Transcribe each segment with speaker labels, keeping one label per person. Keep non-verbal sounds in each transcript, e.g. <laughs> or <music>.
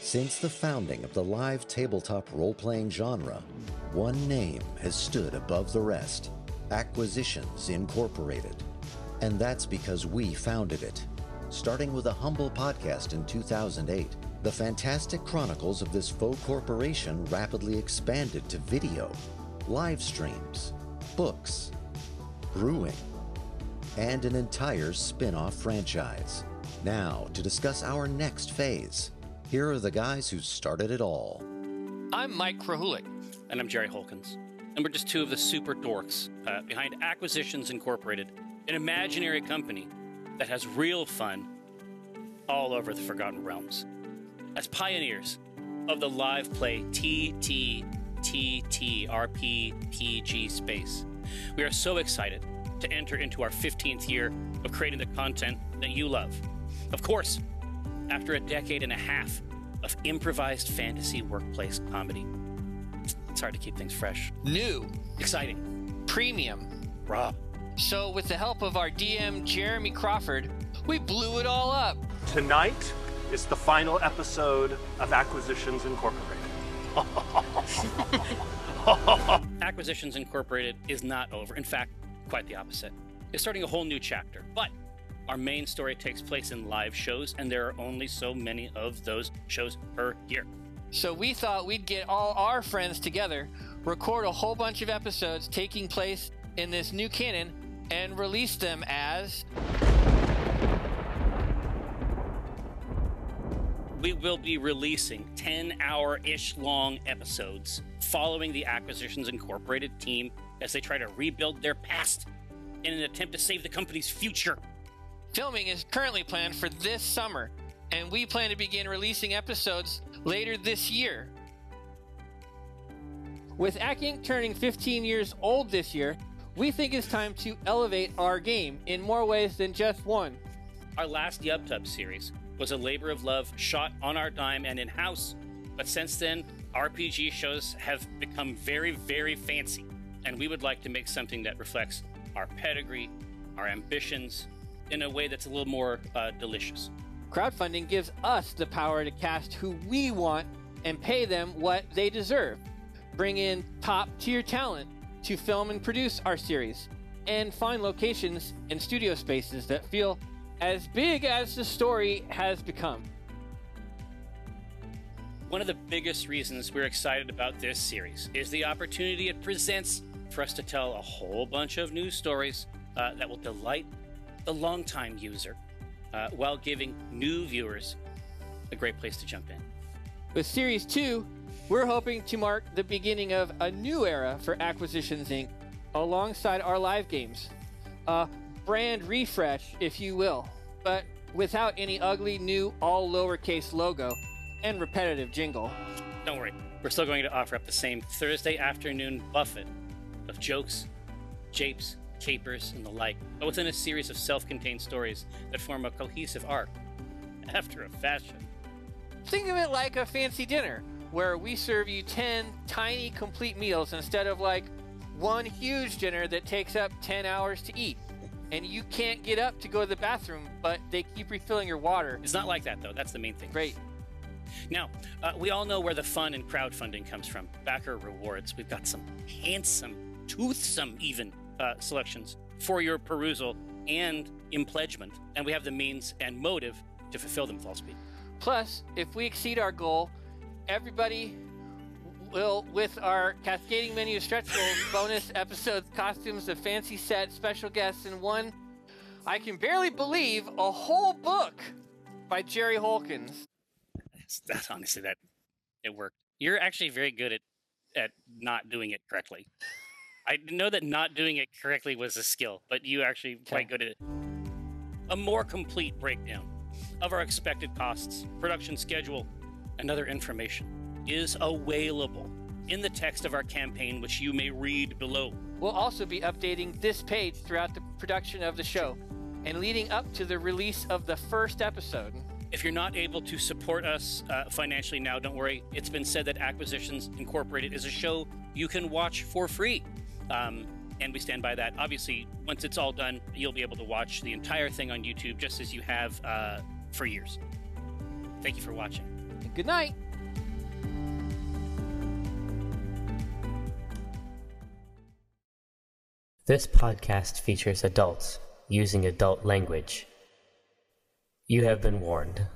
Speaker 1: Since the founding of the live tabletop role playing genre, one name has stood above the rest Acquisitions Incorporated. And that's because we founded it. Starting with a humble podcast in 2008, the fantastic chronicles of this faux corporation rapidly expanded to video, live streams, books, brewing, and an entire spin off franchise. Now, to discuss our next phase, here are the guys who started it all.
Speaker 2: I'm Mike Krahulik.
Speaker 3: And I'm Jerry Holkins. And we're just two of the super dorks uh, behind Acquisitions Incorporated, an imaginary company that has real fun all over the Forgotten Realms. As pioneers of the live play TTTTRPPG space, we are so excited to enter into our 15th year of creating the content that you love. Of course, after a decade and a half of improvised fantasy workplace comedy, it's hard to keep things fresh.
Speaker 2: New,
Speaker 3: Exciting.
Speaker 2: premium.
Speaker 3: Raw.
Speaker 2: So, with the help of our DM, Jeremy Crawford, we blew it all up.
Speaker 4: Tonight is the final episode of Acquisitions Incorporated.
Speaker 3: Acquisitions Incorporated is not over. In fact, quite the opposite. It's starting a whole new chapter. But our main story takes place in live shows, and there are only so many of those shows per year.
Speaker 2: So, we thought we'd get all our friends together, record a whole bunch of episodes taking place in this new canon, and release them as
Speaker 3: We will be releasing 10 hour ish long episodes following the Acquisitions Incorporated team as they try to rebuild their past in an attempt to save the company's future.
Speaker 2: Filming is currently planned for this summer, and we plan to begin releasing episodes later this year. With Acting turning 15 years old this year, we think it's time to elevate our game in more ways than just one.
Speaker 3: Our last Yub Tub series was a labor of love shot on our dime and in house, but since then, RPG shows have become very, very fancy, and we would like to make something that reflects our pedigree, our ambitions, in a way that's a little more uh, delicious.
Speaker 2: Crowdfunding gives us the power to cast who we want and pay them what they deserve. Bring in top tier talent to film and produce our series, and find locations and studio spaces that feel as big as the story has become.
Speaker 3: One of the biggest reasons we're excited about this series is the opportunity it presents for us to tell a whole bunch of new stories uh, that will delight the longtime user uh, while giving new viewers a great place to jump in.
Speaker 2: With Series 2, we're hoping to mark the beginning of a new era for Acquisitions Inc. alongside our live games. A brand refresh, if you will, but without any ugly new all lowercase logo and repetitive jingle.
Speaker 3: Don't worry, we're still going to offer up the same Thursday afternoon buffet of jokes, japes, capers, and the like, but within a series of self contained stories that form a cohesive arc after a fashion.
Speaker 2: Think of it like a fancy dinner where we serve you 10 tiny complete meals instead of like one huge dinner that takes up 10 hours to eat. And you can't get up to go to the bathroom, but they keep refilling your water.
Speaker 3: It's not like that, though. That's the main thing.
Speaker 2: Great.
Speaker 3: Now, uh, we all know where the fun in crowdfunding comes from backer rewards. We've got some handsome, toothsome, even uh, selections for your perusal and impledgement, and we have the means and motive to fulfill them, False Speed.
Speaker 2: Plus, if we exceed our goal, everybody will, with our cascading menu of stretch goals, bonus episodes, costumes, a fancy set, special guests, and one I can barely believe a whole book by Jerry Holkins.
Speaker 3: That's, that's honestly <laughs> that it worked. You're actually very good at at not doing it correctly. I didn't know that not doing it correctly was a skill, but you actually quite good at it. A more complete breakdown of our expected costs, production schedule, and other information is available in the text of our campaign, which you may read below.
Speaker 2: We'll also be updating this page throughout the production of the show and leading up to the release of the first episode.
Speaker 3: If you're not able to support us uh, financially now, don't worry. It's been said that Acquisitions Incorporated is a show you can watch for free. Um, and we stand by that. Obviously, once it's all done, you'll be able to watch the entire thing on YouTube just as you have uh, for years. Thank you for watching.
Speaker 2: and good night.
Speaker 5: This podcast features adults using adult language. You have been warned.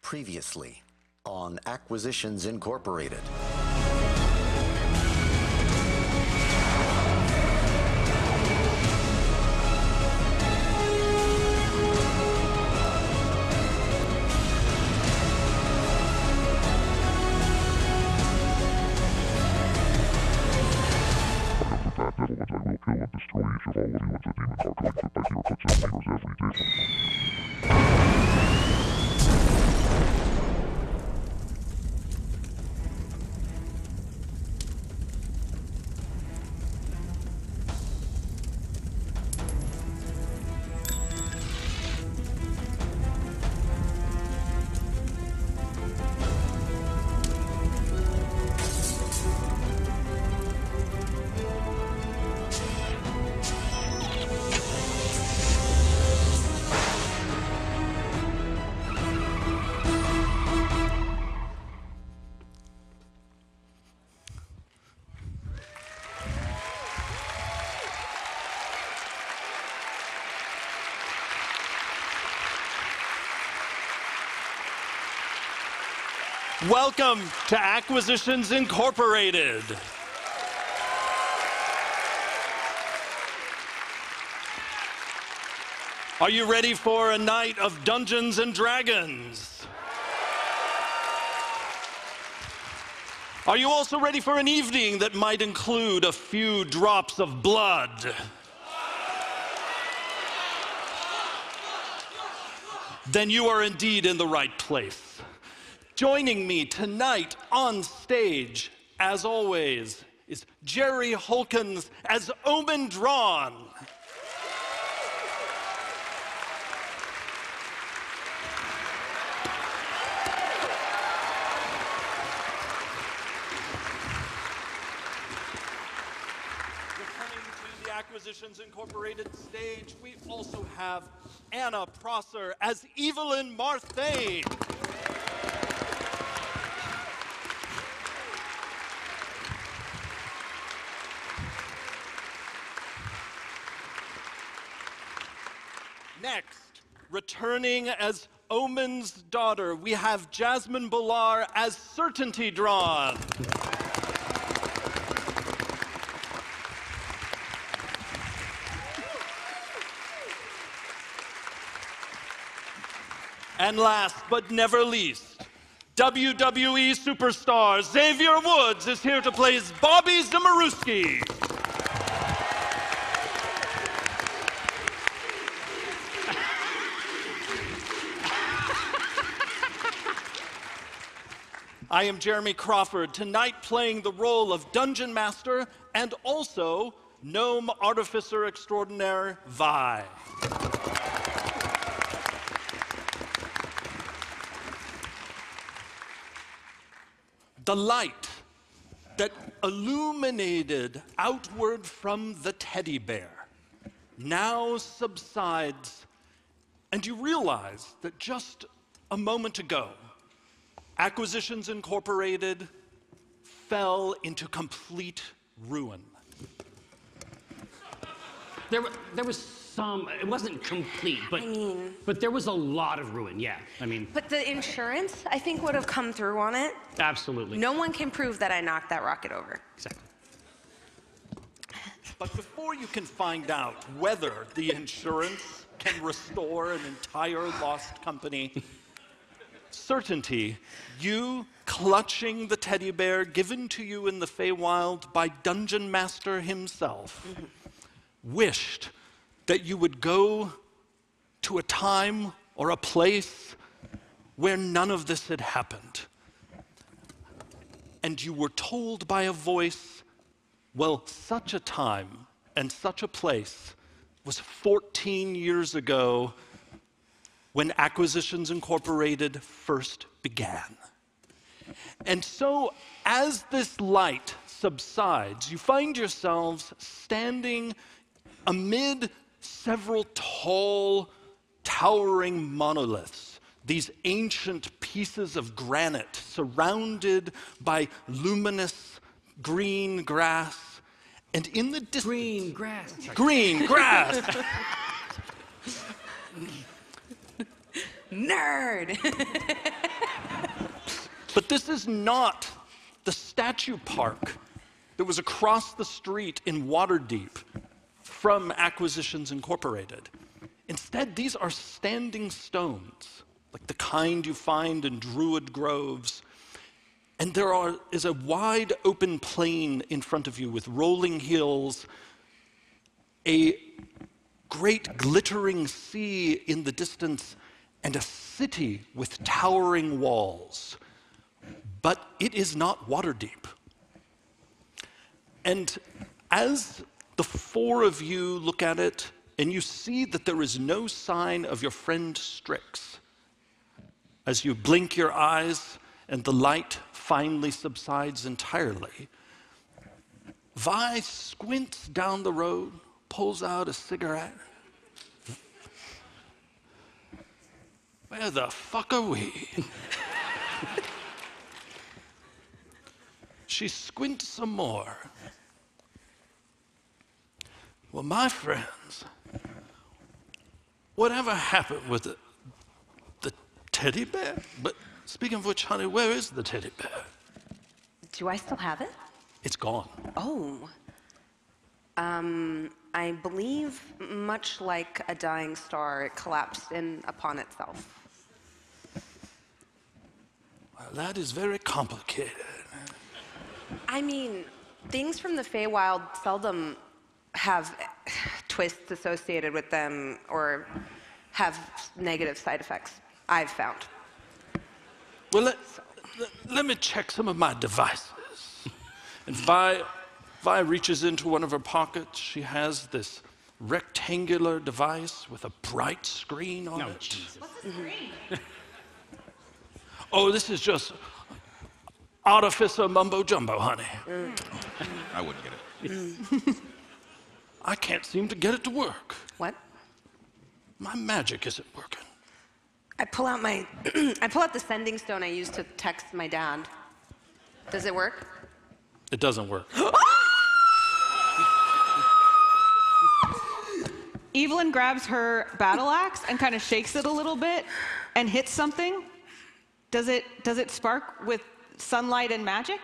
Speaker 1: Previously on Acquisitions Incorporated.
Speaker 6: that devil and I will kill and destroy each of all of you into demons are collected by demon touching demons every day from
Speaker 7: Welcome to Acquisitions Incorporated. Are you ready for a night of Dungeons and Dragons? Are you also ready for an evening that might include a few drops of blood? Then you are indeed in the right place. Joining me tonight on stage, as always, is Jerry Holkins as Omen Drawn. Returning to the Acquisitions Incorporated stage, we also have Anna Prosser as Evelyn Marthane. Next, returning as Omen's daughter, we have Jasmine Bilar as Certainty Drawn. and last but never least, WWE superstar Xavier Woods is here to play as Bobby Zimmerowski. I am Jeremy Crawford, tonight playing the role of Dungeon Master and also Gnome Artificer Extraordinaire Vi. The light that illuminated outward from the teddy bear now subsides, and you realize that just a moment ago, Acquisitions Incorporated fell into complete ruin.
Speaker 3: There, wa- there was some. It wasn't complete, but
Speaker 8: I mean-
Speaker 3: but there was a lot of ruin. Yeah, I mean,
Speaker 8: But the insurance, I think, would have come through on it.
Speaker 3: absolutely.
Speaker 8: No one can prove that I knocked that rocket over.
Speaker 3: exactly.
Speaker 7: But before you can find out whether the insurance can restore an entire lost company, certainty, you clutching the teddy bear given to you in the Feywild by Dungeon Master himself, wished that you would go to a time or a place where none of this had happened. And you were told by a voice, well, such a time and such a place was 14 years ago when Acquisitions Incorporated first began. And so, as this light subsides, you find yourselves standing amid several tall, towering monoliths, these ancient pieces of granite surrounded by luminous green grass. And in the distance,
Speaker 3: Green grass.
Speaker 7: green grass,
Speaker 8: Nerd. <laughs>
Speaker 7: But this is not the statue park that was across the street in Waterdeep from Acquisitions Incorporated. Instead, these are standing stones, like the kind you find in druid groves. And there are, is a wide open plain in front of you with rolling hills, a great glittering sea in the distance, and a city with towering walls but it is not water deep. And as the four of you look at it, and you see that there is no sign of your friend Strix, as you blink your eyes and the light finally subsides entirely, Vi squints down the road, pulls out a cigarette. Where the fuck are we? She squints some more. Well, my friends, whatever happened with the, the teddy bear? But speaking of which, honey, where is the teddy bear?
Speaker 8: Do I still have it?
Speaker 7: It's gone.
Speaker 8: Oh. Um, I believe, much like a dying star, it collapsed in upon itself.
Speaker 7: Well, that is very complicated.
Speaker 8: I mean, things from the Feywild seldom have twists associated with them or have negative side effects. I've found.
Speaker 7: Well, let, let, let me check some of my devices. And Vi, Vi reaches into one of her pockets. She has this rectangular device with a bright screen on it. <laughs> Oh, this is just artificer mumbo jumbo, honey.
Speaker 9: Mm. I wouldn't get it.
Speaker 7: <laughs> I can't seem to get it to work.
Speaker 8: What?
Speaker 7: My magic isn't working.
Speaker 8: I pull out my <clears throat> I pull out the sending stone I used to text my dad. Does it work?
Speaker 7: It doesn't work.
Speaker 6: <gasps> Evelyn grabs her battle axe and kind of shakes it a little bit and hits something. Does it does it spark with sunlight and magic?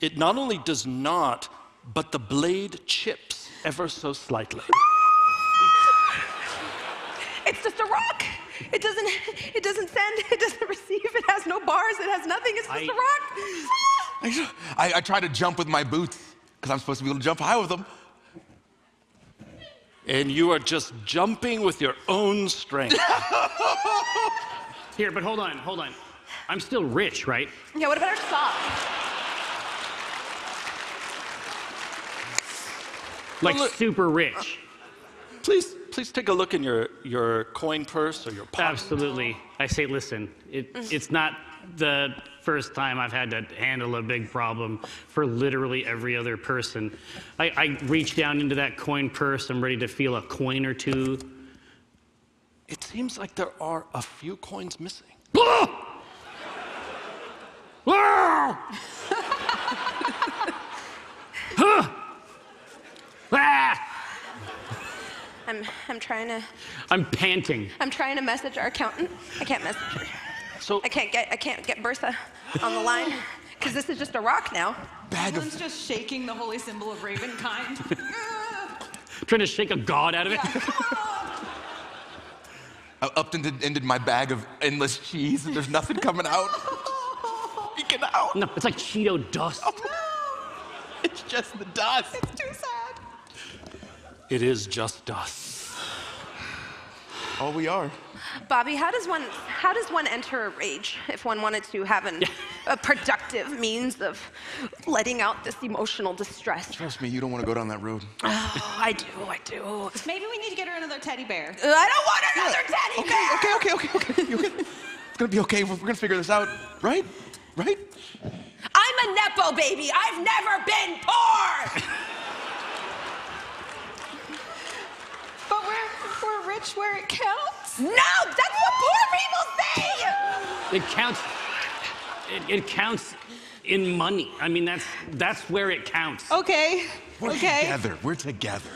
Speaker 7: It not only does not, but the blade chips ever so slightly.
Speaker 8: It's just a rock. It doesn't it doesn't send, it doesn't receive, it has no bars, it has nothing. It's just a
Speaker 10: I-
Speaker 8: rock.
Speaker 9: I, I try to jump with my boots because I'm supposed to be able to jump high with them.
Speaker 7: And you are just jumping with your own
Speaker 6: <laughs>
Speaker 7: strength.
Speaker 3: Here, but hold on, hold on. I'm still rich, right?
Speaker 6: Yeah, what about our sock?
Speaker 3: Like
Speaker 7: look-
Speaker 3: super rich.
Speaker 7: please, please take a look in your, your coin purse or your pocket.
Speaker 3: Absolutely. I say, listen, it, it's not the first time I've had to handle a big problem for literally every other person. I, I reach down into that coin purse. I'm ready to feel a coin or two.
Speaker 7: It seems like there are a few coins missing.
Speaker 3: Ah! Ah! Huh! Ah!
Speaker 8: I'm I'm trying to
Speaker 3: I'm panting.
Speaker 8: I'm trying to message our accountant. I can't message her.
Speaker 7: So
Speaker 8: I can't get I can't get Bertha on the line because this is just a rock now.
Speaker 9: Bag of
Speaker 6: Evelyn's just shaking the holy symbol of Ravenkind.
Speaker 3: trying to shake a god out of it.
Speaker 6: <laughs> I upped and ended my bag of endless cheese, and there's nothing coming
Speaker 11: <laughs>
Speaker 6: out. Peeking
Speaker 3: <laughs>
Speaker 6: out.
Speaker 3: No, it's like Cheeto dust.
Speaker 6: <laughs> it's just the dust.
Speaker 11: It's too sad.
Speaker 7: It is just dust.
Speaker 6: Oh, we are.
Speaker 8: Bobby, how does one how does one enter a rage if one wanted to have an, a productive means of letting out this emotional distress?
Speaker 6: Trust me, you don't want to go down that road.
Speaker 8: Oh, I do, I do.
Speaker 11: Maybe we need to get her another teddy bear.
Speaker 8: I don't want another teddy bear.
Speaker 6: Okay, okay, okay, okay. You're gonna- It's gonna be okay. We're gonna figure this out, right? Right?
Speaker 8: I'm a nepo baby. I've never been poor.
Speaker 11: But we're, we're rich where it counts.
Speaker 8: No, that's what poor people say.
Speaker 3: It counts. It, it counts in money. I mean, that's that's where it counts.
Speaker 11: Okay.
Speaker 6: We're
Speaker 11: okay. Oh,
Speaker 6: together. We're together.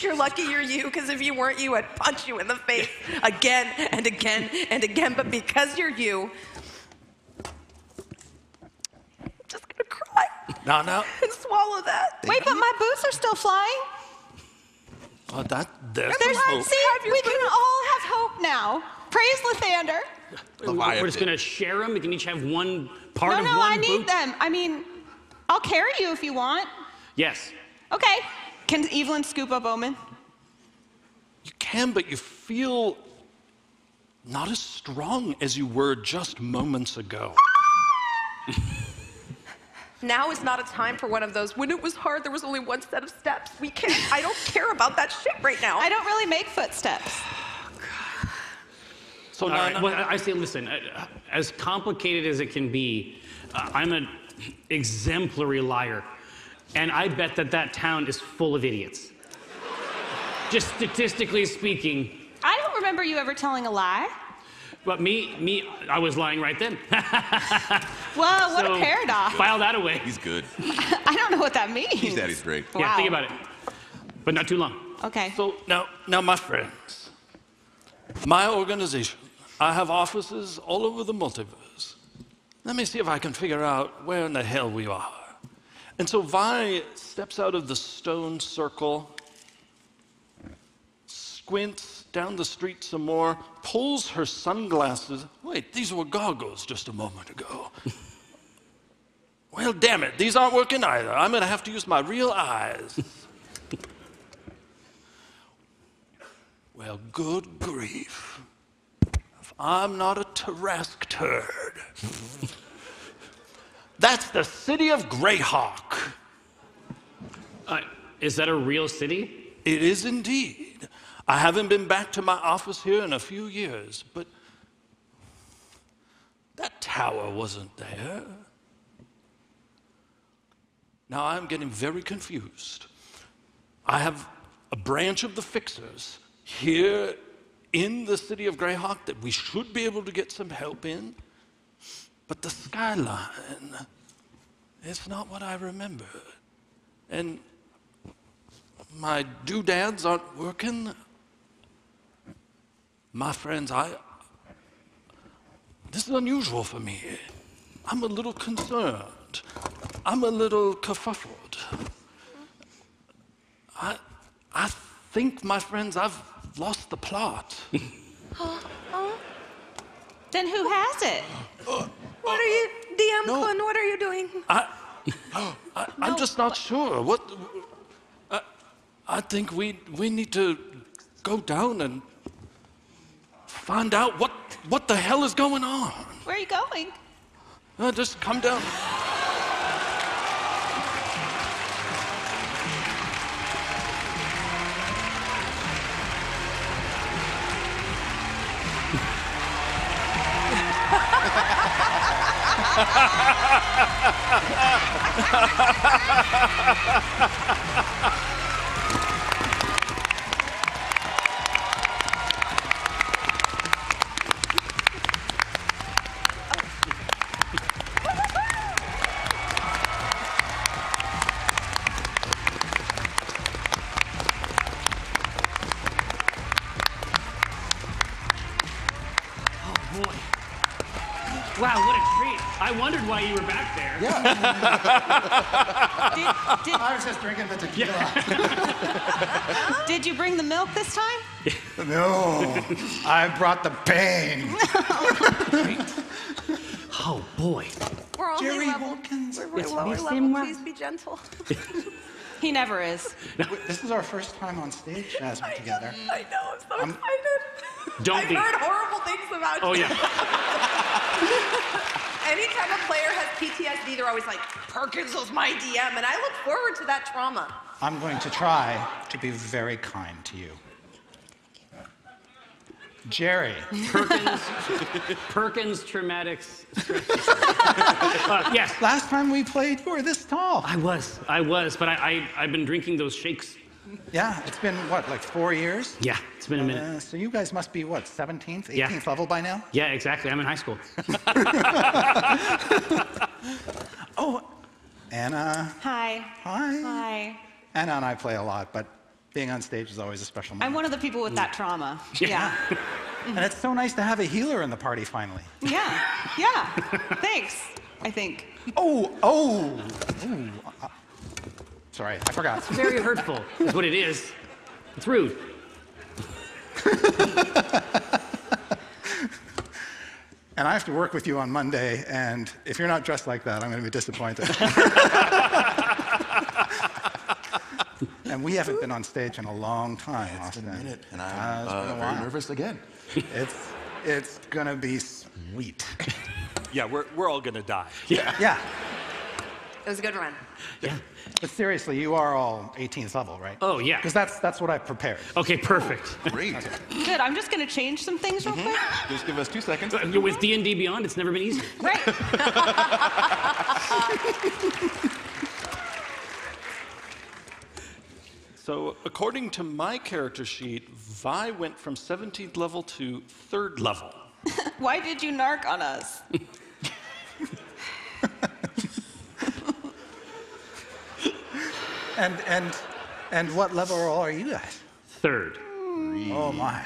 Speaker 8: You're lucky you're you, because if you weren't you, I'd punch you in the face again and again and again. But because you're you, I'm just gonna cry
Speaker 7: No, no.
Speaker 8: and swallow that.
Speaker 11: Wait, but my boots are still flying.
Speaker 7: Oh, that, there's
Speaker 11: There's
Speaker 7: some hope.
Speaker 11: see, we can all have hope now. Praise Lathander.
Speaker 3: We're- We're just gonna share them. We can each have one part
Speaker 11: no,
Speaker 3: of
Speaker 11: no,
Speaker 3: one
Speaker 11: I need
Speaker 3: boot.
Speaker 11: them. I mean, I'll carry you if you want.
Speaker 3: Yes.
Speaker 11: Okay. Can Evelyn scoop up Omen?
Speaker 7: You can, but you feel not as strong as you were just moments ago.
Speaker 8: Now is not a time for one of those. When it was hard, there was only one set of steps. We can't. I don't care about that shit right now.
Speaker 11: I don't really make footsteps.
Speaker 7: So
Speaker 3: All
Speaker 7: Oh, no,
Speaker 3: right.
Speaker 7: no,
Speaker 3: Well, I I say, listen. uh, As complicated as it can be, uh, I'm an exemplary liar, and I bet that that town is full of idiots. Just statistically speaking,
Speaker 11: I don't remember you ever telling a lie.
Speaker 3: but me, me, I was lying right then. <laughs>
Speaker 11: Whoa, what
Speaker 3: So,
Speaker 11: a paradox.
Speaker 3: File that away.
Speaker 6: He's good.
Speaker 11: I don't know what that means.
Speaker 6: He's daddy's great.
Speaker 11: Wow.
Speaker 3: Yeah, think about it. But not too long.
Speaker 11: Okay.
Speaker 7: So now, now, my friends, my organization, I have offices all over the multiverse. Let me see if I can figure out where in the hell we are. And so Vi steps out of the stone circle, squints down the street some more, pulls her sunglasses. Wait, these were goggles just a moment ago. well, damn it, these aren't working either. I'm going to have to use my real eyes. Well, good grief. If I'm not a Tarask turd. <laughs> That's the city of Greyhawk.
Speaker 3: Uh, is that a real city?
Speaker 7: It is indeed. I haven't been back to my office here in a few years, but that tower wasn't there. Now I'm getting very confused. I have a branch of the Fixers here in the city of Greyhawk that we should be able to get some help in, but the skyline is not what I remember. And my doodads aren't working. My friends, I. This is unusual for me. I'm a little concerned. I'm a little kerfuffled. I, I think, my friends, I've lost the plot.
Speaker 8: Uh,
Speaker 11: Then who has it?
Speaker 8: <laughs> What are you, DM
Speaker 7: No.
Speaker 8: Clun? What are you doing?
Speaker 7: I, <gasps> I, I'm just not sure. What? I, Uh, I think we we need to go down and find out what what the hell is going on.
Speaker 11: Where are you going?
Speaker 7: Uh, just come down.
Speaker 3: Wow, what a treat. I wondered why you were back there.
Speaker 6: <laughs> I was just drinking the tequila.
Speaker 12: Did you bring the milk this time?
Speaker 6: <laughs> no, I brought the pain.
Speaker 3: oh boy.
Speaker 8: We're only
Speaker 6: Jerry
Speaker 8: level.
Speaker 6: Wilkins.
Speaker 8: We're, we're
Speaker 6: It's
Speaker 8: lower
Speaker 6: Miss
Speaker 8: level.
Speaker 6: Simwa.
Speaker 8: Please
Speaker 11: <laughs>
Speaker 8: be gentle. he never is.
Speaker 6: This is our first time on stage, Jasmine, together.
Speaker 8: I know. I'm so
Speaker 6: I'm-
Speaker 8: excited.
Speaker 6: Don't
Speaker 8: I've
Speaker 6: be.
Speaker 8: heard horrible things about
Speaker 6: Oh,
Speaker 8: you.
Speaker 6: yeah.
Speaker 8: Anytime a player has PTSD, they're always like, Perkins was my DM, and I look forward to that trauma.
Speaker 6: I'm going to try to be very kind to you. Jerry.
Speaker 3: Perkins, <laughs> Perkins
Speaker 6: <laughs>
Speaker 3: traumatics. Uh, yes.
Speaker 6: Last time we played, you were this tall.
Speaker 3: I was. I was, but I, I, I've been drinking those shakes.
Speaker 6: Yeah, it's been what, like four years?
Speaker 3: Yeah, it's been a minute.
Speaker 8: Uh-huh.
Speaker 6: Uh, so you guys must be what, 17th, 18th
Speaker 3: Yeah.
Speaker 6: level by now?
Speaker 3: Yeah, exactly. I'm in high
Speaker 8: <laughs>
Speaker 3: school.
Speaker 6: Oh, Anna.
Speaker 12: Hi.
Speaker 6: Hi.
Speaker 12: Hi.
Speaker 6: Anna and I play a lot, but being on stage is always a special moment.
Speaker 12: I'm one of the people with that trauma. Yeah.
Speaker 6: And it's so nice to have a healer in the party finally.
Speaker 12: Yeah. Yeah. Thanks. I think.
Speaker 6: Oh, oh. Ooh, uh, sorry, I forgot.
Speaker 3: It's <laughs> very hurtful, is what it is. It's rude.
Speaker 6: And I have to work with you on Monday, and if you're not dressed like that, I'm going to
Speaker 13: <laughs>
Speaker 6: be disappointed. and we haven't been on stage in a long time, Austin. It's been a minute, and
Speaker 13: I'm uh, very nervous again.
Speaker 6: It's it's going to
Speaker 13: <laughs>
Speaker 6: be sweet.
Speaker 7: Yeah, we're, we're all gonna die.
Speaker 6: Yeah. Yeah.
Speaker 8: It was a good run.
Speaker 6: But seriously, you are all 18th level, right? Oh yeah. Because that's that's what I prepared.
Speaker 3: Okay,
Speaker 8: <laughs>
Speaker 3: perfect.
Speaker 13: Great.
Speaker 12: Good. I'm just going to change some things real quick.
Speaker 13: Just give us two seconds.
Speaker 3: With D&D Beyond, it's never been easier.
Speaker 7: So, according to my character sheet, Vi went from 17th level to 3rd level.
Speaker 12: Why did you narc on us?
Speaker 6: And and and what level are you at?
Speaker 3: Third.
Speaker 6: Oh my.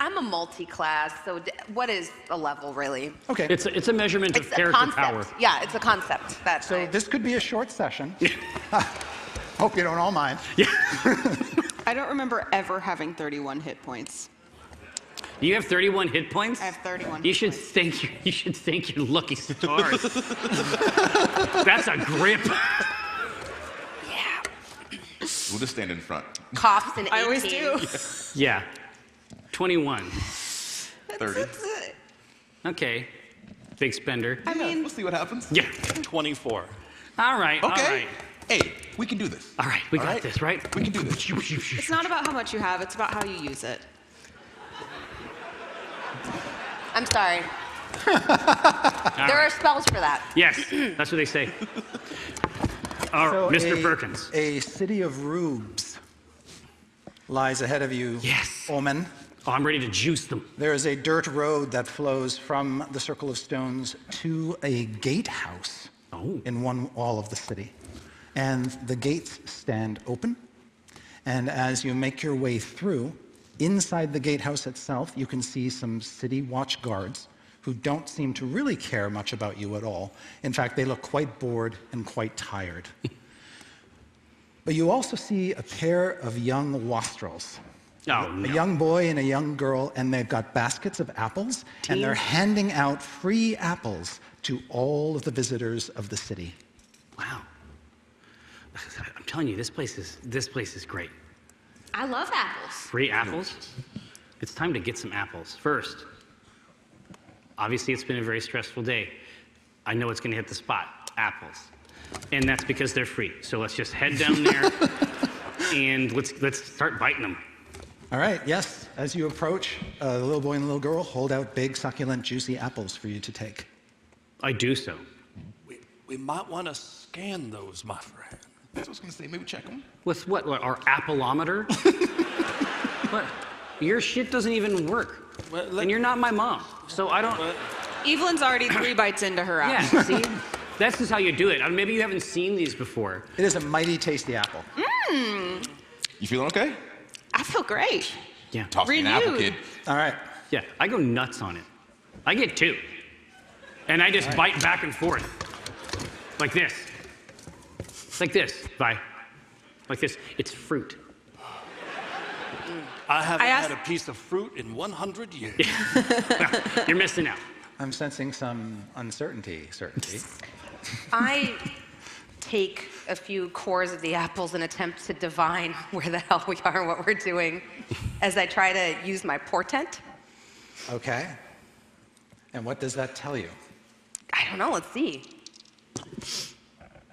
Speaker 8: I'm a multi class, so d- what is a level really?
Speaker 6: Okay.
Speaker 3: It's a, it's a measurement
Speaker 8: It's
Speaker 3: of
Speaker 8: a
Speaker 3: character
Speaker 8: concept.
Speaker 3: power.
Speaker 8: Yeah, it's a concept. That's
Speaker 6: So this could be a short session. <laughs> Hope you don't all mind.
Speaker 12: I don't remember ever having 31 hit points.
Speaker 3: You have 31 hit points? I have
Speaker 12: 31
Speaker 3: You should thank your, you should thank your lucky stars. <laughs> That's a grip.
Speaker 13: We'll just stand in front.
Speaker 8: coughs and 18.
Speaker 12: I always do.
Speaker 3: Yeah. 21.
Speaker 13: 30.
Speaker 3: Okay. Big spender.
Speaker 13: I mean, we'll see what happens.
Speaker 3: Yeah.
Speaker 7: 24.
Speaker 3: All right.
Speaker 13: Okay.
Speaker 3: All right.
Speaker 13: Hey, we can do this.
Speaker 3: All right. We
Speaker 13: All
Speaker 3: got
Speaker 13: right.
Speaker 3: this, right? We can do this.
Speaker 12: It's not about how much you have, it's about how you use it.
Speaker 13: <laughs>
Speaker 8: I'm sorry. there are spells for that.
Speaker 3: Yes. That's what they say. All right.
Speaker 6: So
Speaker 3: Mr.
Speaker 6: a-
Speaker 3: Perkins.
Speaker 6: A city of rubes lies ahead of you, yes. Omen.
Speaker 3: Oh, I'm ready to juice them.
Speaker 6: There is a dirt road that flows from the Circle of Stones to a gatehouse
Speaker 3: Oh,
Speaker 6: in one wall of the city. And the gates stand open. And as you make your way through, inside the gatehouse itself, you can see some city watch guards who don't seem to really care much about you at all. In fact, they look quite bored and quite tired. But you also see a pair of young wastrels. A young boy and a young girl, and they've got baskets of apples, and they're
Speaker 3: Teens.
Speaker 6: handing out free apples to all of the visitors of the city.
Speaker 3: Wow. I'm telling you, this place is this place is great.
Speaker 8: I love apples.
Speaker 3: Free apples? It's time to get some apples. First, obviously, it's been a very stressful day. I know it's going to hit the spot apples. And that's because they're free. So let's just head down there and let's, let's start biting them.
Speaker 6: All right, yes, as you approach, uh, the little boy and the little girl hold out big, succulent, juicy apples for you to take.
Speaker 3: I do so.
Speaker 7: We might want to scan those, my friend.
Speaker 13: That's what I was gonna say. Maybe check them.
Speaker 3: With what? what our appleometer? what? Your shit doesn't even work. and you're not my mom. So I don't.
Speaker 12: Evelyn's already three bites into her
Speaker 8: <laughs>
Speaker 3: Yeah,
Speaker 12: apple.
Speaker 3: see? That's just how you do it. I mean, maybe you haven't seen these before.
Speaker 6: It is a mighty tasty apple.
Speaker 8: Mm.
Speaker 12: Mmm.
Speaker 13: You feeling okay?
Speaker 12: I feel great.
Speaker 3: Yeah.
Speaker 13: Toss me an apple,
Speaker 12: Renewed.
Speaker 13: kid.
Speaker 6: All right.
Speaker 3: Yeah, I go nuts on it. I get two. And I just
Speaker 7: All right.
Speaker 3: bite back and forth. Like this. Like this. Bye. Like this. It's fruit.
Speaker 7: I haven't
Speaker 14: I
Speaker 7: had a piece of fruit in 100 years.
Speaker 3: You're missing out.
Speaker 6: I'm sensing some uncertainty, certainty.
Speaker 8: I take a few cores of the apples and attempt to divine <laughs> where the hell we are and what we're doing as I try to use my portent.
Speaker 6: Okay. And what does that tell you?
Speaker 8: I don't know, let's see.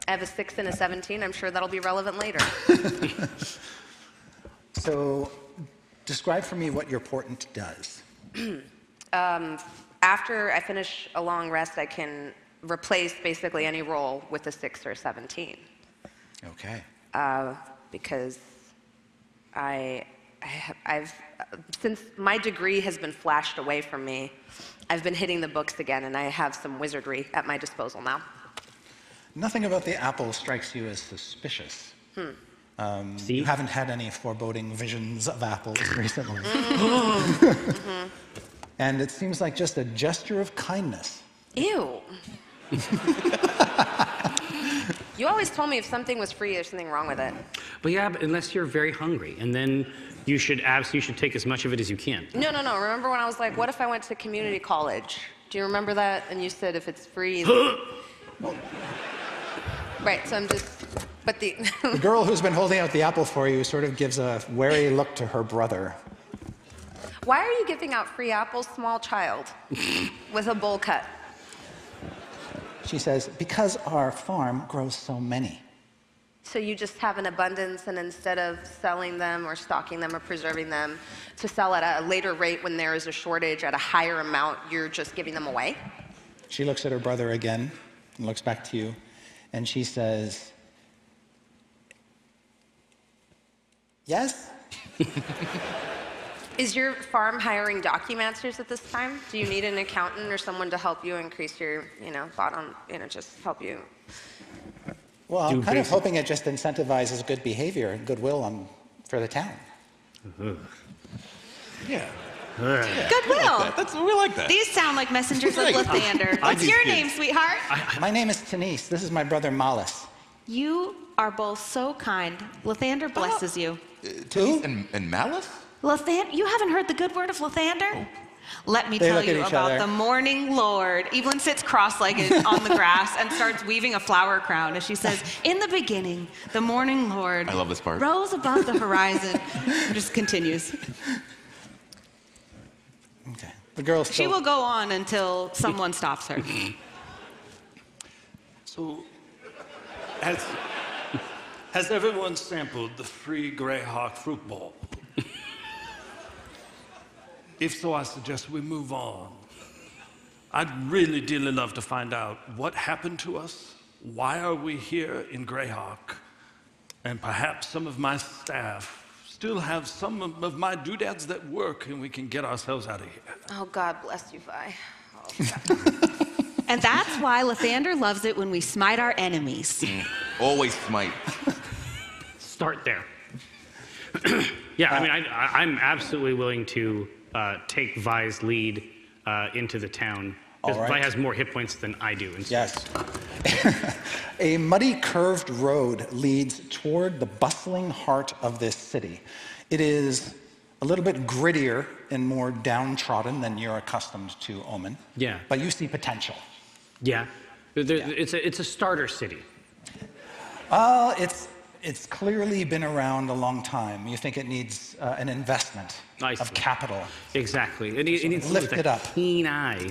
Speaker 8: I have a six and a 17. I'm sure that'll be relevant later.
Speaker 6: So, describe for me what your portent does.
Speaker 8: um, after I finish a long rest, I can replace basically any roll with a six or a 17.
Speaker 6: Okay.
Speaker 8: uh, because I, I have, I've since my degree has been flashed away from me, I've been hitting the books again, and I have some wizardry at my disposal now.
Speaker 6: Nothing about the apple strikes you as suspicious.
Speaker 8: Hmm.
Speaker 6: Um, You haven't had any foreboding visions of apples recently.
Speaker 8: Mhm.
Speaker 6: <laughs> and it seems like just a gesture of kindness.
Speaker 8: Ew. You always told me if something was free, there's something wrong with it.
Speaker 3: But yeah, but unless you're very hungry, and then you should abs- you should take as much of it as you can.
Speaker 8: No, no, no. Remember when I was like, what if I went to community college? Do you remember that? And you said if it's free. then-" right, so I'm just. But the. <laughs>
Speaker 6: The girl who's been holding out the apple for you sort of gives a wary look to her brother.
Speaker 8: Why are you giving out free apples, small child, with a bowl cut?
Speaker 6: She says, Because our farm grows so many.
Speaker 8: So you just have an abundance, and instead of selling them or stocking them or preserving them to sell at a later rate when there is a shortage at a higher amount, you're just giving them away?
Speaker 6: She looks at her brother again and looks back to you, and she says, Yes?
Speaker 8: Is your farm hiring documenters at this time? Do you need an accountant or someone to help you increase your, you know, bottom, you know, just help you?
Speaker 6: Well,
Speaker 3: Do
Speaker 6: I'm kind of
Speaker 3: basic-
Speaker 6: hoping it just incentivizes good behavior and goodwill on, for the town.
Speaker 1: Yeah.
Speaker 14: Goodwill.
Speaker 1: That's, we like
Speaker 6: that.
Speaker 14: These sound like messengers of
Speaker 6: Right.
Speaker 14: Lithander.
Speaker 6: I
Speaker 14: What's
Speaker 6: do
Speaker 14: your
Speaker 6: too.
Speaker 14: name, sweetheart?
Speaker 6: My name is Tanis. This is my brother Malus.
Speaker 14: You are both so kind. Lithander blesses you.
Speaker 1: Who? And, and malice?
Speaker 14: Lethan, you haven't heard the good word of Lethander? Let me
Speaker 1: They
Speaker 14: tell
Speaker 1: look at
Speaker 14: you
Speaker 1: each
Speaker 14: about
Speaker 1: other.
Speaker 14: the morning lord. Evelyn sits cross-legged on the grass and starts weaving a flower crown as she says, "In the beginning, the morning lord
Speaker 1: I love this part.
Speaker 14: rose above the horizon." and just continues.
Speaker 6: The girl
Speaker 14: She
Speaker 6: still.
Speaker 14: will go on until someone stops her.
Speaker 7: So, has, has everyone sampled the free Greyhawk fruit bowl? if so, I suggest we move on. I'd really dearly love to find out what happened to us, why are we here in Greyhawk, and perhaps some of my staff still have some of- of my doodads that work and we can get ourselves out of here.
Speaker 8: Oh, God bless you, Vi.
Speaker 14: and that's why Lethander loves it when we smite our enemies.
Speaker 1: Always smite.
Speaker 3: Start there. <clears throat> yeah, I mean, I, I, I'm absolutely willing to uh, take Vi's lead uh, into the town because
Speaker 6: All right.
Speaker 3: Vi has more hit points than I do. And
Speaker 6: Yes. <laughs> A muddy curved road leads toward the bustling heart of this city. It is a little bit grittier and more downtrodden than you're accustomed to, Omen.
Speaker 3: Yeah.
Speaker 6: But you see potential.
Speaker 3: Yeah. There- It's a it's a starter city.
Speaker 6: Uh, it's, it's clearly been around a long time. You think it needs uh, an investment
Speaker 3: I
Speaker 6: of
Speaker 3: see.
Speaker 6: capital.
Speaker 3: Exactly. It, need- it needs
Speaker 6: Lift it up.
Speaker 3: Keen eye.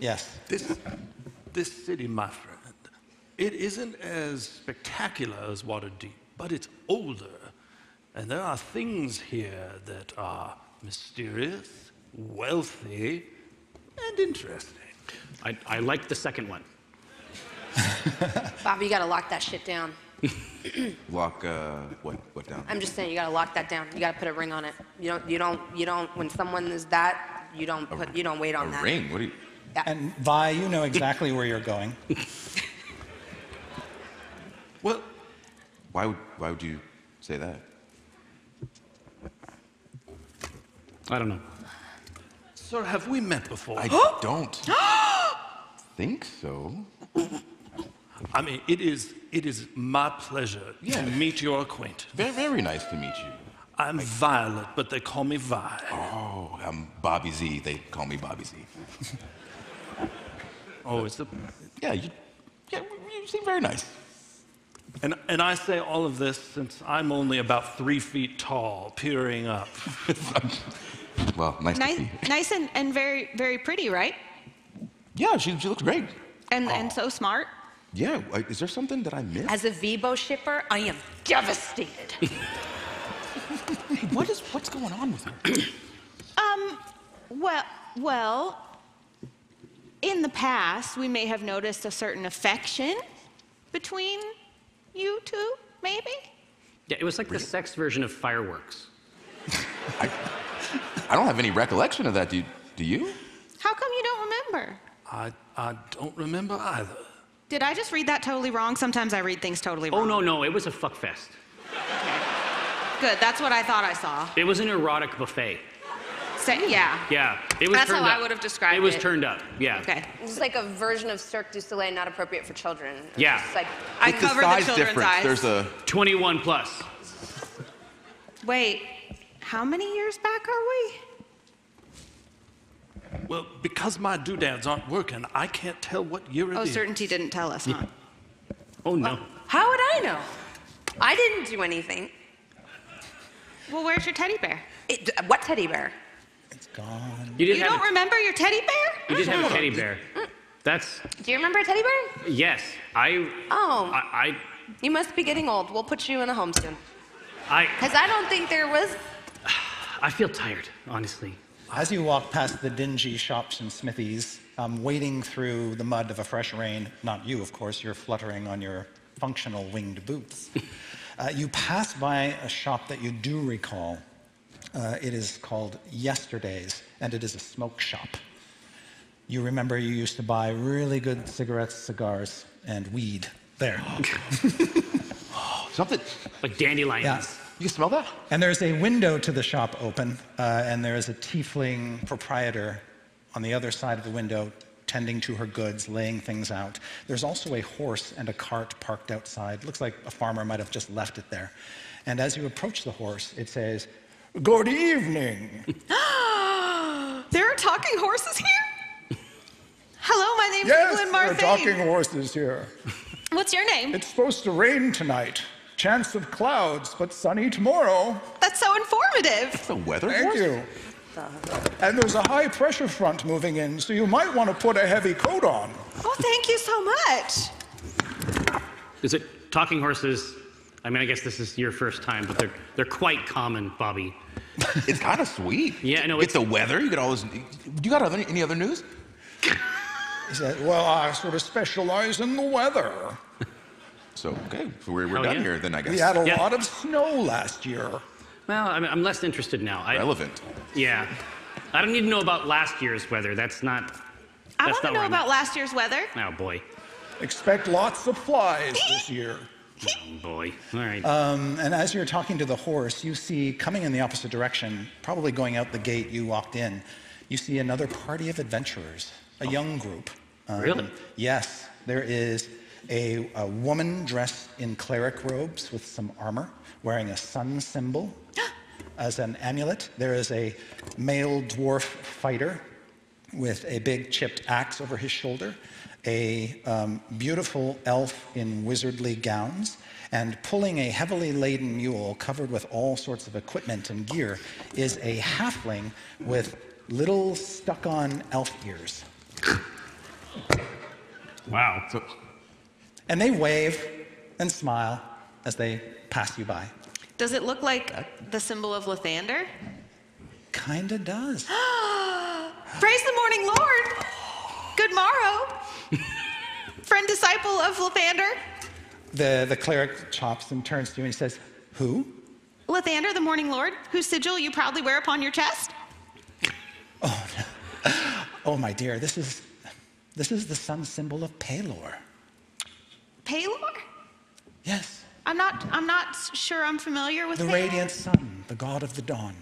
Speaker 6: Yes.
Speaker 7: This, this city, my friend, it isn't as spectacular as Waterdeep, but it's older. And there are things here that are mysterious, wealthy, and interesting.
Speaker 3: I, I like the second one.
Speaker 8: Bob, you gotta lock that shit down.
Speaker 1: <coughs> Lock, uh, what, what down?
Speaker 8: I'm just saying, you gotta lock that down. You gotta put a ring on it. You don't, you don't, you don't, when someone is that, you don't put, you don't wait on that.
Speaker 1: What do you?
Speaker 6: And Vi, you know exactly where you're going.
Speaker 7: Well,
Speaker 1: Why would, why would you say that?
Speaker 3: I don't know.
Speaker 7: <gasps> Sir, have we met before?
Speaker 1: I don't.
Speaker 5: think so.
Speaker 7: I mean, it is it is my pleasure to meet your acquaintance.
Speaker 5: Very, very nice to meet you.
Speaker 7: I'm Violet, but they call me Vi.
Speaker 5: Oh, I'm Bobby Z. They call me Bobby Z.
Speaker 7: <laughs> oh, it's a
Speaker 5: <laughs> yeah. You, yeah, you seem very nice.
Speaker 7: And and I say all of this since I'm only about three feet tall, peering
Speaker 6: <laughs>
Speaker 7: up.
Speaker 5: well, nice.
Speaker 8: Nice, nice and, and very, very pretty, right?
Speaker 5: Yeah, she, she looks great.
Speaker 8: And, and so smart.
Speaker 5: Yeah, uh, is there something that I missed?
Speaker 15: As a Vibo shipper, I am devastated.
Speaker 5: what is what's going on with her?
Speaker 8: Um, well, well, in the past, we may have noticed a certain affection between you two, maybe?
Speaker 3: Yeah, it was like the sex version of fireworks.
Speaker 5: I don't have any recollection of that. Do you? Do you?
Speaker 8: How come you don't remember?
Speaker 7: I I don't remember either.
Speaker 8: Did I just read that totally wrong? Sometimes I read things totally wrong.
Speaker 3: Oh no, no, it was a fuck fest.
Speaker 8: Good, that's what I thought I saw.
Speaker 3: It was an erotic buffet.
Speaker 8: Sa- yeah.
Speaker 3: Yeah, it was.
Speaker 15: That's how
Speaker 3: turned
Speaker 15: I
Speaker 3: up.
Speaker 15: would've described
Speaker 3: It was
Speaker 15: it.
Speaker 3: turned up. Yeah.
Speaker 8: Okay.
Speaker 15: It's like a version of Cirque du Soleil not appropriate for children. It's
Speaker 3: Yeah.
Speaker 15: just like,
Speaker 8: I cover the children's eyes.
Speaker 5: a
Speaker 3: 21 plus.
Speaker 8: Wait, how many years back are we?
Speaker 7: Well, because my doodads aren't working, I can't tell what year it is.
Speaker 8: Oh, certainty didn't tell us, huh?
Speaker 7: Oh no.
Speaker 15: how would I know? I didn't do anything.
Speaker 8: Well, where's your teddy bear?
Speaker 15: It, what teddy bear?
Speaker 3: You
Speaker 8: You,
Speaker 3: didn't have.
Speaker 8: don't
Speaker 3: a-
Speaker 8: remember your teddy bear?
Speaker 3: you didn't have a teddy bear. That's
Speaker 15: Do you remember a teddy bear?
Speaker 3: yes. I.
Speaker 15: Oh.
Speaker 3: I.
Speaker 15: You must be getting old. We'll put you in a home soon.
Speaker 3: I. I,
Speaker 15: Because I don't think there was.
Speaker 3: I feel tired, honestly.
Speaker 6: As you walk past the dingy shops and smithies, um, wading through the mud of a fresh rain, not you, of course, you're fluttering on your functional winged boots, uh, you pass by a shop that you do recall. Uh, it is called Yesterday's, and it is a smoke shop. You remember you used to buy really good cigarettes, cigars, and weed there.
Speaker 5: Something
Speaker 3: like dandelions.
Speaker 5: You smell that?
Speaker 6: And there's a window to the shop open, uh, and there is a tiefling proprietor on the other side of the window tending to her goods, laying things out. There's also a horse and a cart parked outside. Looks like a farmer might have just left it there. And as you approach the horse, it says, Good evening.
Speaker 8: <gasps> there are talking horses here? Hello, my name's Evelyn
Speaker 16: there are
Speaker 8: Marthain.
Speaker 16: talking horses here.
Speaker 8: What's your name?
Speaker 16: It's supposed to rain tonight. Chance of clouds, but sunny tomorrow.
Speaker 8: That's so informative.
Speaker 5: The weather
Speaker 16: Thank you. And there's a high pressure front moving in, so you might want to put a heavy coat on.
Speaker 8: Oh, thank you so much.
Speaker 3: Is it talking horses? I mean, I guess this is your first time, but they're they're quite common, Bobby.
Speaker 5: It's kind of sweet.
Speaker 3: Yeah, no,
Speaker 5: It's the weather. You could always. Do you got other, any other news?
Speaker 16: He said, Well, I sort of specialize in the weather.
Speaker 5: So okay, so we're, we're
Speaker 3: Oh,
Speaker 5: done
Speaker 3: yeah.
Speaker 5: here then. I guess.
Speaker 16: We had a
Speaker 3: Yeah.
Speaker 16: lot of snow last year.
Speaker 3: Well, I mean, I'm less interested now. I,
Speaker 5: Relevant.
Speaker 3: Yeah. I don't need to know about last year's weather. That's not.
Speaker 8: I
Speaker 3: that's
Speaker 8: want
Speaker 3: not
Speaker 8: to know
Speaker 3: where I'm at.
Speaker 8: about last year's weather.
Speaker 3: Oh boy.
Speaker 16: Expect lots of flies this year.
Speaker 3: Oh boy. All right.
Speaker 8: Uh,
Speaker 6: Um, and as you're talking to the horse, you see coming in the opposite direction, probably going out the gate you walked in, you see another party of adventurers, a young group.
Speaker 3: Really?
Speaker 6: Yes, there is a, a woman dressed in cleric robes with some armor, wearing a sun symbol as an amulet. There is a male dwarf fighter with a big chipped axe over his shoulder, a um, beautiful elf in wizardly gowns, and pulling a heavily laden mule covered with all sorts of equipment and gear is a halfling with little stuck on elf ears.
Speaker 3: wow.
Speaker 6: And they wave and smile as they pass you by.
Speaker 8: Does it look like the symbol of Lathander?
Speaker 6: Kinda does.
Speaker 8: Praise the morning Lord. Good morrow.
Speaker 3: <laughs>
Speaker 8: Friend disciple of Lathander.
Speaker 6: The, the cleric chops and turns to you and he says, Who?
Speaker 8: Lathander, the morning Lord, whose sigil you proudly wear upon your chest.
Speaker 6: Oh my dear, this is this is the sun symbol of Palor.
Speaker 8: Palor?
Speaker 6: Yes.
Speaker 8: I'm not I'm not s- sure I'm familiar with
Speaker 6: The
Speaker 8: Palor.
Speaker 6: radiant sun, the god of the dawn.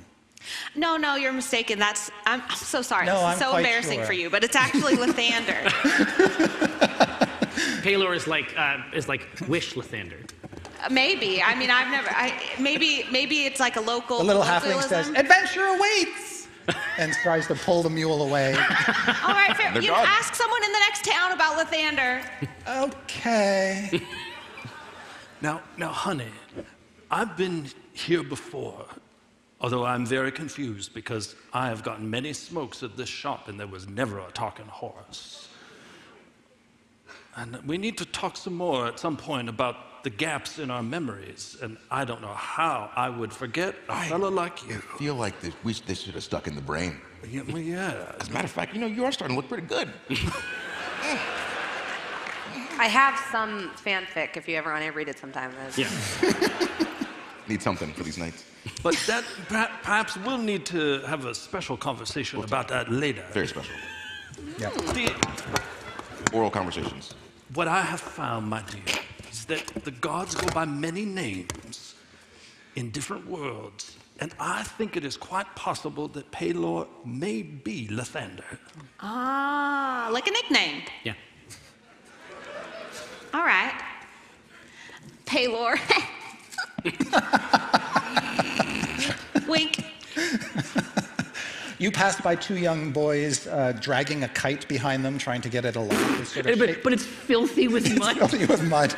Speaker 8: No, no, you're mistaken. That's I'm, I'm so sorry.
Speaker 17: No,
Speaker 8: this is
Speaker 17: I'm
Speaker 8: so
Speaker 17: quite
Speaker 8: embarrassing
Speaker 17: sure.
Speaker 8: for you, but it's actually Lathander.
Speaker 17: Palor is like uh, is like Wish Lathander.
Speaker 8: maybe. I mean, I've never. I maybe maybe it's like a local.
Speaker 6: The little halfling says,
Speaker 8: colloquialism.
Speaker 6: "Adventure awaits," <laughs> and tries to pull the mule away.
Speaker 8: All right, fair.
Speaker 6: They're
Speaker 8: You
Speaker 6: gone.
Speaker 8: ask someone in the next town about Lathander.
Speaker 6: Okay.
Speaker 7: Now, now, honey, I've been here before, although I'm very confused because I have gotten many smokes at this shop and there was never a talking horse. And we need to talk some more at some point about the gaps in our memories, and I don't know how I would forget a fellow like you.
Speaker 5: I feel like this, we, this should have stuck in the brain.
Speaker 7: Yeah, well, yeah.
Speaker 5: As a matter of fact, you know, you are starting to look pretty good.
Speaker 18: I have some fanfic if you ever want to read it sometime.
Speaker 5: Need something for these nights.
Speaker 7: But that perha- perhaps we'll need to have a special conversation about that later.
Speaker 5: Very special.
Speaker 6: Yeah.
Speaker 5: Oral conversations.
Speaker 7: What I have found, my dear, is that the gods go by many names in different worlds. And I think it is quite possible that Palor may be Lathander.
Speaker 8: Ah, like a nickname.
Speaker 7: Yeah.
Speaker 8: All right. Paylor. <laughs> Wink.
Speaker 6: You pass by two young boys uh, dragging a kite behind them, trying to get it aloft. It's sort of shaped-
Speaker 17: But it's filthy
Speaker 6: <laughs>
Speaker 17: with mud.
Speaker 6: filthy with mud.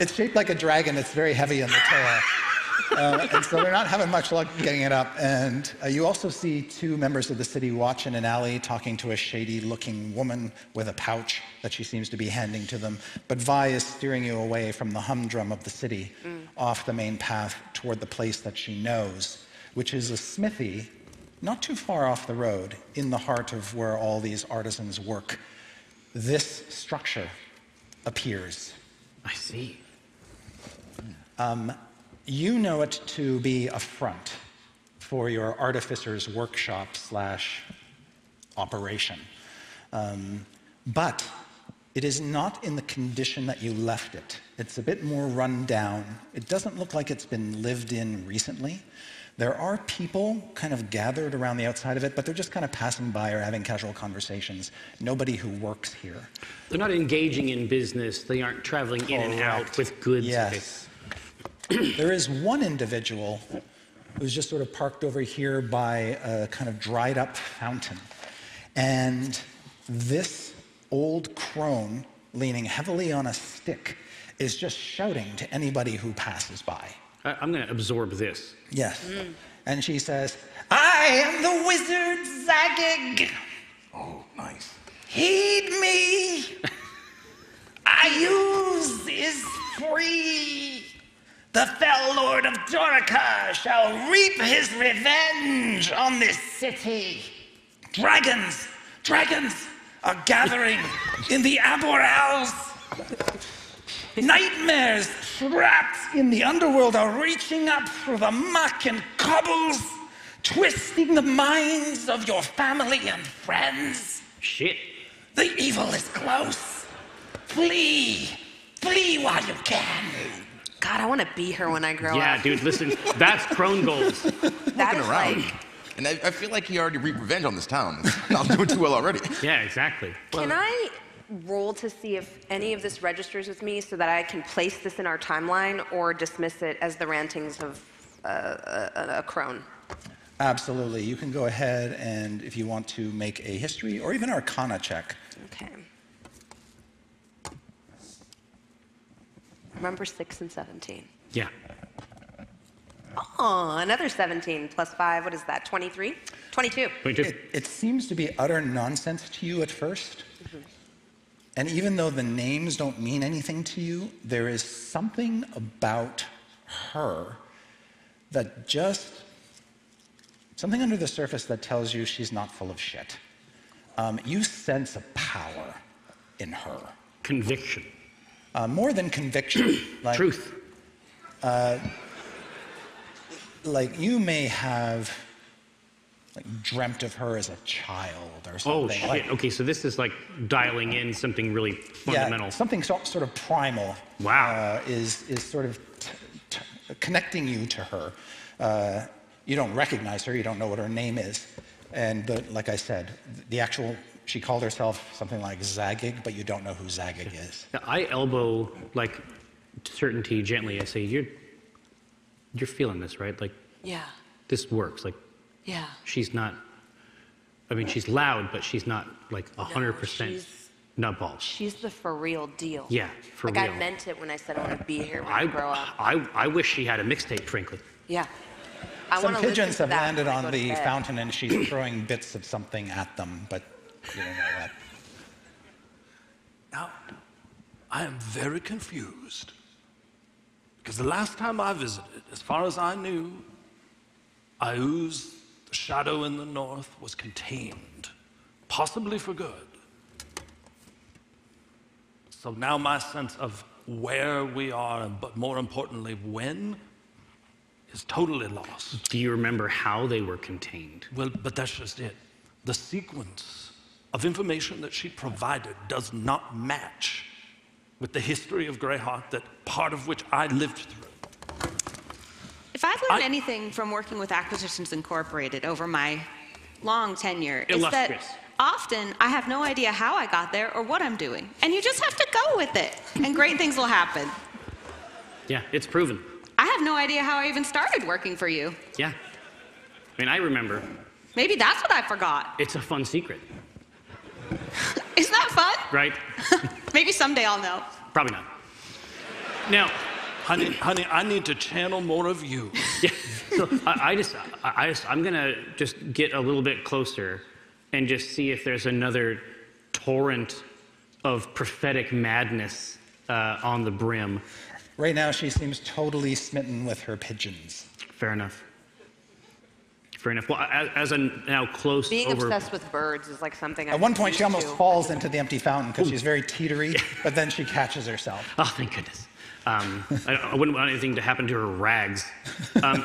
Speaker 6: It's shaped like a dragon. It's very heavy in the tail. Uh, and so they're not having much luck getting it up. And uh, you also see two members of the city watch in an alley talking to a shady looking woman with a pouch that she seems to be handing to them. But Vi is steering you away from the humdrum of the city off the main path toward the place that she knows, which is a smithy not too far off the road in the heart of where all these artisans work. This structure appears.
Speaker 17: I see.
Speaker 6: Um, you know it to be a front for your artificer's workshop slash operation. Um, but it is not in the condition that you left it. It's a bit more run down. It doesn't look like it's been lived in recently. There are people kind of gathered around the outside of it, but they're just kind of passing by or having casual conversations. Nobody who works here.
Speaker 17: They're not engaging in business. They aren't traveling in and out with goods.
Speaker 6: Yes. <clears throat> there is one individual who's just sort of parked over here by a kind of dried up fountain. And this old crone, leaning heavily on a stick, is just shouting to anybody who passes by.
Speaker 17: I, I'm going to absorb this.
Speaker 6: Yes. And she says,
Speaker 19: I am the wizard Zagig.
Speaker 5: Oh, nice.
Speaker 19: Heed me. I use is free. The fell lord of Dorica shall reap his revenge on this city. Dragons, dragons are gathering in the Aborals. Nightmares trapped in the underworld are reaching up through the muck and cobbles, twisting the minds of your family and friends.
Speaker 17: Shit.
Speaker 19: The evil is close. Flee. Flee while you can.
Speaker 18: God, I want to be her when I grow
Speaker 17: yeah,
Speaker 18: up.
Speaker 17: dude, listen,
Speaker 8: <laughs>
Speaker 17: that's Krone goals.
Speaker 18: That
Speaker 5: Looking
Speaker 18: is
Speaker 5: around.
Speaker 18: like-
Speaker 5: And I, I feel like he already reaped revenge on this town. Not doing too well already.
Speaker 17: Yeah, exactly.
Speaker 18: Can I roll to see if any of this registers with me so that I can place this in our timeline or dismiss it as the rantings of uh, a, a, a crone?
Speaker 6: Absolutely. You can go ahead and, if you want to, make a history or even arcana check.
Speaker 18: Okay. Remember 6 and 17.
Speaker 17: Yeah.
Speaker 18: Oh, another 17 plus 5. What is that? 23? 22.
Speaker 6: It, it seems to be utter nonsense to you at 1st
Speaker 17: Mm-hmm.
Speaker 6: And even though the names don't mean anything to you, there is something about her that just, something under the surface that tells you she's not full of shit. Um, you sense a power in her.
Speaker 17: Conviction.
Speaker 6: Uh, more
Speaker 17: <clears throat>
Speaker 6: than conviction. like,
Speaker 17: Truth.
Speaker 6: Uh, like you may have like dreamt of her as a child or something.
Speaker 17: Oh, shit.
Speaker 6: Like,
Speaker 17: okay, so this is like dialing in something really fundamental.
Speaker 6: Yeah, something so, sort of primal. Wow. Uh, is is sort of t- t- connecting you to her, uh, You don't recognize her, you don't know what her name is. And but like I said, the actual she called herself something like Zagig, but you don't know who Zagig is.
Speaker 3: I elbow like certainty gently. I say, "You're, you're feeling this, right? Like
Speaker 2: Yeah.
Speaker 3: this works. Like
Speaker 2: Yeah.
Speaker 3: she's not. I mean, she's loud, but she's not like a hundred percent
Speaker 8: she's-
Speaker 3: nutball.
Speaker 8: She's the for real deal.
Speaker 3: Yeah, for
Speaker 8: like I
Speaker 3: real.
Speaker 8: meant it when I said I want to be here when I,
Speaker 3: I,
Speaker 8: grow up.
Speaker 3: I, I wish she had a mixtape, frankly.
Speaker 8: Yeah. I
Speaker 6: Some
Speaker 8: wanna listen
Speaker 6: pigeons
Speaker 8: to
Speaker 6: have
Speaker 8: that
Speaker 6: landed
Speaker 8: when I
Speaker 6: on
Speaker 8: go to
Speaker 6: the
Speaker 8: bed.
Speaker 6: fountain and she's throwing bits of something at them, but you don't know what.
Speaker 7: Now, I am very confused. Because the last time I visited, as far as I knew, Ayu's shadow in the north was contained, possibly for good. So now my sense of where we are, and but more importantly, when, is totally lost.
Speaker 3: Do you remember how they were contained?
Speaker 7: Well, but that's just it. The sequence of information that she provided does not match with the history of Greyheart, that part of which I lived through.
Speaker 2: If I've learned anything from working with Acquisitions Incorporated over my long tenure, is that
Speaker 3: Illustrious.
Speaker 2: often I have no idea how I got there or what I'm doing. And you just have to go with it, and great things will happen.
Speaker 3: Yeah, it's proven.
Speaker 2: I have no idea how I even started working for you.
Speaker 3: Yeah. I mean, I remember.
Speaker 2: Maybe that's what I forgot.
Speaker 3: It's a fun secret,
Speaker 2: Isn't that fun?
Speaker 3: right?
Speaker 2: Maybe someday I'll know.
Speaker 3: Probably not. Now,
Speaker 7: honey, honey, I need to channel more of you.
Speaker 3: Yeah. So I, I just, I, I just, I'm gonna just get a little bit closer, and just see if there's another torrent of prophetic madness uh, on the brim.
Speaker 6: Right now she seems totally smitten with her pigeons.
Speaker 3: Fair enough. Fair enough. Well, as, as I'm now close
Speaker 8: Being
Speaker 3: over.
Speaker 8: obsessed with birds is like something.
Speaker 6: At
Speaker 8: I'm
Speaker 6: one point, she
Speaker 8: used
Speaker 6: almost
Speaker 8: to.
Speaker 6: falls into the empty fountain because she's very teetery, but then she catches herself.
Speaker 3: Oh, thank goodness. Um, I, I wouldn't want anything to happen to her rags. Um,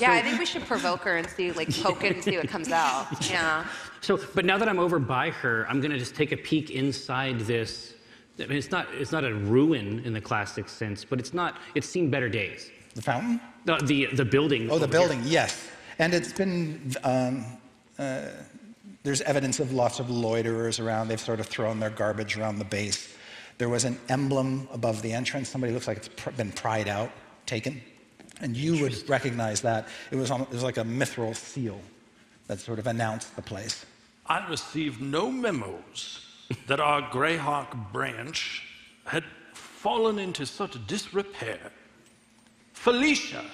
Speaker 8: Yeah, I think we should provoke her and see, like, poke it and see what comes
Speaker 2: <laughs>
Speaker 8: out. Yeah.
Speaker 3: So, but now that I'm over by her, I'm gonna just take a peek inside this. I mean, it's not it's not a ruin in the classic sense, but it's not. It's seen better days.
Speaker 6: The fountain?
Speaker 3: The the, the building.
Speaker 6: Oh,
Speaker 3: over
Speaker 6: the
Speaker 3: here.
Speaker 6: building, yes. And it's been, um, uh, there's evidence of lots of loiterers around. They've sort of thrown their garbage around the base. There was an emblem above the entrance. Somebody looks like it's pr- been pried out, taken. And you would recognize that. It was, on, it was like a mithril seal that sort of announced the place.
Speaker 7: I received no memos that our Greyhawk branch had fallen into such disrepair. Felicia,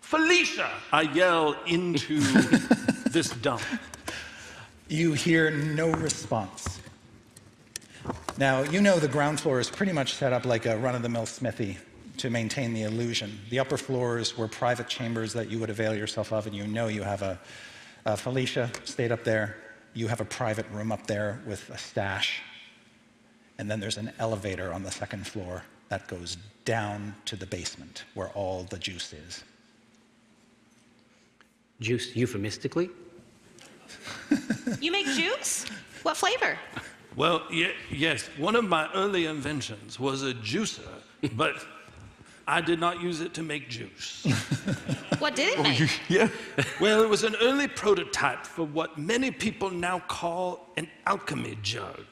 Speaker 7: Felicia, I yell into this dump.
Speaker 6: You hear no response. Now, you know the ground floor is pretty much set up like a run of the mill smithy to maintain the illusion. The upper floors were private chambers that you would avail yourself of, and you know you have a, a Felicia stayed up there. You have a private room up there with a stash. And then there's an elevator on the second floor that goes down to the basement where all the juice is.
Speaker 3: Juice euphemistically.
Speaker 2: You make juice? What flavor?
Speaker 7: Well, ye- yes, one of my early inventions was a juicer, <laughs> but I did not use it to make juice.
Speaker 2: <laughs>
Speaker 7: Oh,
Speaker 2: What did it make?
Speaker 7: yeah. Well, it was an early prototype for what many people now call an alchemy jug.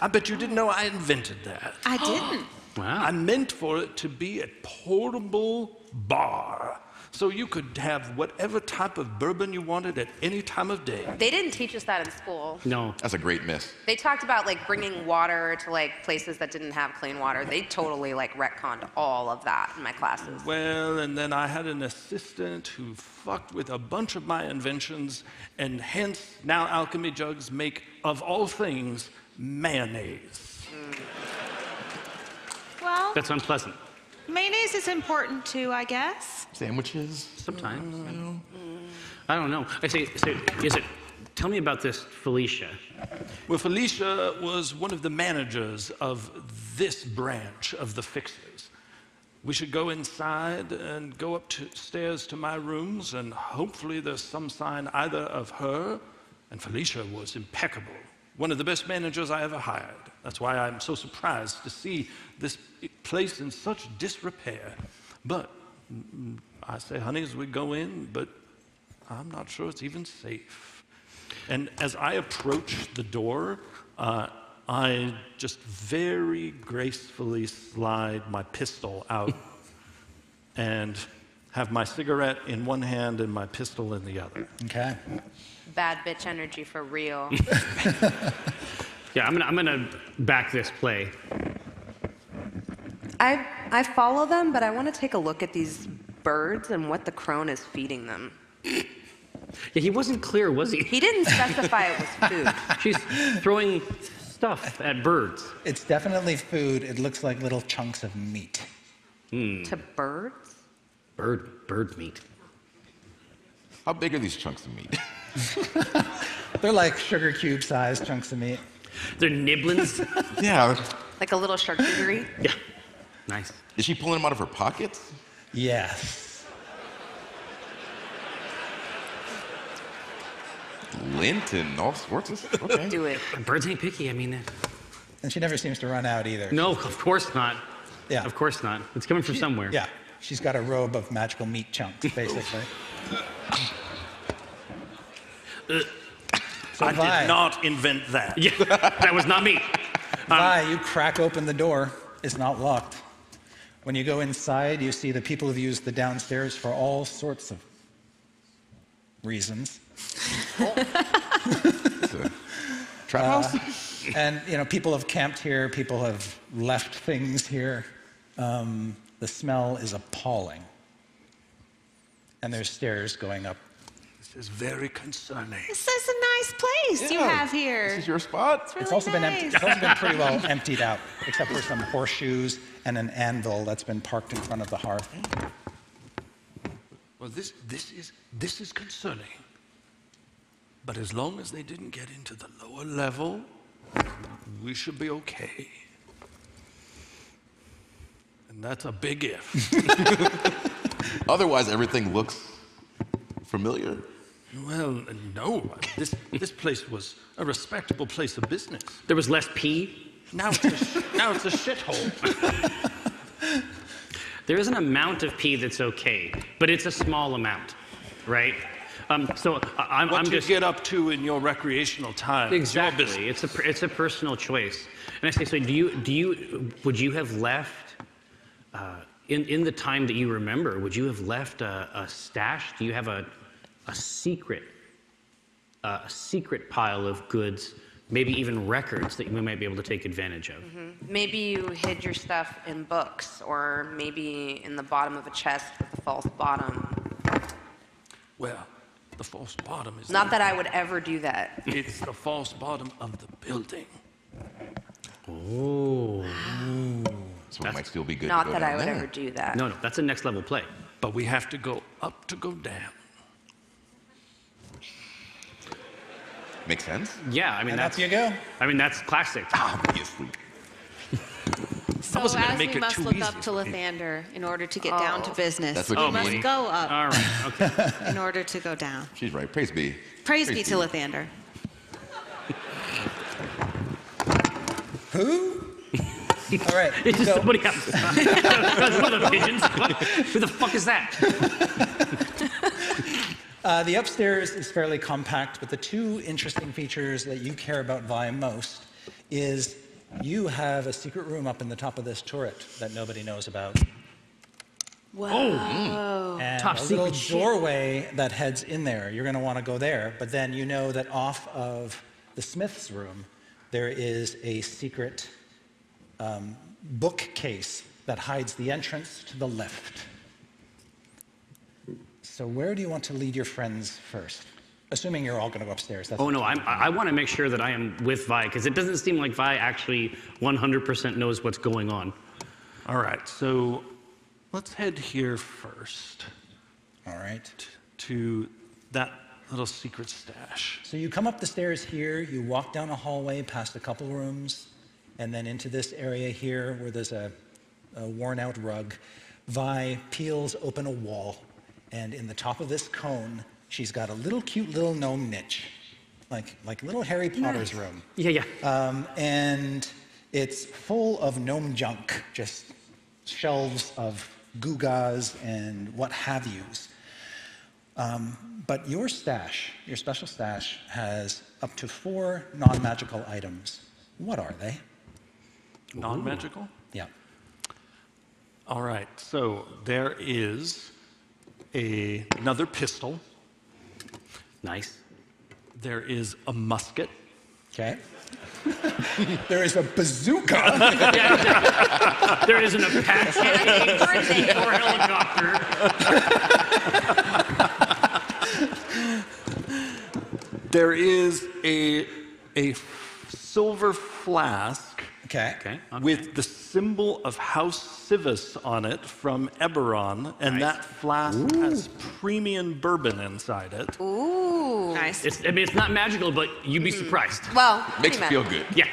Speaker 7: I bet you didn't know I invented that.
Speaker 2: I
Speaker 7: <gasps>
Speaker 2: didn't.
Speaker 7: I meant for it to be a portable bar. So you could have whatever type of bourbon you wanted at any time of day.
Speaker 8: They didn't teach us that in school.
Speaker 3: No.
Speaker 7: That's a great miss.
Speaker 8: They talked about like bringing water to like places that didn't have clean water. They totally like retconned all of that in my classes.
Speaker 7: Well, and then I had an assistant who fucked with a bunch of my inventions, and hence now alchemy jugs make, of all things, mayonnaise.
Speaker 2: Well,
Speaker 3: That's unpleasant.
Speaker 2: mayonnaise is important too, I guess.
Speaker 3: Sandwiches. Sometimes. I don't know. I say, so is it? Tell me about this Felicia.
Speaker 7: Well, Felicia was one of the managers of this branch of the Fixers. We should go inside and go upstairs to my rooms, and hopefully there's some sign either of her. And Felicia was impeccable, one of the best managers I ever hired. That's why I'm so surprised to see this place in such disrepair. But mm, I say, honey, as we go in, but I'm not sure it's even safe. And as I approach the door, uh, I just very gracefully slide my pistol out and have my cigarette in one hand and my pistol in the other.
Speaker 6: Okay.
Speaker 8: Bad bitch energy for real.
Speaker 3: Yeah, I'm gonna, I'm gonna back this play.
Speaker 8: I, I follow them, but I want to take a look at these birds and what the crone is feeding them.
Speaker 3: Yeah, he wasn't clear, was he? <laughs>
Speaker 8: He didn't specify it was food.
Speaker 3: She's throwing stuff at birds.
Speaker 6: It's definitely food. It looks like little chunks of meat.
Speaker 8: <laughs> To birds?
Speaker 3: Bird, bird meat.
Speaker 1: How big are these chunks of meat?
Speaker 6: They're like sugar cube sized chunks of meat.
Speaker 3: They're nibblings?
Speaker 1: yeah.
Speaker 8: Like a little charcuterie?
Speaker 3: Yeah. Nice.
Speaker 1: Is she pulling them out of her pockets?
Speaker 6: Yes.
Speaker 1: Lint and all sorts of stuff. Okay.
Speaker 8: Do it.
Speaker 3: Birds ain't picky. I mean,
Speaker 6: And she never seems to run out either.
Speaker 3: no, of course not.
Speaker 6: Yeah.
Speaker 3: Of course not. It's coming from somewhere.
Speaker 6: Yeah. She's got a robe of magical meat chunks, basically.
Speaker 7: I
Speaker 6: Vi.
Speaker 7: did not invent that.
Speaker 3: Yeah, that was not me.
Speaker 6: Vi, you crack open the door. It's not locked. When you go inside, you see the people have used the downstairs for all sorts of reasons.
Speaker 1: Trap
Speaker 6: Uh, and you know, people have camped here. People have left things here. Um, the smell is appalling. And there's stairs going up.
Speaker 7: This is very concerning.
Speaker 2: This is a nice place you
Speaker 6: Yeah,
Speaker 2: have here.
Speaker 6: this is
Speaker 1: your spot.
Speaker 6: It's, also been empty.
Speaker 2: nice.
Speaker 6: It's also been pretty well emptied out, except for some horseshoes and an anvil that's been parked in front of the hearth.
Speaker 7: Well, this, this, is, this is concerning. But as long as they didn't get into the lower level, we should be okay. And that's a
Speaker 3: <laughs>
Speaker 7: big if.
Speaker 1: Otherwise, everything looks familiar.
Speaker 7: well, no. This, this place was a respectable place of business.
Speaker 3: There was less pee.
Speaker 7: Now it's a,
Speaker 3: <laughs>
Speaker 7: sh- now it's a shithole.
Speaker 3: There is an amount of pee that's okay, but it's a small amount, right? Um, so I, I'm,
Speaker 7: What
Speaker 3: I'm
Speaker 7: you
Speaker 3: just
Speaker 7: get up to in your recreational time. is your business.
Speaker 3: exactly. It's a per- it's a personal choice. And I say, so do you do you would you have left uh, in in the time that you remember? Would you have left a, a stash? Do you have a a secret uh, a secret pile of goods, maybe even records that we might be able to take advantage of?
Speaker 8: Maybe you hid your stuff in books, or maybe in the bottom of a chest with a false bottom.
Speaker 7: Well, the false bottom is.
Speaker 8: Not that I would ever do that.
Speaker 7: It's the false bottom of the building.
Speaker 3: Oh.
Speaker 1: So it might still be good.
Speaker 8: Not
Speaker 1: to go
Speaker 8: that
Speaker 1: down
Speaker 8: I would
Speaker 1: there.
Speaker 8: ever do that.
Speaker 3: No, no, that's a next level play.
Speaker 7: But we have to go up to go down.
Speaker 1: Makes sense.
Speaker 3: Yeah, I mean
Speaker 6: And
Speaker 3: that's
Speaker 6: up
Speaker 3: <laughs>
Speaker 6: you go.
Speaker 3: I mean that's classic.
Speaker 1: Obviously.
Speaker 2: <laughs> So
Speaker 3: wasn't gonna
Speaker 2: as
Speaker 3: make
Speaker 2: we
Speaker 3: it
Speaker 2: must
Speaker 3: too
Speaker 2: look
Speaker 3: easy
Speaker 2: up to Lathander in order to get down to business.
Speaker 1: That's what
Speaker 2: we
Speaker 1: you
Speaker 2: must
Speaker 1: mean.
Speaker 2: go up
Speaker 3: All right. Okay.
Speaker 2: in order to go down.
Speaker 1: She's right. Praise be.
Speaker 2: Praise be to Lathander.
Speaker 6: Who? All right.
Speaker 3: It's just
Speaker 6: so-
Speaker 3: somebody <laughs> else. That's one of the pigeons. What? Who the fuck is that?
Speaker 6: Uh, the upstairs is fairly compact, but the two interesting features that you care about Vi most is you have a secret room up in the top of this turret that nobody knows about.
Speaker 2: Whoa.
Speaker 6: And
Speaker 3: Oh, hmm. Top
Speaker 6: a little
Speaker 3: secret shit.
Speaker 6: doorway that heads in there. You're going to want to go there, but then you know that off of the Smith's room, there is a secret um, bookcase that hides the entrance to the left. So, where do you want to lead your friends first? Assuming you're all going to go upstairs. That's
Speaker 3: Oh no, I'm, I want to make sure that I am with Vi because it doesn't seem like Vi actually 100% knows what's going on.
Speaker 7: All right, so let's head here first
Speaker 6: All right.
Speaker 7: to that little secret stash.
Speaker 6: So you come up the stairs here, you walk down a hallway past a couple rooms, and then into this area here where there's a, a worn out rug. Vi peels open a wall, and in the top of this cone, she's got a little cute little gnome niche, like, like little Harry Potter's room.
Speaker 3: Yeah, yeah.
Speaker 6: Um, and it's full of gnome junk, just shelves of gewgaws and what have yous. Um, but your stash, your special stash, has up to four non magical items. What are they?
Speaker 7: Non magical?
Speaker 6: Yeah.
Speaker 7: All right, so there is a, another pistol. Nice. There is a musket.
Speaker 6: Okay. <laughs> there is a bazooka. <laughs>
Speaker 3: there isn't a patch or
Speaker 7: There is a, a f- silver flask
Speaker 6: okay.
Speaker 7: with the symbol of House Civis on it from Eberron, and that flask has premium bourbon inside it.
Speaker 20: Ooh. Nice.
Speaker 3: It's, I mean, it's not magical, but you'd be surprised.
Speaker 20: Well,
Speaker 7: Makes me feel good.
Speaker 3: Yeah.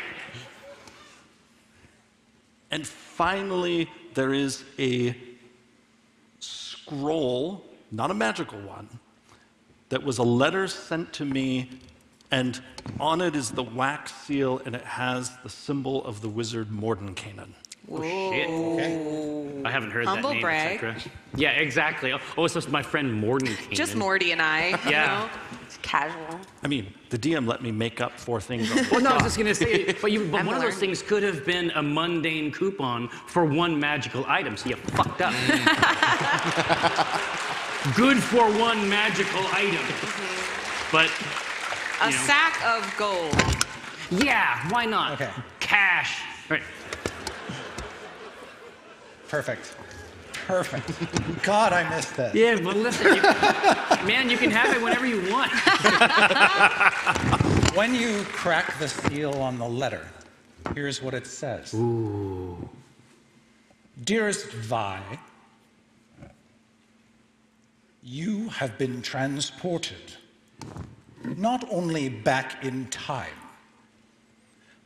Speaker 7: And finally, there is a scroll, not a magical one, that was a letter sent to me, and on it is the wax seal, and it has the symbol of the wizard Mordenkainen.
Speaker 3: Oh, shit. Okay. I haven't heard
Speaker 8: Humble
Speaker 3: that name.
Speaker 8: brag.
Speaker 3: etc. Yeah, exactly. Oh, oh, it's just my friend Morden.
Speaker 8: Just
Speaker 3: Kanan.
Speaker 8: Morty and I. You
Speaker 3: Yeah.
Speaker 8: Know? It's casual.
Speaker 7: I mean, the DM let me make up four things. on the
Speaker 5: <laughs>
Speaker 3: Well, no, I was
Speaker 7: spot.
Speaker 3: just gonna say, but, you, but
Speaker 8: I'm
Speaker 3: one of those
Speaker 8: learning.
Speaker 3: things could have been a mundane coupon for one magical item, so you fucked up. <laughs>
Speaker 8: Mm-hmm.
Speaker 3: Good for one magical item,
Speaker 8: Mm-hmm.
Speaker 3: but
Speaker 8: A
Speaker 3: you know,
Speaker 8: sack of gold.
Speaker 3: yeah, why not?
Speaker 6: Okay.
Speaker 3: Cash. All right.
Speaker 6: Perfect. Perfect. God, I missed this.
Speaker 3: Yeah, but listen, you, <laughs> man, you can have it whenever you want.
Speaker 6: When you crack the seal on the letter, here's what it says. Ooh. Dearest Vi, you have been transported not only back in time,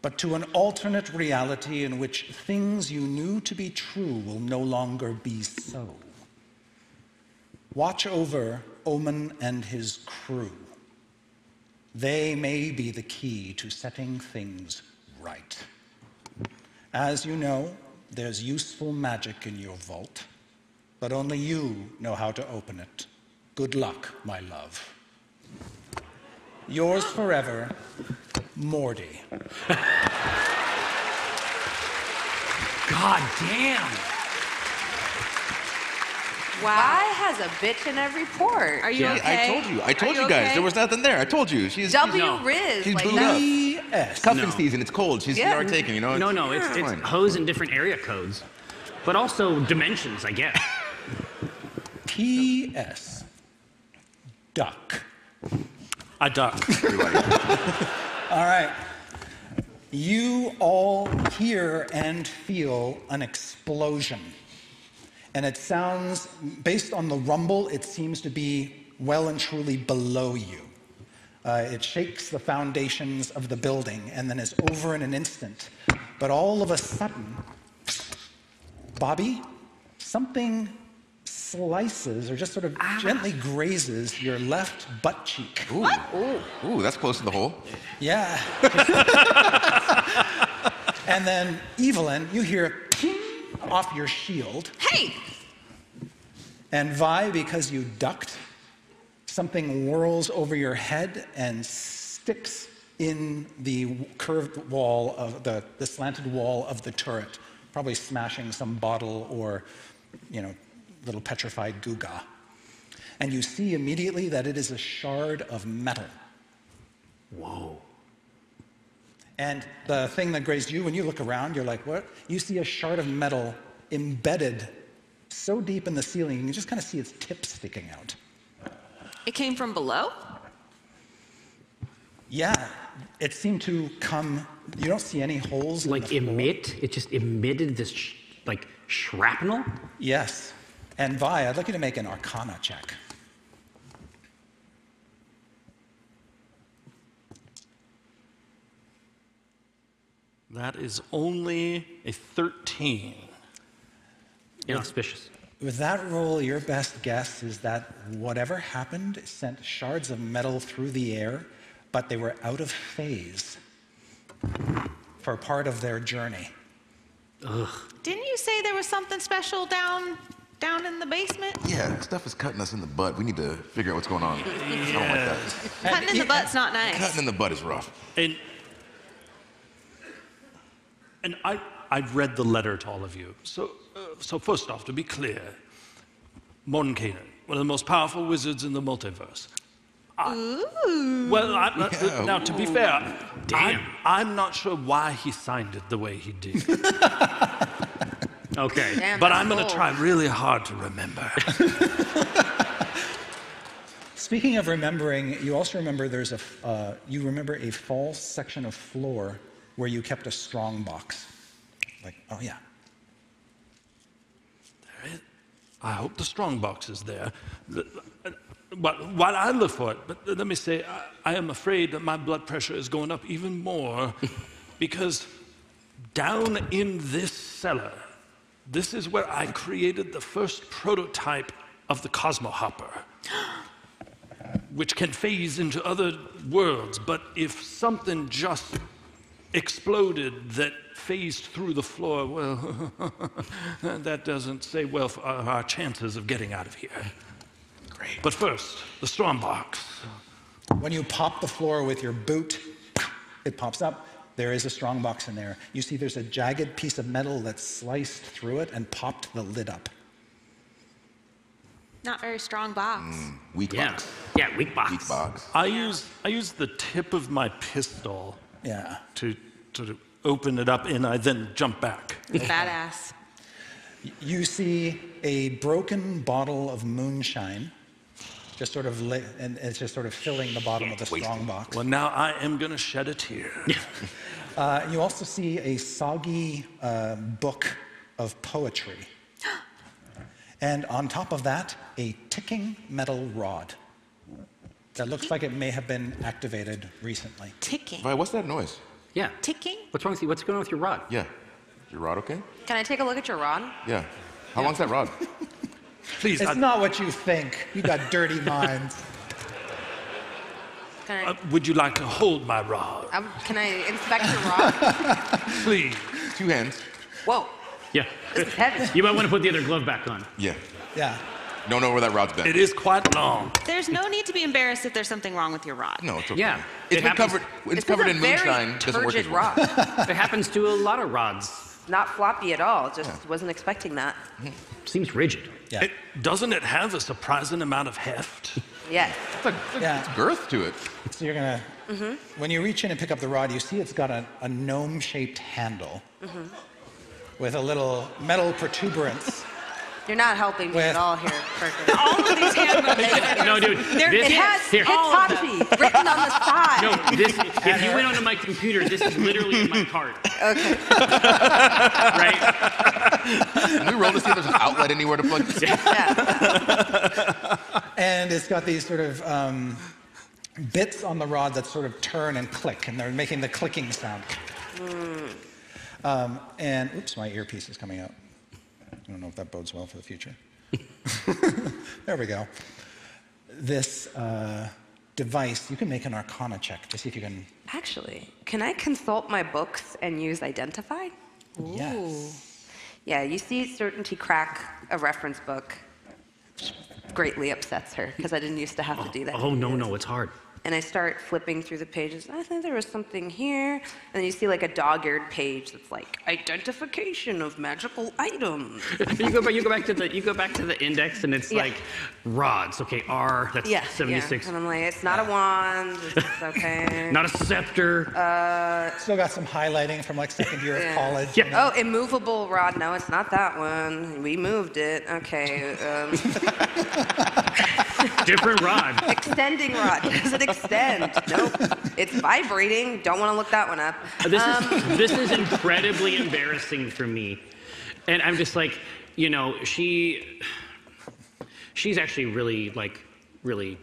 Speaker 6: but to an alternate reality in which things you knew to be true will no longer be so. Watch over Omen and his crew. They may be the key to setting things right. As you know, there's useful magic in your vault, but only you know how to open it. Good luck, my love. Yours forever, Morty.
Speaker 3: God damn.
Speaker 8: Wow.
Speaker 20: Vi has a bitch in every port.
Speaker 8: Are
Speaker 1: Yeah, I told you. I told you, guys. There was nothing there. I told you. She's
Speaker 20: W
Speaker 1: she's-
Speaker 20: Riz,
Speaker 1: She's
Speaker 20: like
Speaker 1: booed
Speaker 20: that.
Speaker 1: up. It's cuffing
Speaker 3: No.
Speaker 1: season. It's cold. She's
Speaker 20: Yeah.
Speaker 1: yeah. taking. You know.
Speaker 3: No, no, it's, it's
Speaker 1: fine.
Speaker 3: hose in different area codes, but also dimensions, I guess.
Speaker 6: P.S. Duck.
Speaker 7: I duck.
Speaker 6: All right. You all hear and feel an explosion. And it sounds, based on the rumble, it seems to be well and truly below you. Uh, it shakes the foundations of the building and then is over in an instant. But all of a sudden, Bobby, something slices or just sort of gently grazes your left butt cheek.
Speaker 1: Ooh. Ooh, that's close to the hole.
Speaker 6: Yeah. <laughs> and then Evelyn, you hear a ping off your shield.
Speaker 8: Hey!
Speaker 6: And Vi, because you ducked, something whirls over your head and sticks in the curved wall of the, the slanted wall of the turret, probably smashing some bottle or, you know, little petrified Guga. And you see immediately that it is a shard of metal. Whoa. And the thing that grazed you, when you look around, you're like, what? You see a shard of metal embedded so deep in the ceiling, you can just kind of see its tip sticking out.
Speaker 8: It came from below?
Speaker 6: Yeah, it seemed to come, you don't see any holes.
Speaker 3: Like emit? It just emitted this, sh- like, shrapnel?
Speaker 6: Yes. And Vi, I'd like you to make an arcana check.
Speaker 7: That is only a 13.
Speaker 3: Inauspicious.
Speaker 6: With that roll, your best guess is that whatever happened sent shards of metal through the air, but they were out of phase for part of their journey.
Speaker 8: Didn't you say there was something special down down in the basement?
Speaker 5: Yeah, stuff is cutting us in the butt. We need to figure out what's going on. I don't like
Speaker 8: Yeah.
Speaker 5: that.
Speaker 8: Cutting in the butt's not nice.
Speaker 5: Cutting in the butt is rough.
Speaker 7: And and I I've read the letter to all of you. So uh, so first off, to be clear, Monkanen, one of the most powerful wizards in the multiverse.
Speaker 8: Ooh.
Speaker 7: Well, I, uh, uh, now to be fair, Damn. I'm, I'm not sure why he signed it the way he did. okay,
Speaker 8: Damn,
Speaker 7: but
Speaker 8: that's
Speaker 7: I'm going
Speaker 8: bold.
Speaker 7: to try really hard to remember. <laughs>
Speaker 6: Speaking of remembering, you also remember there's a f- uh, you remember a false section of floor where you kept a strong box. Like, oh yeah,
Speaker 7: I hope the strongbox is there. Th- th- But while I look for it, but let me say, I, I am afraid that my blood pressure is going up even more because down in this cellar, this is where I created the first prototype of the Cosmo Hopper, which can phase into other worlds. But if something just exploded that phased through the floor, well, <laughs> that doesn't say well for our, our chances of getting out of here. Great. But first, the storm box.
Speaker 6: When you pop the floor with your boot, it pops up. There is a strong box in there. You see there's a jagged piece of metal that sliced through it and popped the lid up.
Speaker 8: Not very strong box.
Speaker 5: Weak
Speaker 7: box. Yeah, weak box. Weak box. I use I use the tip of my pistol.
Speaker 6: Yeah.
Speaker 7: To to open it up, and I then jump back.
Speaker 1: Mm.
Speaker 8: It's badass.
Speaker 6: You see a broken bottle of moonshine, just sort of, li- and it's just sort of filling the bottom of the strong box.
Speaker 7: Well, now I am gonna shed a tear.
Speaker 6: Uh, you also see a soggy uh, book of poetry. and on top of that, a ticking metal rod that looks like it may have been activated recently.
Speaker 8: Ticking.
Speaker 5: Right, what's that noise?
Speaker 3: Yeah.
Speaker 8: Ticking?
Speaker 3: What's wrong with you? What's going on with your rod?
Speaker 5: Yeah. Your rod okay?
Speaker 18: Can I take a look at your rod?
Speaker 5: Yeah. How long's that rod?
Speaker 7: Please. uh,
Speaker 6: It's not what you think. You got
Speaker 5: <laughs>
Speaker 6: dirty minds.
Speaker 18: Can I,
Speaker 7: Uh, would you like to hold my rod,
Speaker 18: um, can I inspect your rod?
Speaker 7: please?
Speaker 5: Two hands.
Speaker 18: Whoa.
Speaker 3: Yeah.
Speaker 18: This is heavy.
Speaker 3: You might want to put the other glove back on.
Speaker 5: Yeah.
Speaker 6: Yeah.
Speaker 5: Don't know where that rod's been.
Speaker 7: It is quite long.
Speaker 8: There's no need to be embarrassed if there's something wrong with your rod.
Speaker 5: No, it's okay.
Speaker 3: Yeah, it
Speaker 5: It's been
Speaker 3: happens.
Speaker 5: covered. It's
Speaker 18: This is
Speaker 5: covered
Speaker 18: a
Speaker 5: in
Speaker 18: very
Speaker 5: moonshine. Doesn't work as
Speaker 18: turgid
Speaker 5: well.
Speaker 18: rod.
Speaker 3: <laughs> it happens to a lot of rods.
Speaker 18: Not floppy at all. Just wasn't expecting that.
Speaker 3: Mm-hmm. Seems rigid.
Speaker 6: Yeah.
Speaker 7: It, doesn't it have a surprising amount of heft?
Speaker 18: Yes.
Speaker 6: Yeah.
Speaker 5: Girth to it.
Speaker 6: So you're gonna. When you reach in and pick up the rod, you see it's got a, a gnome-shaped handle
Speaker 18: Mhm.
Speaker 6: with a little metal protuberance.
Speaker 18: You're not helping me
Speaker 6: With-
Speaker 18: at all here,
Speaker 8: <laughs>
Speaker 18: Perkins. all of these <laughs>
Speaker 3: handwriting- No, dude, They're- this-
Speaker 18: it has
Speaker 3: here.
Speaker 18: Hippopotamy written <laughs> on the side.
Speaker 3: No, this, if you went onto my computer, this is literally in my
Speaker 18: <laughs>
Speaker 3: cart. <laughs>
Speaker 18: Okay.
Speaker 5: Can we roll to see if there's an outlet anywhere to <laughs> plug this?
Speaker 6: and it's got these sort of um, bits on the rod that sort of turn and click, and they're making the clicking sound. Um, and oops, my earpiece is coming out. I don't know if that bodes well for the future. <laughs> there we go. This uh, device, you can make an arcana check to see if you can.
Speaker 18: Actually, can I consult my books and use Identify? Yes. Yeah, you see Certainty crack a reference book. which Greatly upsets her because I didn't used to have to do that.
Speaker 3: Oh, no, no, it's hard.
Speaker 18: And I start flipping through the pages. I think there was something here. And then you see like a dog-eared page that's like identification of magical items.
Speaker 3: you go back. You go back to the. You go back to the index, and it's
Speaker 18: Yeah.
Speaker 3: like rods. Okay, R. That's
Speaker 18: yeah,
Speaker 3: seventy-six.
Speaker 18: Yeah. And I'm like, it's not a wand.
Speaker 3: <laughs>
Speaker 18: It's okay.
Speaker 3: Not a scepter.
Speaker 18: Uh,
Speaker 6: Still got some highlighting from like second year of college. you know?
Speaker 18: Oh, immovable rod. No, it's not that one. We moved it. Okay.
Speaker 3: <laughs>
Speaker 18: Um, <laughs>
Speaker 3: Different rod.
Speaker 18: extending rod. Does it extend? Nope. It's vibrating. Don't want to look that one up.
Speaker 3: This
Speaker 18: Um,
Speaker 3: is this is incredibly embarrassing for me, and I'm just like, you know, she, she's actually really like, really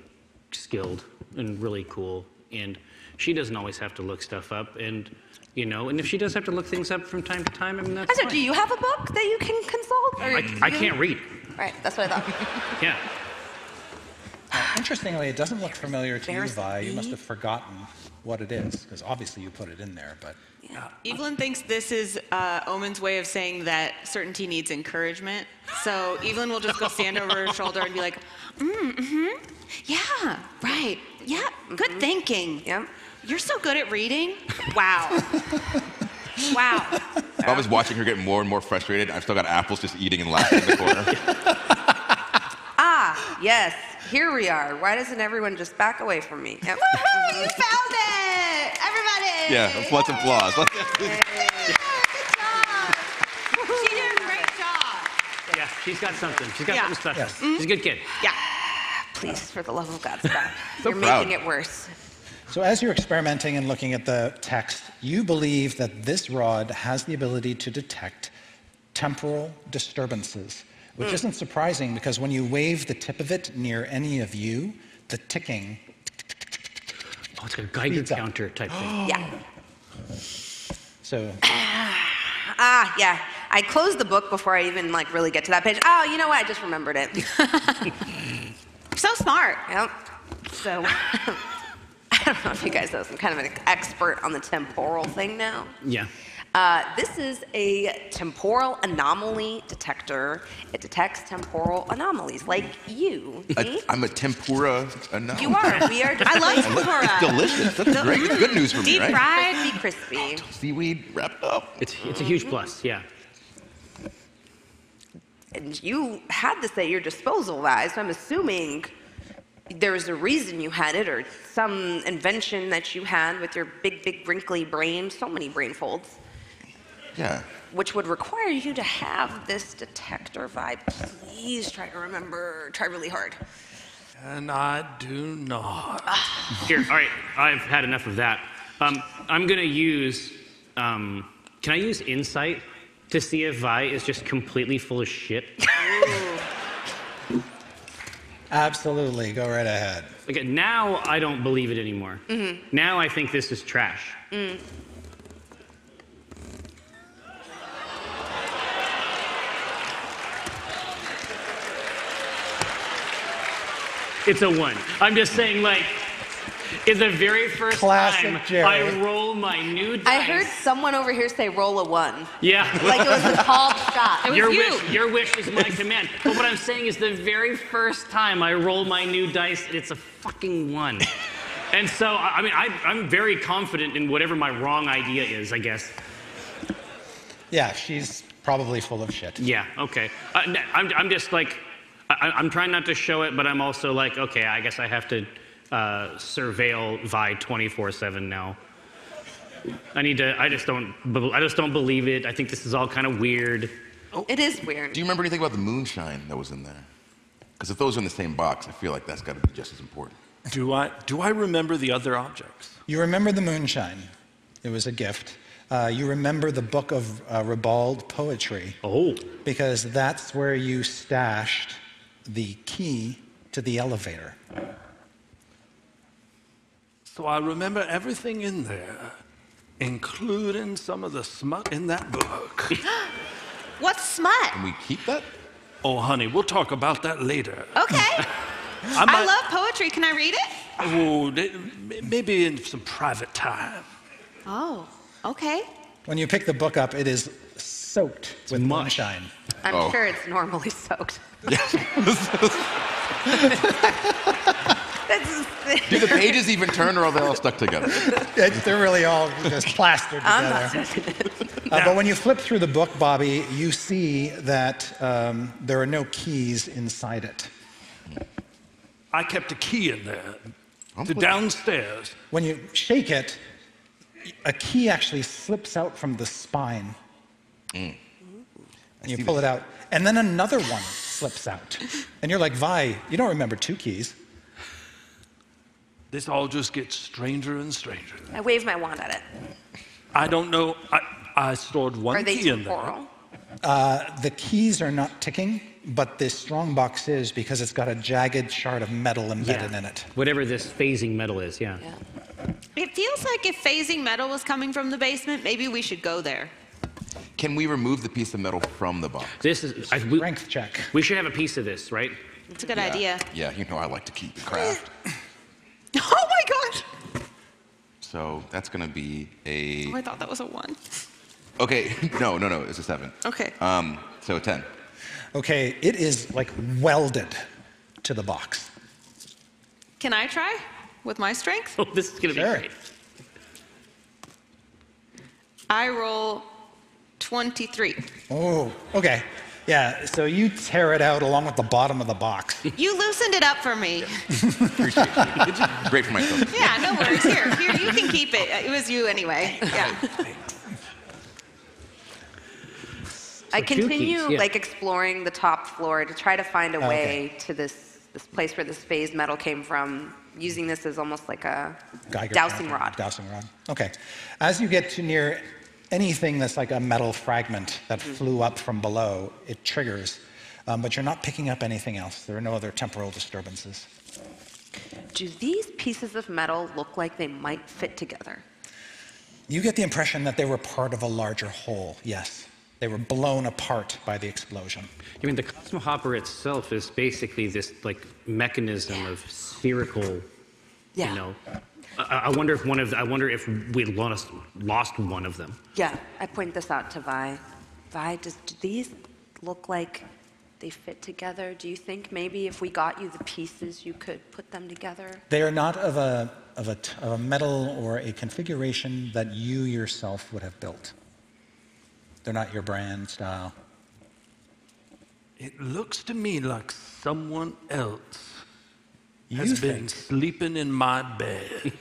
Speaker 3: skilled and really cool, and she doesn't always have to look stuff up, and you know, and if she does have to look things up from time to time, I mean that's.
Speaker 18: I said, do you have a book that you can consult? Or
Speaker 3: I, I
Speaker 18: you-
Speaker 3: can't read.
Speaker 18: Right. That's what I thought.
Speaker 3: Yeah.
Speaker 6: Interestingly, it doesn't look familiar to you,
Speaker 2: There's
Speaker 6: Vi. You must
Speaker 2: the-
Speaker 6: have forgotten what it is, because obviously you put it in there, but.
Speaker 2: Evelyn thinks this is uh, Omen's way of saying that certainty needs encouragement. So Evelyn will just go stand over her shoulder and be like, mm, hmm yeah, right, yeah, good thinking. Yep. You're so good at reading. Wow. wow.
Speaker 4: I was watching her get more and more frustrated. I've still got apples just eating and laughing in the
Speaker 7: <laughs>
Speaker 4: corner.
Speaker 8: Ah, yes. Here we are. Why doesn't everyone just back away from me? <laughs> Yep.
Speaker 2: you found it! Everybody!
Speaker 4: yeah, let's applause. Let's-
Speaker 2: She did a great job.
Speaker 3: Yeah, she's got something. She's got
Speaker 8: Yeah.
Speaker 3: something special.
Speaker 8: Yes.
Speaker 3: She's a good kid.
Speaker 2: Yeah.
Speaker 8: Please, for the love of God, stop.
Speaker 6: So
Speaker 8: You're
Speaker 6: proud.
Speaker 8: making it worse.
Speaker 6: So, as you're experimenting and looking at the text, you believe that this rod has the ability to detect temporal disturbances, which
Speaker 4: Hmm.
Speaker 8: Mm.
Speaker 6: isn't surprising because when you wave the tip of it near any of you, the ticking.
Speaker 3: Oh, it's a Geiger counter type
Speaker 8: <gasps>
Speaker 3: thing.
Speaker 8: Yeah.
Speaker 6: So,
Speaker 8: Ah, yeah. I closed the book before I even like really get to that page. Oh, you know what? I just remembered it.
Speaker 2: so smart.
Speaker 8: Yep. So <laughs> I don't know if you guys know. I'm kind of an expert on the temporal thing now.
Speaker 3: Yeah.
Speaker 8: Uh, this is a temporal anomaly detector. It detects temporal anomalies, like you.
Speaker 4: I, <laughs> I'm a tempura. Uh, no.
Speaker 8: You are. We are.
Speaker 4: <laughs> I love tempura. It's delicious. That's great. It's good news for me,
Speaker 8: Deep
Speaker 4: right?
Speaker 8: fried, be crispy.
Speaker 4: Seaweed wrapped up.
Speaker 3: It's, it's a huge plus, yeah.
Speaker 8: And you had this at your disposal, Vi, so I'm assuming there was a reason you had it or some invention that you had with your big, big, wrinkly brain, so many brain folds,
Speaker 4: Yeah.
Speaker 8: which would require you to have this detector, Vi. Please try to remember, try really hard.
Speaker 7: And I do not.
Speaker 3: Here, all right, I've had enough of that. Um, I'm gonna use. Um, can I use insight to see if Vi is just completely full of shit?
Speaker 6: absolutely, go right ahead.
Speaker 3: Okay, now I don't believe it anymore.
Speaker 8: Mhm.
Speaker 3: Now I think this is trash.
Speaker 8: Mm.
Speaker 3: It's a one. I'm just saying, like, it's the very first
Speaker 6: Classic
Speaker 3: time
Speaker 6: Jerry.
Speaker 3: I roll my new dice.
Speaker 8: I heard someone over here say roll a one.
Speaker 3: Yeah.
Speaker 8: Like it was
Speaker 2: <laughs>
Speaker 8: a called shot.
Speaker 3: your wish, your wish is my command. But what I'm saying is, the very first time I roll my new dice, it's a fucking one. And so, I I mean, I, I'm very confident in whatever my wrong idea is. I guess.
Speaker 6: Yeah, she's probably full of shit.
Speaker 3: Yeah. Okay. Uh, no, I'm, I'm just like, I, I'm trying not to show it, but I'm also like, okay, I guess I have to uh, surveil Vi 24/7 now. I need to. I just don't. be- I just don't believe it. I think this is all kind of weird.
Speaker 8: It is weird.
Speaker 4: Do you remember anything about the moonshine that was in there? Because if those are in the same box, I feel like that's got to be just as important.
Speaker 7: Do I do I remember the other objects?
Speaker 6: You remember the moonshine. It was a gift. Uh, you remember the book of uh, Ribald poetry.
Speaker 3: Oh.
Speaker 6: Because that's where you stashed the key to the elevator.
Speaker 7: So I remember everything in there, including some of the smut in that
Speaker 4: <laughs>
Speaker 7: book.
Speaker 2: What's smut?
Speaker 4: Can we keep that?
Speaker 7: Oh, honey, we'll talk about that later.
Speaker 2: Okay.
Speaker 7: I
Speaker 2: I love poetry. Can I read it?
Speaker 7: Oh, th- m- maybe in some private time.
Speaker 2: Oh, okay.
Speaker 6: When you pick the book up, it is soaked with moonshine.
Speaker 8: I'm sure it's normally soaked.
Speaker 4: Do the pages even turn, or are they all stuck together?
Speaker 6: It's- They're really all just plastered
Speaker 8: I'm not
Speaker 6: together. <laughs> Uh, but when you flip through the book, Bobby, you see that um, there are no keys inside it.
Speaker 7: I kept a key in there, to
Speaker 6: put-
Speaker 7: downstairs.
Speaker 6: When you shake it, a key actually slips out from the spine. And you pull it out, and then another one slips out. And you're like, Vi, you don't remember two keys.
Speaker 7: This all just gets stranger and stranger.
Speaker 8: I wave my wand at it.
Speaker 7: I don't know. I, I stored one
Speaker 8: Are they
Speaker 7: key in there.
Speaker 8: temporal?
Speaker 6: Uh, the keys are not ticking, but this strongbox is because it's got a jagged shard of metal embedded in it.
Speaker 3: Whatever this phasing metal is, yeah.
Speaker 2: It feels like if phasing metal was coming from the basement, maybe we should go there.
Speaker 4: Can we remove the piece of metal from the box?
Speaker 3: This is I, we, strength
Speaker 6: check.
Speaker 3: We should have a piece of this, right? <laughs>
Speaker 2: It's a good idea.
Speaker 5: Yeah, you know I like to keep the craft.
Speaker 2: <laughs> Oh my gosh!
Speaker 5: So that's gonna be a.
Speaker 2: Oh, I thought that was a one.
Speaker 5: Okay, <laughs> no, no, no, it's a seven.
Speaker 2: Okay.
Speaker 5: Um, so a ten.
Speaker 6: Okay, it is like welded to the box.
Speaker 2: Can I try with my strength?
Speaker 3: Oh, this is gonna be great.
Speaker 2: I roll 23.
Speaker 6: Oh, okay. Yeah, so you tear it out along with the bottom of the
Speaker 2: <laughs>
Speaker 6: box.
Speaker 2: You loosened it up for me.
Speaker 5: Great for myself.
Speaker 2: Yeah, no worries. Here, here, you can keep it. It was you anyway. Yeah.
Speaker 8: I
Speaker 2: two
Speaker 8: continue
Speaker 2: keys, yeah.
Speaker 8: like exploring the top floor to try to find a
Speaker 2: Oh,
Speaker 8: way to this this place where this phased metal came from, using this as almost like a
Speaker 6: Geiger
Speaker 8: dousing
Speaker 6: counter.
Speaker 8: rod.
Speaker 6: Dousing rod. Okay. As you get to near anything that's like a metal fragment that
Speaker 2: Mm.
Speaker 6: flew up from below, it triggers. Um, but you're not picking up anything else. There are no other temporal disturbances.
Speaker 8: Do these pieces of metal look like they might fit together?
Speaker 6: You get the impression that they were part of a larger whole. Yes. They were blown apart by the explosion.
Speaker 3: I mean, the Cosmo Hopper itself is basically this like mechanism of spherical,
Speaker 8: Yeah.
Speaker 3: you know. I, I wonder if one of I wonder if we lost lost one of them.
Speaker 8: Yeah, I point this out to Vi. Vi, does do these look like they fit together? Do you think maybe if we got you the pieces, you could put them together?
Speaker 6: They are not of a, of a, t- of a metal or a configuration that you yourself would have built. They're not your brand style.
Speaker 7: It looks to me like someone else has
Speaker 6: You
Speaker 7: been sleeping in my bed. <laughs>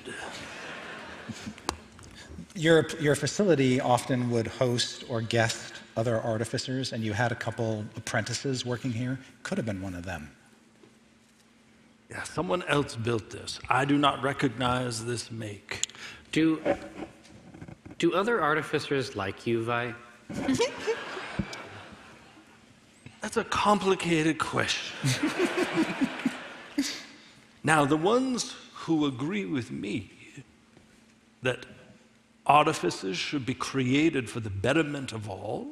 Speaker 6: Your, your facility often would host or guest other artificers, and you had a couple apprentices working here. Could have been one of them.
Speaker 7: yeah, someone else built this. I do not recognize this make.
Speaker 3: Do do other artificers like you, Vi?
Speaker 7: That's a complicated question. now, the ones who agree with me that artifices should be created for the betterment of all,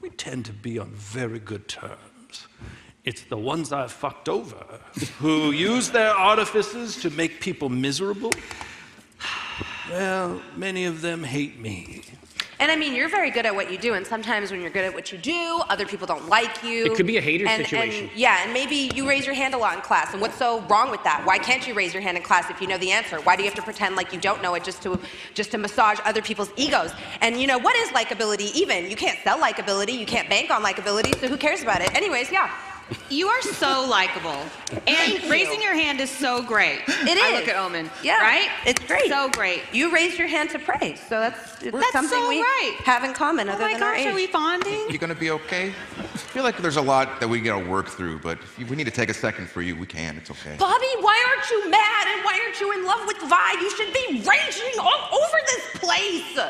Speaker 7: we tend to be on very good terms. It's the ones I've fucked over who use their artifices to make people miserable. Well, many of them hate me.
Speaker 8: And I mean, you're very good at what you do, and sometimes when you're good at what you do, other people don't like you.
Speaker 3: It could be a hater
Speaker 8: and,
Speaker 3: situation.
Speaker 8: And, yeah, and maybe you raise your hand a lot in class, and what's so wrong with that? Why can't you raise your hand in class if you know the answer? Why do you have to pretend like you don't know it just to just to massage other people's egos? And you know what is likability? Even you can't sell likability, you can't bank on likability, so who cares about it? Anyways, yeah.
Speaker 2: You are so likable. And raising your hand is so great. It is. I look at Omen. Yeah. Right?
Speaker 8: It's great.
Speaker 2: So great.
Speaker 8: You raised your hand to pray, so that's,
Speaker 2: That's
Speaker 8: that's something
Speaker 2: so
Speaker 8: we
Speaker 2: right.
Speaker 8: have in common
Speaker 2: Oh
Speaker 8: other
Speaker 2: my
Speaker 8: than our
Speaker 2: gosh, are
Speaker 8: age.
Speaker 2: we bonding?
Speaker 5: You gonna be okay? I feel like there's a lot that we gotta work through, but if you- we need to take a second for you, we can. It's okay.
Speaker 8: Bobby, why aren't you mad and why aren't you in love with Vi? Ah, You should be raging all over this place.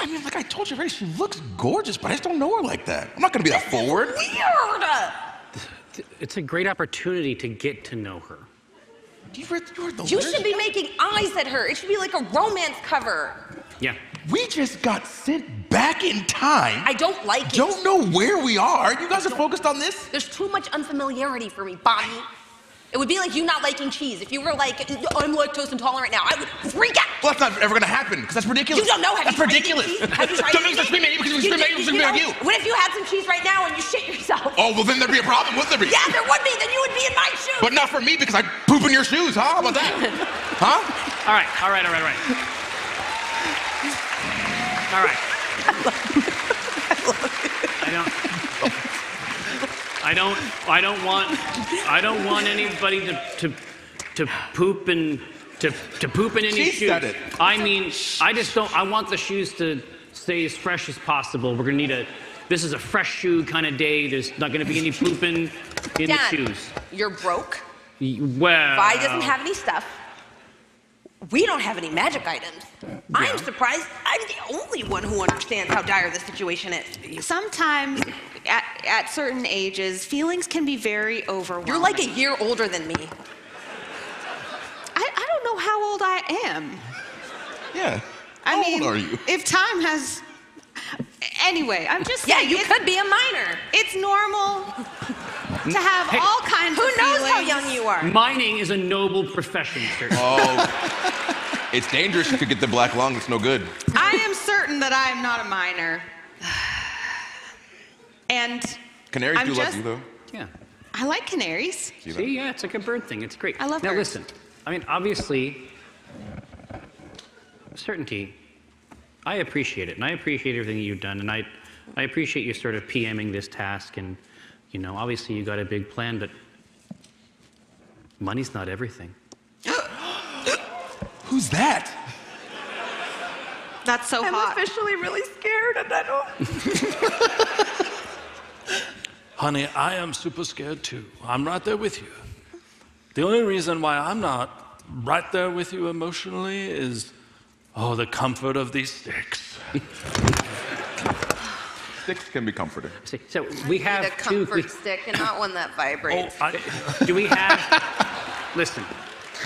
Speaker 5: I mean, like I told you already, she looks gorgeous, but I just don't know her like that. I'm not gonna be that forward.
Speaker 8: Weird.
Speaker 3: It's a great opportunity to get to know her.
Speaker 5: You, were, you, were the
Speaker 8: you should be making eyes at her. It should be like a romance cover.
Speaker 3: Yeah.
Speaker 5: We just got sent back in time.
Speaker 8: I don't like it.
Speaker 5: Don't know where we are. You guys are focused on this?
Speaker 8: There's too much unfamiliarity for me, Bobby. It would be like you not liking cheese. If you were like, I'm lactose intolerant now, I would freak out.
Speaker 5: Well, that's not ever gonna happen because that's ridiculous.
Speaker 8: You don't know. Have
Speaker 5: that's
Speaker 8: you tried
Speaker 5: ridiculous.
Speaker 8: any cheese? Have you tried
Speaker 5: don't
Speaker 8: any
Speaker 5: make us scream at you because we
Speaker 8: You
Speaker 5: scream at you.
Speaker 8: did-
Speaker 5: We scream at
Speaker 8: know,
Speaker 5: you.
Speaker 8: What if you had some cheese right now and you shit yourself?
Speaker 5: Oh, well, then there'd be a problem, wouldn't there be?
Speaker 8: Yeah, there would be. Then you would be in my shoes.
Speaker 5: But not for me because I poop in your shoes, huh? How about
Speaker 8: <laughs>
Speaker 5: that? huh?
Speaker 3: All right. All right. All right. All right. All right. I don't. I don't. I don't want. I don't want anybody to to to poop and to to poop in any
Speaker 5: She
Speaker 3: shoes.
Speaker 5: said it.
Speaker 3: I mean, I just don't. I want the shoes to stay as fresh as possible. We're gonna need a. This is a fresh shoe kind of day. There's not gonna be any pooping in
Speaker 8: Dad,
Speaker 3: the shoes.
Speaker 8: You're broke.
Speaker 3: Y- Well.
Speaker 8: Vi doesn't have any stuff. We don't have any magic items. I'm surprised I'm the only one who understands how dire the situation is.
Speaker 2: Sometimes at, at certain ages, feelings can be very overwhelming. You're
Speaker 8: like a year older than me.
Speaker 2: I, I don't know how old I am.
Speaker 5: Yeah.
Speaker 2: I
Speaker 5: How
Speaker 2: mean,
Speaker 5: old are you?
Speaker 2: if time has. Anyway, I'm just
Speaker 8: Yeah,
Speaker 2: saying
Speaker 8: you
Speaker 2: it's-
Speaker 8: could be a minor.
Speaker 2: It's normal.
Speaker 8: to have
Speaker 3: Hey.
Speaker 8: all kinds
Speaker 18: Who
Speaker 8: of
Speaker 18: knows how
Speaker 8: feelings.
Speaker 18: young you are?
Speaker 3: Mining is a noble profession, sir.
Speaker 5: <laughs> Oh, it's dangerous. You could get the black lung. It's no good.
Speaker 8: I am certain that I am not a minor. <sighs> And
Speaker 5: Canaries
Speaker 8: I'm
Speaker 5: do love
Speaker 8: just-
Speaker 5: you, though.
Speaker 3: Yeah.
Speaker 8: I like canaries.
Speaker 5: See,
Speaker 3: yeah, it's like a bird thing. It's great.
Speaker 8: I love
Speaker 3: Now
Speaker 8: birds.
Speaker 3: listen, I mean, obviously, certainty. I appreciate it, and I appreciate everything you've done, and I, I appreciate you sort of PMing this task, and you know, obviously you got a big plan, but money's not everything.
Speaker 5: Who's that?
Speaker 8: That's so
Speaker 18: I'm
Speaker 8: hot.
Speaker 18: officially really scared, and I don't.
Speaker 7: Honey, I am super scared too. I'm right there with you. The only reason why I'm not right there with you emotionally is, oh, the comfort of these
Speaker 2: <laughs>
Speaker 7: sticks.
Speaker 5: Sticks can be comforting.
Speaker 3: So we have
Speaker 18: Need a
Speaker 3: two.
Speaker 18: comfort stick and not one that
Speaker 7: Oh,
Speaker 18: vibrates.
Speaker 3: do we have? listen,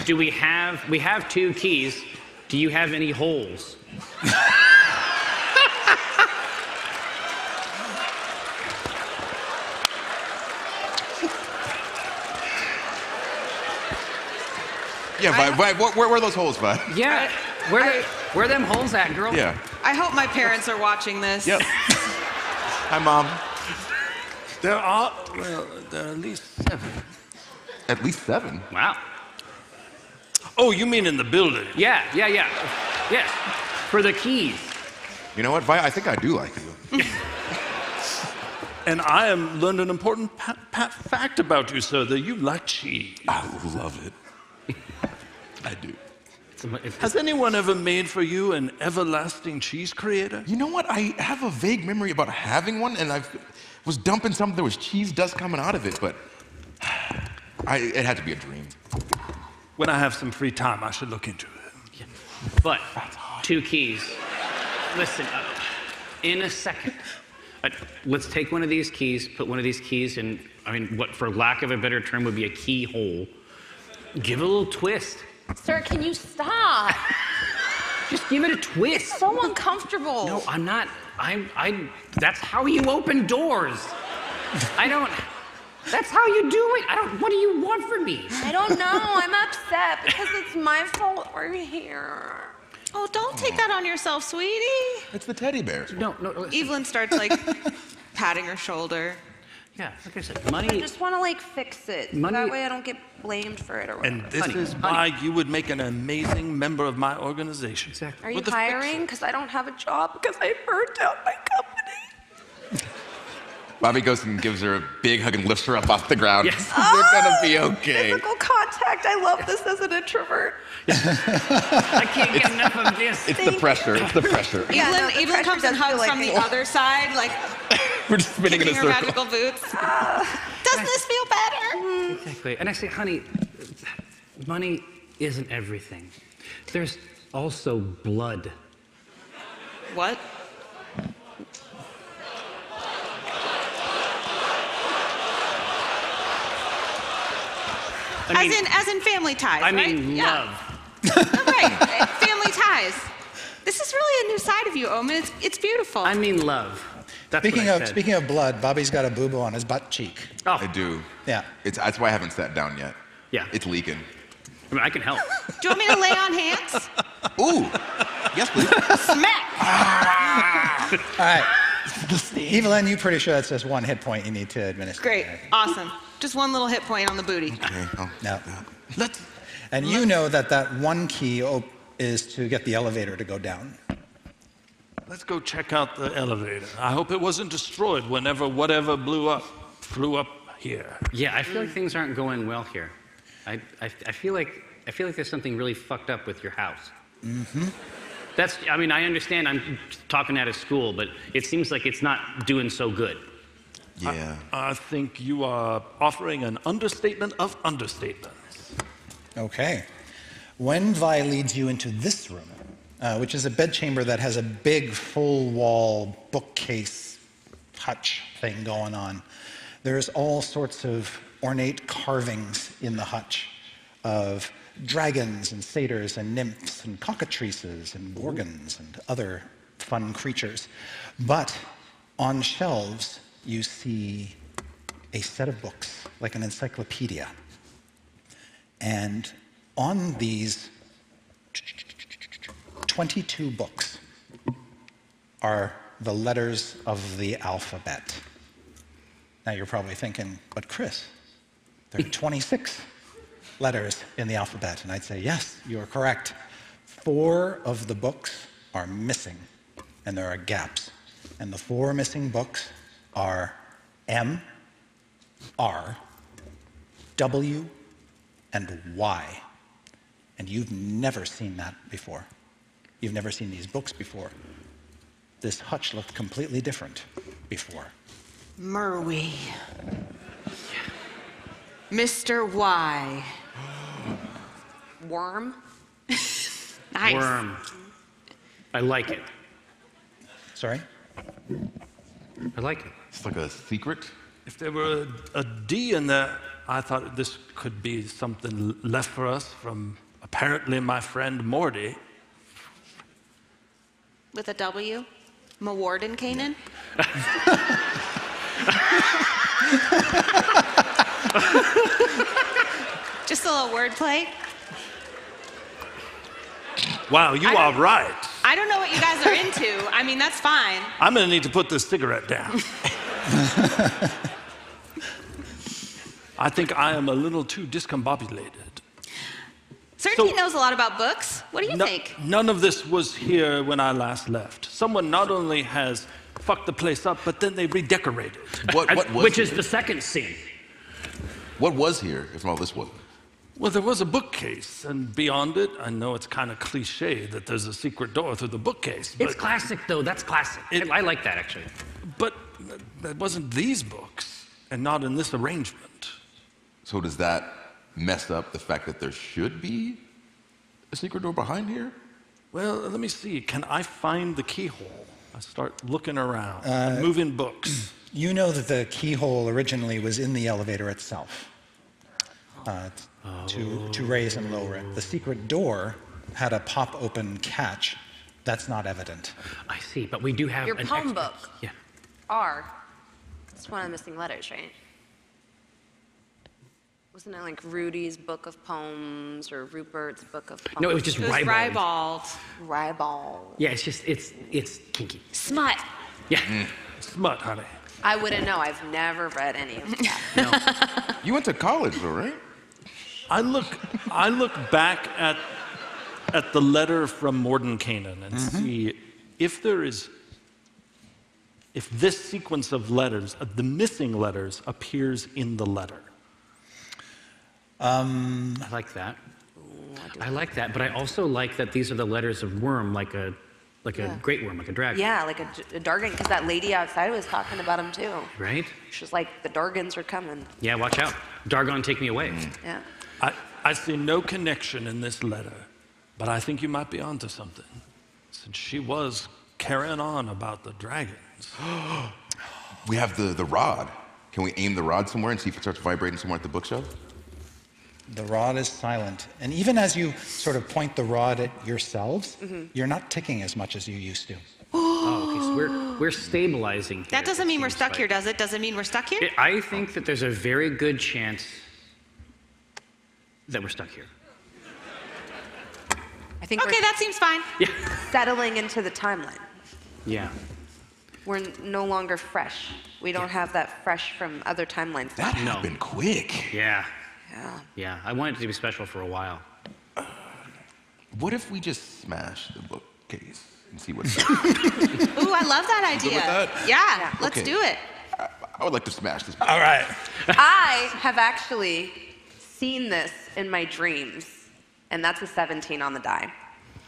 Speaker 3: do we have? We have two keys. Do you have any holes?
Speaker 5: Yeah, Vibe. Vibe what, where, where are those holes, Vibe?
Speaker 3: Yeah. Where, where them holes at, girl?
Speaker 5: Yeah.
Speaker 8: I hope my parents are watching this.
Speaker 5: Yep. Hi, Mom.
Speaker 7: There are, well, there are at least seven.
Speaker 5: At least seven.
Speaker 3: Wow.
Speaker 7: Oh, you mean in the building?
Speaker 3: Yeah, yeah, yeah. Yes. For the keys.
Speaker 5: You know what, Vibe? I think I do like you.
Speaker 7: And I am learned an important pa- pa- fact about you, sir, that you like cheese. I love it. I do. Has anyone ever made for you an everlasting cheese creator?
Speaker 5: You know what? I have a vague memory about having one, and I was dumping something. There was cheese dust coming out of it, but <sighs> I, it had to be a dream.
Speaker 7: When I have some free time, I should look into it.
Speaker 3: But two keys. Listen, uh, in a second, uh, let's take one of these keys, put one of these keys in, I mean, what for lack of a better term would be a keyhole. Give it a little twist.
Speaker 21: Sir, can you stop?
Speaker 3: Just give it a twist.
Speaker 21: So uncomfortable.
Speaker 3: No, I'm not. I'm. I. That's how you open doors. I don't. That's how you do it. I don't. What do you want from me?
Speaker 18: I don't know. I'm upset because it's my fault we're here.
Speaker 8: Oh, don't take that on yourself, sweetie.
Speaker 5: It's the teddy bears.
Speaker 3: No, no.
Speaker 8: Evelyn starts
Speaker 3: <laughs>
Speaker 8: like patting her shoulder.
Speaker 3: Yeah, like I said,
Speaker 18: I just want to like fix it. so
Speaker 7: Money-
Speaker 18: That way I don't get blamed for it or whatever.
Speaker 7: And this is why you would make an amazing member of my organization.
Speaker 18: Are
Speaker 7: Exactly.
Speaker 18: you hiring? Because I don't have a job because I burned out my company.
Speaker 5: Bobby goes and gives her a big hug and lifts her up off the ground. They're gonna be okay. <laughs>
Speaker 18: Physical contact. I love this as an introvert.
Speaker 3: I can't get enough of this.
Speaker 5: It's the pressure. It's the pressure.
Speaker 8: Evelyn, Evelyn comes and hugs from the other side, like
Speaker 5: We're just spinning in a
Speaker 8: kicking her
Speaker 5: circle.
Speaker 8: magical boots. Doesn't this feel better?
Speaker 3: Exactly. And I say, honey, money isn't everything. There's also blood.
Speaker 8: What?
Speaker 3: I mean,
Speaker 8: as in, as in family ties.
Speaker 3: I
Speaker 8: right?
Speaker 3: mean
Speaker 8: Yeah.
Speaker 3: love.
Speaker 8: right. Family ties. This is really a new side of you, Omen. It's, it's beautiful. I
Speaker 3: mean love.
Speaker 6: <laughs> speaking of speaking of blood, Bobby's got a boo boo on his butt cheek.
Speaker 3: Oh.
Speaker 5: I do.
Speaker 6: Yeah.
Speaker 5: It's, that's why I haven't sat down yet.
Speaker 3: Yeah.
Speaker 5: It's leaking.
Speaker 3: I mean, I can help.
Speaker 8: Do you want me to lay on hands?
Speaker 5: Ooh. Yes, please.
Speaker 8: Smack.
Speaker 6: All right. Evelyn, you're pretty sure that's just one hit point you need to administer.
Speaker 8: Great. Awesome. Just one little hit point on the booty.
Speaker 5: oh.
Speaker 6: No. and you know that that one key op- is to get the elevator to go down.
Speaker 7: Let's go check out the elevator. I hope it wasn't destroyed whenever whatever blew up flew up here.
Speaker 3: Yeah, I feel like things aren't going well here. I, I, I feel like I feel like there's something really fucked up with your house.
Speaker 6: Mm-hmm.
Speaker 3: That's. I mean, I understand. I'm talking out of school, but it seems like it's not doing so good.
Speaker 5: Yeah.
Speaker 7: I think you are offering an understatement of understatement.
Speaker 6: Okay. When Vi leads you into this room, uh, which is a bedchamber that has a big full wall bookcase hutch thing going on, there's all sorts of ornate carvings in the hutch of dragons and satyrs and nymphs and cockatrices and gorgons and other fun creatures. But on shelves, you see a set of books, like an encyclopedia. And on these 22 books are the letters of the alphabet. Now you're probably thinking, but Chris, there are 26 letters in the alphabet. And I'd say, yes, you are correct. Four of the books are missing, and there are gaps. And the four missing books are M, R, W, and Y. And you've never seen that before. You've never seen these books before. This hutch looked completely different before.
Speaker 8: Merwy. Mr. Y.
Speaker 18: Worm?
Speaker 8: <laughs> Nice.
Speaker 3: Worm. I like it.
Speaker 6: Sorry?
Speaker 3: I like it.
Speaker 5: It's like a secret.
Speaker 7: If there were a, a D in there, I thought this could be something l- left for us from apparently my friend Morty.
Speaker 8: With a W? Mawarden Kanan? Just a little wordplay.
Speaker 7: Wow, you are right.
Speaker 8: I don't know what you guys are into. I mean, that's fine.
Speaker 7: I'm going to need to put this cigarette down. I think I am a little too discombobulated.
Speaker 8: Certainty knows a lot about books. What do you
Speaker 7: No-
Speaker 8: think?
Speaker 7: None of this was here when I last left. Someone not only has fucked the place up, but then they redecorated.
Speaker 5: What, what was
Speaker 7: Which
Speaker 5: here?
Speaker 7: is the second scene.
Speaker 5: What was here if all this wasn't?
Speaker 7: Well, there was a bookcase, and beyond it, I know it's kind of cliche that there's a secret door through the bookcase. But,
Speaker 3: It's classic, though. That's classic. I, I like that, actually.
Speaker 7: but that wasn't these books, and not in this arrangement.
Speaker 5: So does that mess up the fact that there should be a secret door behind here?
Speaker 7: Well, let me see. Can I find the keyhole? I start looking around.
Speaker 6: Uh,
Speaker 7: move in books.
Speaker 6: You know that the keyhole originally was in the elevator itself uh, t- to, to raise and lower it. The secret door had a pop open catch. That's not evident.
Speaker 3: I see, but we do have
Speaker 18: Your
Speaker 3: an
Speaker 18: poem
Speaker 3: expert.
Speaker 18: book.
Speaker 3: Yeah.
Speaker 18: R. That's one of the missing letters, right? Wasn't it like Rudy's Book of Poems or Rupert's Book of Poems?
Speaker 3: No, it was just It was Ribald.
Speaker 18: Ribald.
Speaker 3: Yeah, it's just it's it's kinky.
Speaker 18: Smut.
Speaker 3: Yeah.
Speaker 7: Smut, honey.
Speaker 18: I wouldn't know. I've never read any of that.
Speaker 5: You went to college, though, right?
Speaker 7: I look, I look back at, at the letter from Mordenkainen and see if there is, if this sequence of letters, of the missing letters, appears in the letter.
Speaker 3: Um, I like that. I like that, but I also like that these are the letters of worm, like a like
Speaker 18: Yeah.
Speaker 3: a great worm, like a dragon.
Speaker 18: yeah, like a, a Dargan, because that lady outside was talking about him too.
Speaker 3: Right?
Speaker 18: She's like, the Dargans are coming.
Speaker 3: Yeah, watch out. Dargon, take me
Speaker 8: <gasps>
Speaker 3: away.
Speaker 18: Yeah.
Speaker 7: I, I see no connection in this letter, but I think you might be onto something, since she was carrying on about the dragons.
Speaker 5: We have the, the rod. Can we aim the rod somewhere and see if it starts vibrating somewhere at the bookshelf?
Speaker 6: The rod is silent. And even as you sort of point the rod at yourselves,
Speaker 5: Mm-hmm.
Speaker 8: Mhm.
Speaker 6: you're not ticking as much as you used to.
Speaker 3: Oh, okay, so we're we're stabilizing. Here.
Speaker 8: That doesn't mean we're
Speaker 3: seems
Speaker 8: stuck
Speaker 3: like-
Speaker 8: here, does it? Doesn't mean we're stuck here?
Speaker 3: I think that there's a very good chance that we're stuck here.
Speaker 18: I think
Speaker 8: okay, that seems fine.
Speaker 3: Yeah.
Speaker 18: Settling into the timeline.
Speaker 3: Yeah.
Speaker 18: We're n- no longer fresh. We don't have that fresh from other timelines.
Speaker 5: That
Speaker 3: No.
Speaker 5: happened quick.
Speaker 3: Yeah.
Speaker 18: Yeah.
Speaker 3: Yeah. I wanted it to be special for a while.
Speaker 5: What if we just smash the bookcase and see what
Speaker 8: Ooh, I love that idea.
Speaker 5: good with that?
Speaker 8: Yeah, let's
Speaker 5: Okay.
Speaker 8: do it.
Speaker 5: I would like to smash this.
Speaker 6: All right.
Speaker 18: I have actually seen this in my dreams, and that's a 17 on the die.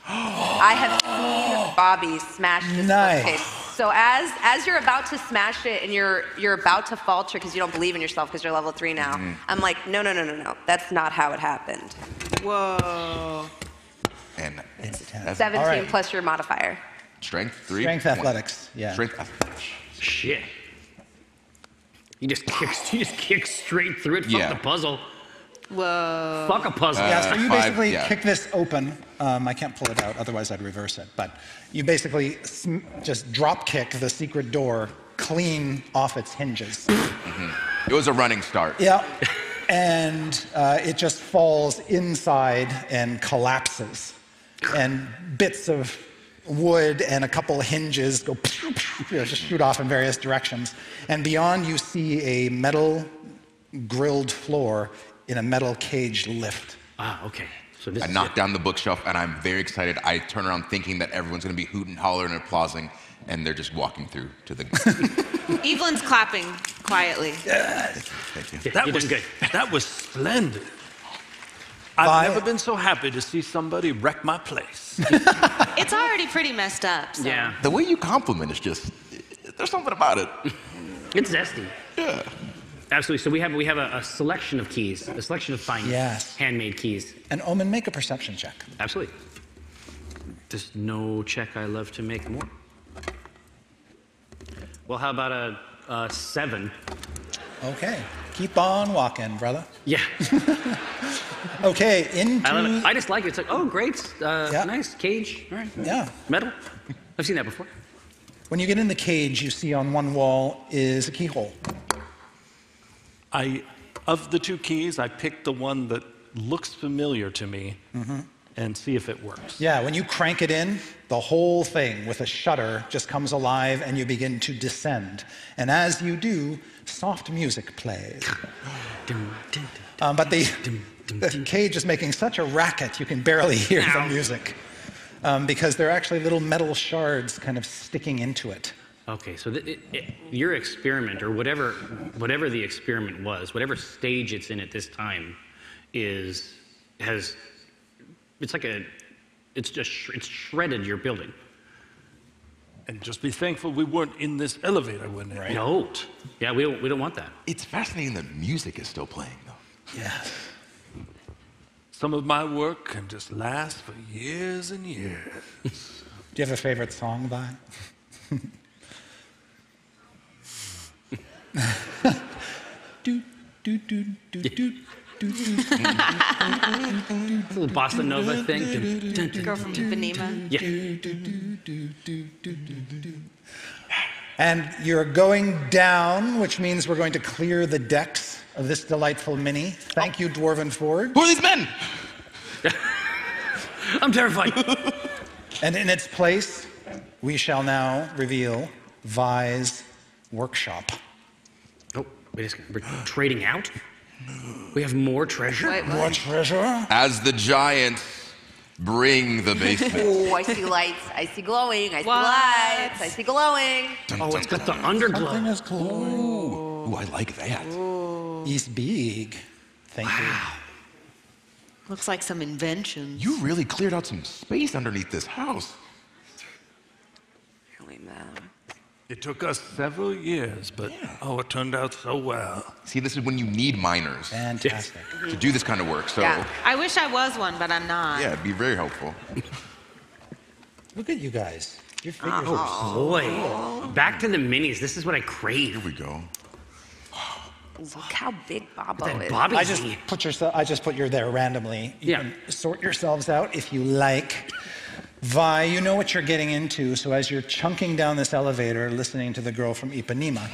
Speaker 18: I have seen Bobby smash this
Speaker 6: Nice.
Speaker 18: bookcase. So as as you're about to smash it and you're you're about to falter because you don't believe in yourself because you're level three now,
Speaker 8: Mhm.
Speaker 18: I'm like, no, no, no, no, no. That's not how it happened.
Speaker 8: Whoa.
Speaker 5: And it's
Speaker 18: 17 plus your modifier.
Speaker 5: Strength three.
Speaker 6: Strength
Speaker 5: one.
Speaker 6: athletics, yeah.
Speaker 5: Strength athletics.
Speaker 3: Shit. He just <laughs> kicks. He just kicks straight through it. Fuck
Speaker 5: Yeah. Uh,
Speaker 3: the puzzle.
Speaker 8: Whoa.
Speaker 3: Fuck a puzzle.
Speaker 6: yeah, so you basically kick this open. Um, I can't pull it out, otherwise I'd reverse it. But you basically sm- just drop kick the secret door clean off its hinges.
Speaker 5: Mm-hmm. It was a running start.
Speaker 6: Yeah. And uh, it just falls inside and collapses. And bits of wood and a couple hinges go <laughs> pew, pew, you know, just shoot off in various directions. And beyond, you see a metal grilled floor in a metal cage lift.
Speaker 3: Ah, okay. So
Speaker 5: I knocked down the bookshelf and I'm very excited. I turn around thinking that everyone's going to be hooting, hollering, and applauding, and they're just walking through to the.
Speaker 8: Evelyn's clapping quietly.
Speaker 5: Thank
Speaker 7: you. That
Speaker 5: You
Speaker 7: was
Speaker 5: did
Speaker 7: That was splendid. I've
Speaker 6: Bye.
Speaker 7: never been so happy to see somebody wreck my place.
Speaker 8: It's already pretty messed up. So.
Speaker 5: <laughs> The way you compliment is just. There's something about it.
Speaker 3: It's zesty. Yeah. Absolutely. So we have we have a, a selection of keys, a selection of fine
Speaker 6: Yes.
Speaker 3: handmade keys.
Speaker 6: And Omen, make a perception check.
Speaker 3: Absolutely. There's no check I love to make more. Well, how about a, a seven?
Speaker 6: Okay. Keep on walking, brother.
Speaker 3: Yeah. <laughs>
Speaker 6: Okay, into.
Speaker 3: I, love it. I just like it. It's like, oh, great, uh, nice cage. All right.
Speaker 6: Yeah.
Speaker 3: Metal. I've seen that before.
Speaker 6: When you get in the cage, you see on one wall is a keyhole.
Speaker 7: I, of the two keys, I picked the one that looks familiar to me
Speaker 6: Mm-hmm.
Speaker 7: and see if it works.
Speaker 6: Yeah, when you crank it in, the whole thing with a shudder just comes alive and you begin to descend. And as you do, soft music plays. Um, but the, <laughs> the cage is making such a racket you can barely hear the music um, because there are actually little metal shards kind of sticking into it.
Speaker 3: Okay, so th- it, it, your experiment, or whatever, whatever the experiment was, whatever stage it's in at this time, is has it's like a it's just sh- it's shredded your building.
Speaker 7: And just be thankful we weren't in this elevator when it
Speaker 3: No, yeah, we don't we don't want that.
Speaker 5: It's fascinating that music is still playing, though.
Speaker 6: Yeah.
Speaker 7: Some of my work can just last for years and years.
Speaker 6: Do you have a favorite song by?
Speaker 3: little bossa nova
Speaker 6: <laughs>
Speaker 3: thing.
Speaker 8: Girl from Ipanema.
Speaker 6: And you're going down, which means we're going to clear the decks of this delightful mini. Thank you, Dwarven Forge. Who
Speaker 5: are these men?
Speaker 3: I'm terrified.
Speaker 6: and in its place, we shall now reveal Vi's workshop.
Speaker 3: Oh, wait a second. We're trading out. We have more treasure.
Speaker 6: Wait, what? More treasure.
Speaker 5: As the giants bring the
Speaker 7: <laughs>
Speaker 5: basement.
Speaker 21: oh, I see lights. I see glowing. I see lights. I see glowing.
Speaker 3: oh, it's got the underglow.
Speaker 6: Something is glowing.
Speaker 5: Ooh, I like that.
Speaker 6: He's big. Thank
Speaker 8: Looks like some inventions.
Speaker 5: You really cleared out some space underneath this house.
Speaker 7: It took us several years, but oh, it turned out so well.
Speaker 5: See, this is when you need miners.
Speaker 6: Fantastic.
Speaker 5: To do this kind of work. So,
Speaker 8: Yeah.
Speaker 5: yeah,
Speaker 8: I wish I was one, but I'm not.
Speaker 5: it'd be very helpful.
Speaker 6: you. Look at you guys. Your
Speaker 7: Ah,
Speaker 6: fingers
Speaker 3: Oh boy! Back to the minis. This is what I crave. Here
Speaker 5: we go.
Speaker 21: Look how big Bobo
Speaker 3: That
Speaker 21: is.
Speaker 3: Bobby
Speaker 6: I just put yourself. I just put you there randomly. You
Speaker 3: Yeah.
Speaker 6: can sort yourselves out if you like. Vi, you know what you're getting into. So as you're chunking down this elevator, listening to the girl from Ipanema,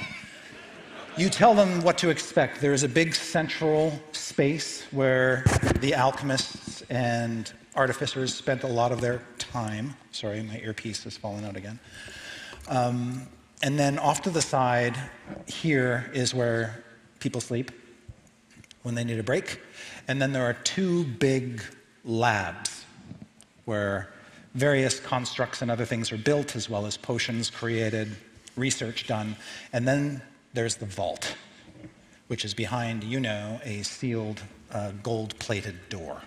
Speaker 6: you tell them what to expect. There is a big central space where the alchemists and artificers spent a lot of their time. Sorry, my earpiece has fallen out again. Um, and then off to the side, here is where people sleep when they need a break. And then there are two big labs where various constructs and other things are built, as well as potions created, research done. And then there's the vault, which is behind, you know, a sealed uh, gold plated door.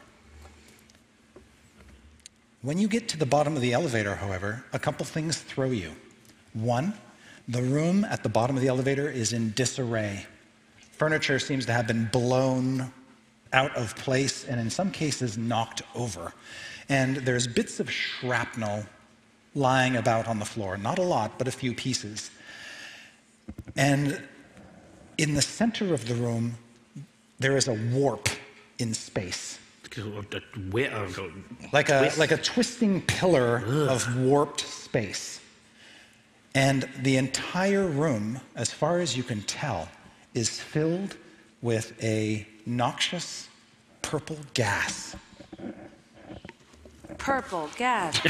Speaker 6: When you get to the bottom of the elevator, however, a couple things throw you. One, the room at the bottom of the elevator is in disarray. Furniture seems to have been blown out of place and in some cases knocked over. And there's bits of shrapnel lying about on the floor. Not a lot, but a few pieces. And in the center of the room, there is a warp in space. Like a, like a twisting pillar of warped space. And the entire room, as far as you can tell, is filled with a noxious purple gas.
Speaker 21: Purple gas.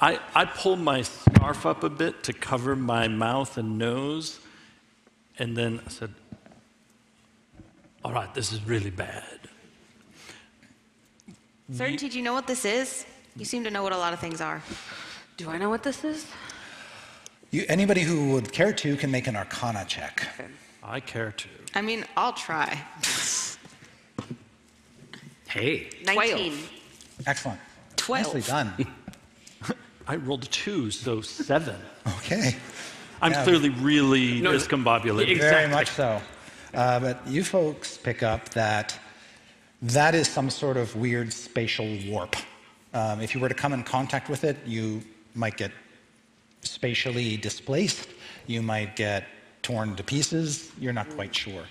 Speaker 7: I, I pull my scarf up a bit to cover my mouth and nose, and then I said, All right, this is really bad.
Speaker 8: Certainty, do you know what this is? You seem to know what a lot of things are.
Speaker 21: Do I know what this is?
Speaker 6: You, anybody who would care to can make an arcana check.
Speaker 7: I care to.
Speaker 8: I mean, I'll try.
Speaker 7: Hey.
Speaker 8: 19.
Speaker 6: Excellent.
Speaker 8: Twelve.
Speaker 6: Nicely done.
Speaker 7: I rolled a two, so seven.
Speaker 6: Okay.
Speaker 7: I'm
Speaker 6: Yeah.
Speaker 7: clearly really discombobulated.
Speaker 6: Very much so. Uh, but you folks pick up that that is some sort of weird spatial warp. Um, if you were to come in contact with it, you might get spatially displaced. You might get torn to pieces. You're not quite sure.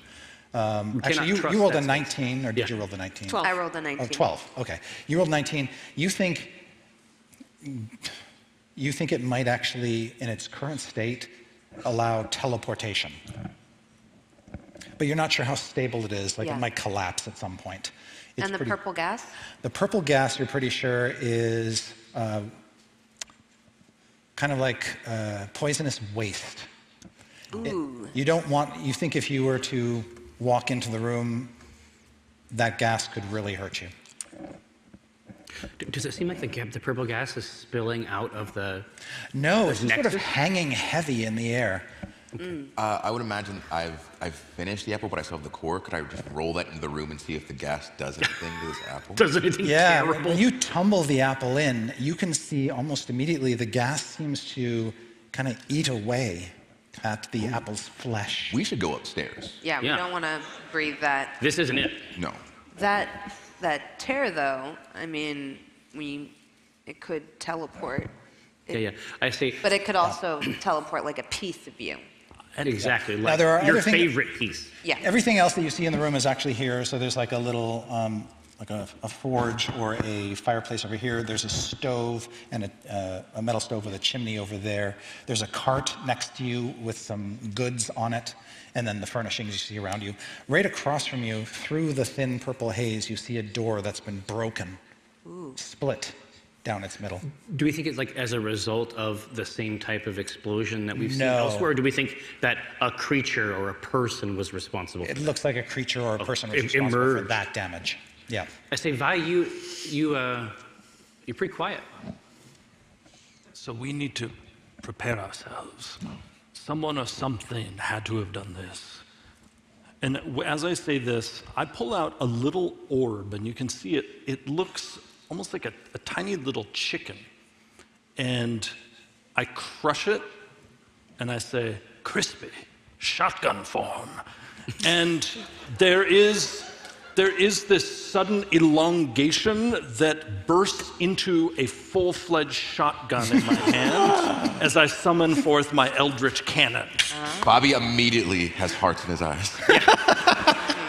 Speaker 6: Um,
Speaker 21: We cannot
Speaker 6: actually, you,
Speaker 21: trust
Speaker 6: you rolled a
Speaker 21: that space.
Speaker 6: 19, or did you roll the 19?
Speaker 21: I rolled a 19.
Speaker 6: Oh, 12. Okay. You rolled 19. You think you think it might actually in its current state allow teleportation. But you're not sure how stable it is, like
Speaker 21: Yeah.
Speaker 6: it might collapse at some point. It's
Speaker 21: and the
Speaker 6: pretty-
Speaker 21: purple gas?
Speaker 6: the purple gas you're pretty sure is uh, kind of like uh, poisonous waste. It-
Speaker 21: Ooh.
Speaker 6: you don't want, you think if you were to walk into the room, that gas could really hurt you.
Speaker 3: D- Does it seem like the, ga- the purple gas is spilling out of the?
Speaker 6: No,
Speaker 3: the
Speaker 6: it's just sort of hanging heavy in the air.
Speaker 5: Uh, I would imagine I've I've finished the apple, but I still have the core. Could I just roll that into the room and see if the gas does anything to this
Speaker 3: Oh.
Speaker 5: apple?
Speaker 6: yeah, when- when you tumble the apple in, you can see almost immediately the gas seems to kind of eat away at the apple's flesh.
Speaker 5: We should go upstairs.
Speaker 21: Yeah, we don't want to breathe that.
Speaker 5: This isn't it. No.
Speaker 21: That that tear, though. I mean, we it could teleport,
Speaker 3: Yeah, yeah. I say
Speaker 21: but it could also teleport like a piece of you.
Speaker 3: exactly
Speaker 6: Now,
Speaker 3: like
Speaker 6: there are
Speaker 3: your
Speaker 6: other thing-
Speaker 3: favorite piece.
Speaker 21: Yeah.
Speaker 6: Everything else that you see in the room is actually here. So there's like a little, um, like a, a forge or a fireplace over here. There's a stove and a, uh, a metal stove with a chimney over there. There's a cart next to you with some goods on it, and then the furnishings you see around you. Right across from you, through the thin purple haze, you see a door that's been broken, split down its middle.
Speaker 3: Do we think it's like as a result of the same type of explosion that we've seen
Speaker 6: No.
Speaker 3: elsewhere? Or do we think that a creature or a person was responsible?
Speaker 6: It looks like a creature or a person was
Speaker 3: it
Speaker 6: responsible for
Speaker 3: emerged.
Speaker 6: that damage. Yeah.
Speaker 3: I say, Vi, you, you, uh, you're pretty quiet.
Speaker 7: So we need to prepare ourselves. Someone or something had to have done this. And w- as I say this, I pull out a little orb, and you can see it. It looks almost like a, a tiny little chicken. And I crush it, and I say, crispy, shotgun form. and there is, there is this sudden elongation that bursts into a full fledged shotgun in my hand as I summon forth my eldritch cannon.
Speaker 5: Bobby immediately has hearts in his eyes.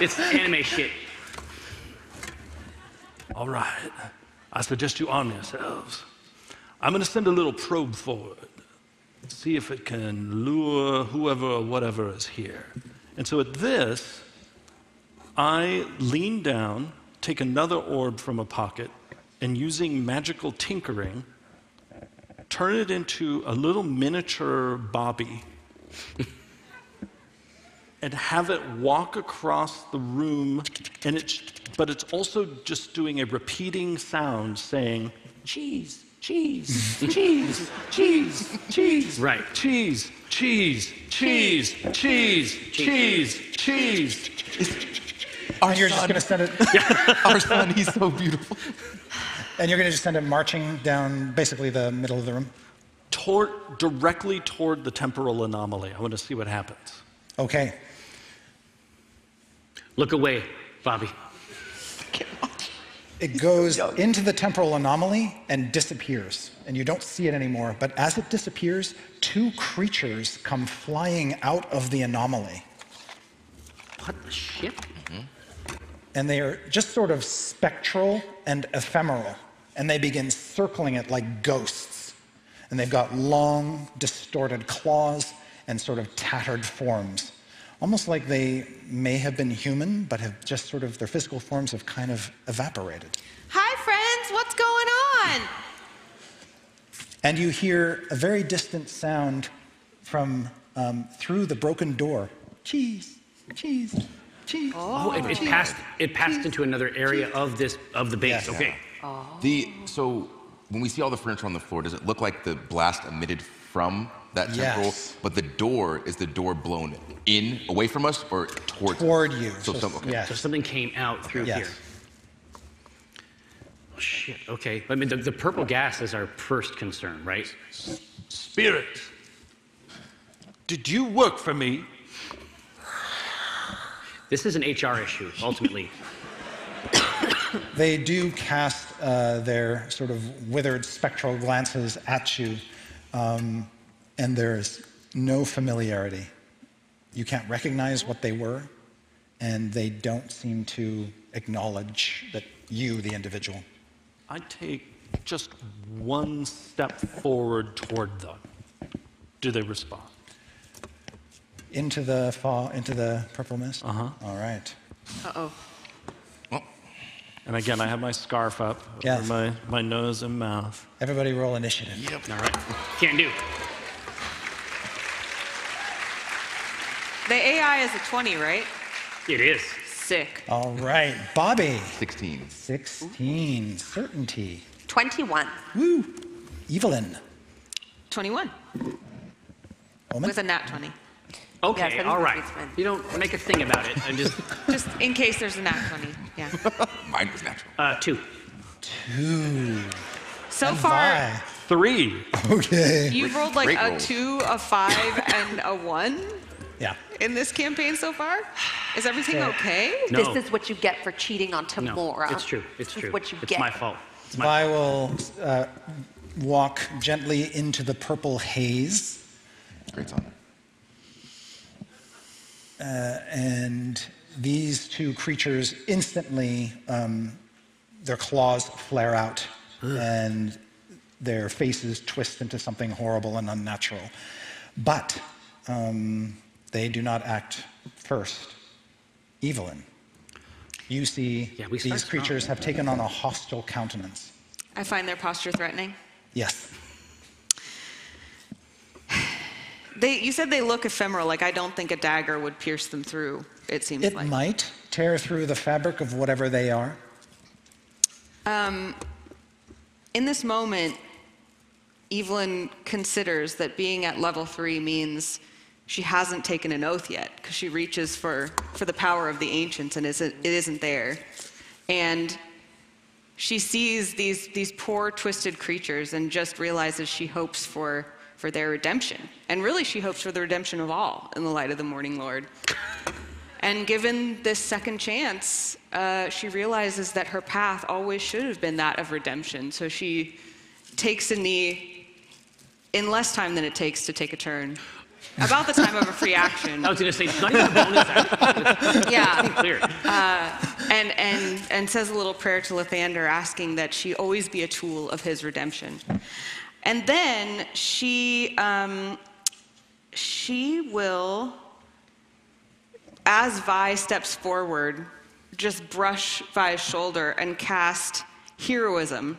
Speaker 3: It's anime shit.
Speaker 7: All right. I suggest you arm yourselves. I'm going to send a little probe forward, see if it can lure whoever or whatever is here. And so at this, I lean down, take another orb from a pocket, and using magical tinkering, turn it into a little miniature Bobby <laughs> and have it walk across the room and it's but it's also just doing a repeating sound saying cheese cheese cheese cheese cheese right cheese cheese cheese cheese cheese cheese
Speaker 6: and you're just going to <laughs> send it. Our son, he's so beautiful. <laughs> And you're going to just send it marching down basically the middle of the room.
Speaker 7: toward directly toward the temporal anomaly i want to see what happens
Speaker 6: Okay.
Speaker 3: Look away, Bobby.
Speaker 6: It goes into the temporal anomaly and disappears. And you don't see it anymore. But as it disappears, two creatures come flying out of the anomaly. Mm-hmm.
Speaker 3: What the shit?
Speaker 6: And they are just sort of spectral and ephemeral. And they begin circling it like ghosts. and they've got long, distorted claws and sort of tattered forms, almost like they may have been human, but have just sort of their physical forms have kind of evaporated.
Speaker 8: Hi, friends. What's going on?
Speaker 6: And you hear a very distant sound from um, through the broken door. Cheese, cheese, cheese.
Speaker 3: Oh, it, it
Speaker 6: cheese.
Speaker 3: passed. It passed into another area of this of the base.
Speaker 5: Yes.
Speaker 3: Okay.
Speaker 5: The so when we see all the furniture on the floor, does it look like the blast emitted from that temple?
Speaker 6: Yes.
Speaker 5: But the door is the door blown in away from us or towards
Speaker 6: Toward you.
Speaker 5: So, some, okay.
Speaker 3: So something came out through
Speaker 5: Yes.
Speaker 3: here. Oh, shit. Okay. I mean, the, the purple gas is our first concern, right?
Speaker 7: Spirit, did you work for me?
Speaker 3: This is an HR issue,
Speaker 8: <laughs>
Speaker 3: ultimately.
Speaker 6: They do cast uh, their sort of withered spectral glances at you, um, and there is no familiarity. You can't recognize what they were, and they don't seem to acknowledge that you, the individual,
Speaker 7: I take just one step forward toward them. Do they respond?
Speaker 6: into the fall, into the purple mist. Uh huh. All right.
Speaker 8: Uh oh.
Speaker 7: And again, I have my scarf up
Speaker 6: Yes.
Speaker 7: over my, my nose and mouth.
Speaker 6: Everybody roll initiative.
Speaker 7: Yep.
Speaker 3: All right. Can do.
Speaker 8: The AI is a 20, right?
Speaker 3: It is.
Speaker 8: Sick.
Speaker 6: All right, Bobby.
Speaker 5: 16.
Speaker 6: 16. Certainty.
Speaker 18: 21.
Speaker 6: Woo. Evelyn.
Speaker 8: 21.
Speaker 6: Omen?
Speaker 8: With a nat 20.
Speaker 3: Okay. all right. You don't make a thing about it.
Speaker 21: <laughs>
Speaker 3: I'm just
Speaker 8: Just in case there's a nat 20. Yeah.
Speaker 5: mine was natural.
Speaker 3: Uh, two.
Speaker 6: Two.
Speaker 8: So
Speaker 6: Oh
Speaker 8: far,
Speaker 7: Three.
Speaker 6: Okay.
Speaker 8: you've rolled like a two, a five, and a one
Speaker 6: Yeah.
Speaker 8: in this campaign so far. Is everything
Speaker 6: Yeah.
Speaker 8: okay?
Speaker 3: No.
Speaker 21: This is what you get for cheating on Tamora.
Speaker 3: it's true. It's
Speaker 21: This is
Speaker 3: true.
Speaker 21: what you
Speaker 3: it's
Speaker 21: get.
Speaker 3: my fault.
Speaker 6: I will uh, walk gently into the purple haze.
Speaker 5: Great song.
Speaker 6: Uh, and these two creatures instantly, um, their claws flare out and their faces twist into something horrible and unnatural. But um, they do not act first. Evelyn, you see
Speaker 8: start
Speaker 6: these
Speaker 8: strong.
Speaker 6: creatures have taken on a hostile countenance.
Speaker 8: I find their posture threatening.
Speaker 6: Yes.
Speaker 8: They, you said they look ephemeral. Like I don't think a dagger would pierce them through. It seems
Speaker 6: It
Speaker 8: like.
Speaker 6: might tear through the fabric of whatever they are.
Speaker 8: Um, in this moment, Evelyn considers that being at level three means she hasn't taken an oath yet because she reaches for, for the power of the ancients and isn't, it isn't there. And she sees these, these poor, twisted creatures and just realizes she hopes for, for their redemption. And really, she hopes for the redemption of all in the light of the Morning Lord. And given this second chance, uh, she realizes that her path always should have been that of redemption. So she takes a knee in less time than it takes to take a turn. About the time of a free
Speaker 3: <laughs>
Speaker 8: action.
Speaker 3: I was gonna say it's not even a bonus. action.
Speaker 8: Yeah.
Speaker 3: It's Clear.
Speaker 8: Uh, and, and, and says a little prayer to Lathander, asking that she always be a tool of his redemption. And then she, um, she will, as Vi steps forward, just brush Vi's shoulder and cast heroism,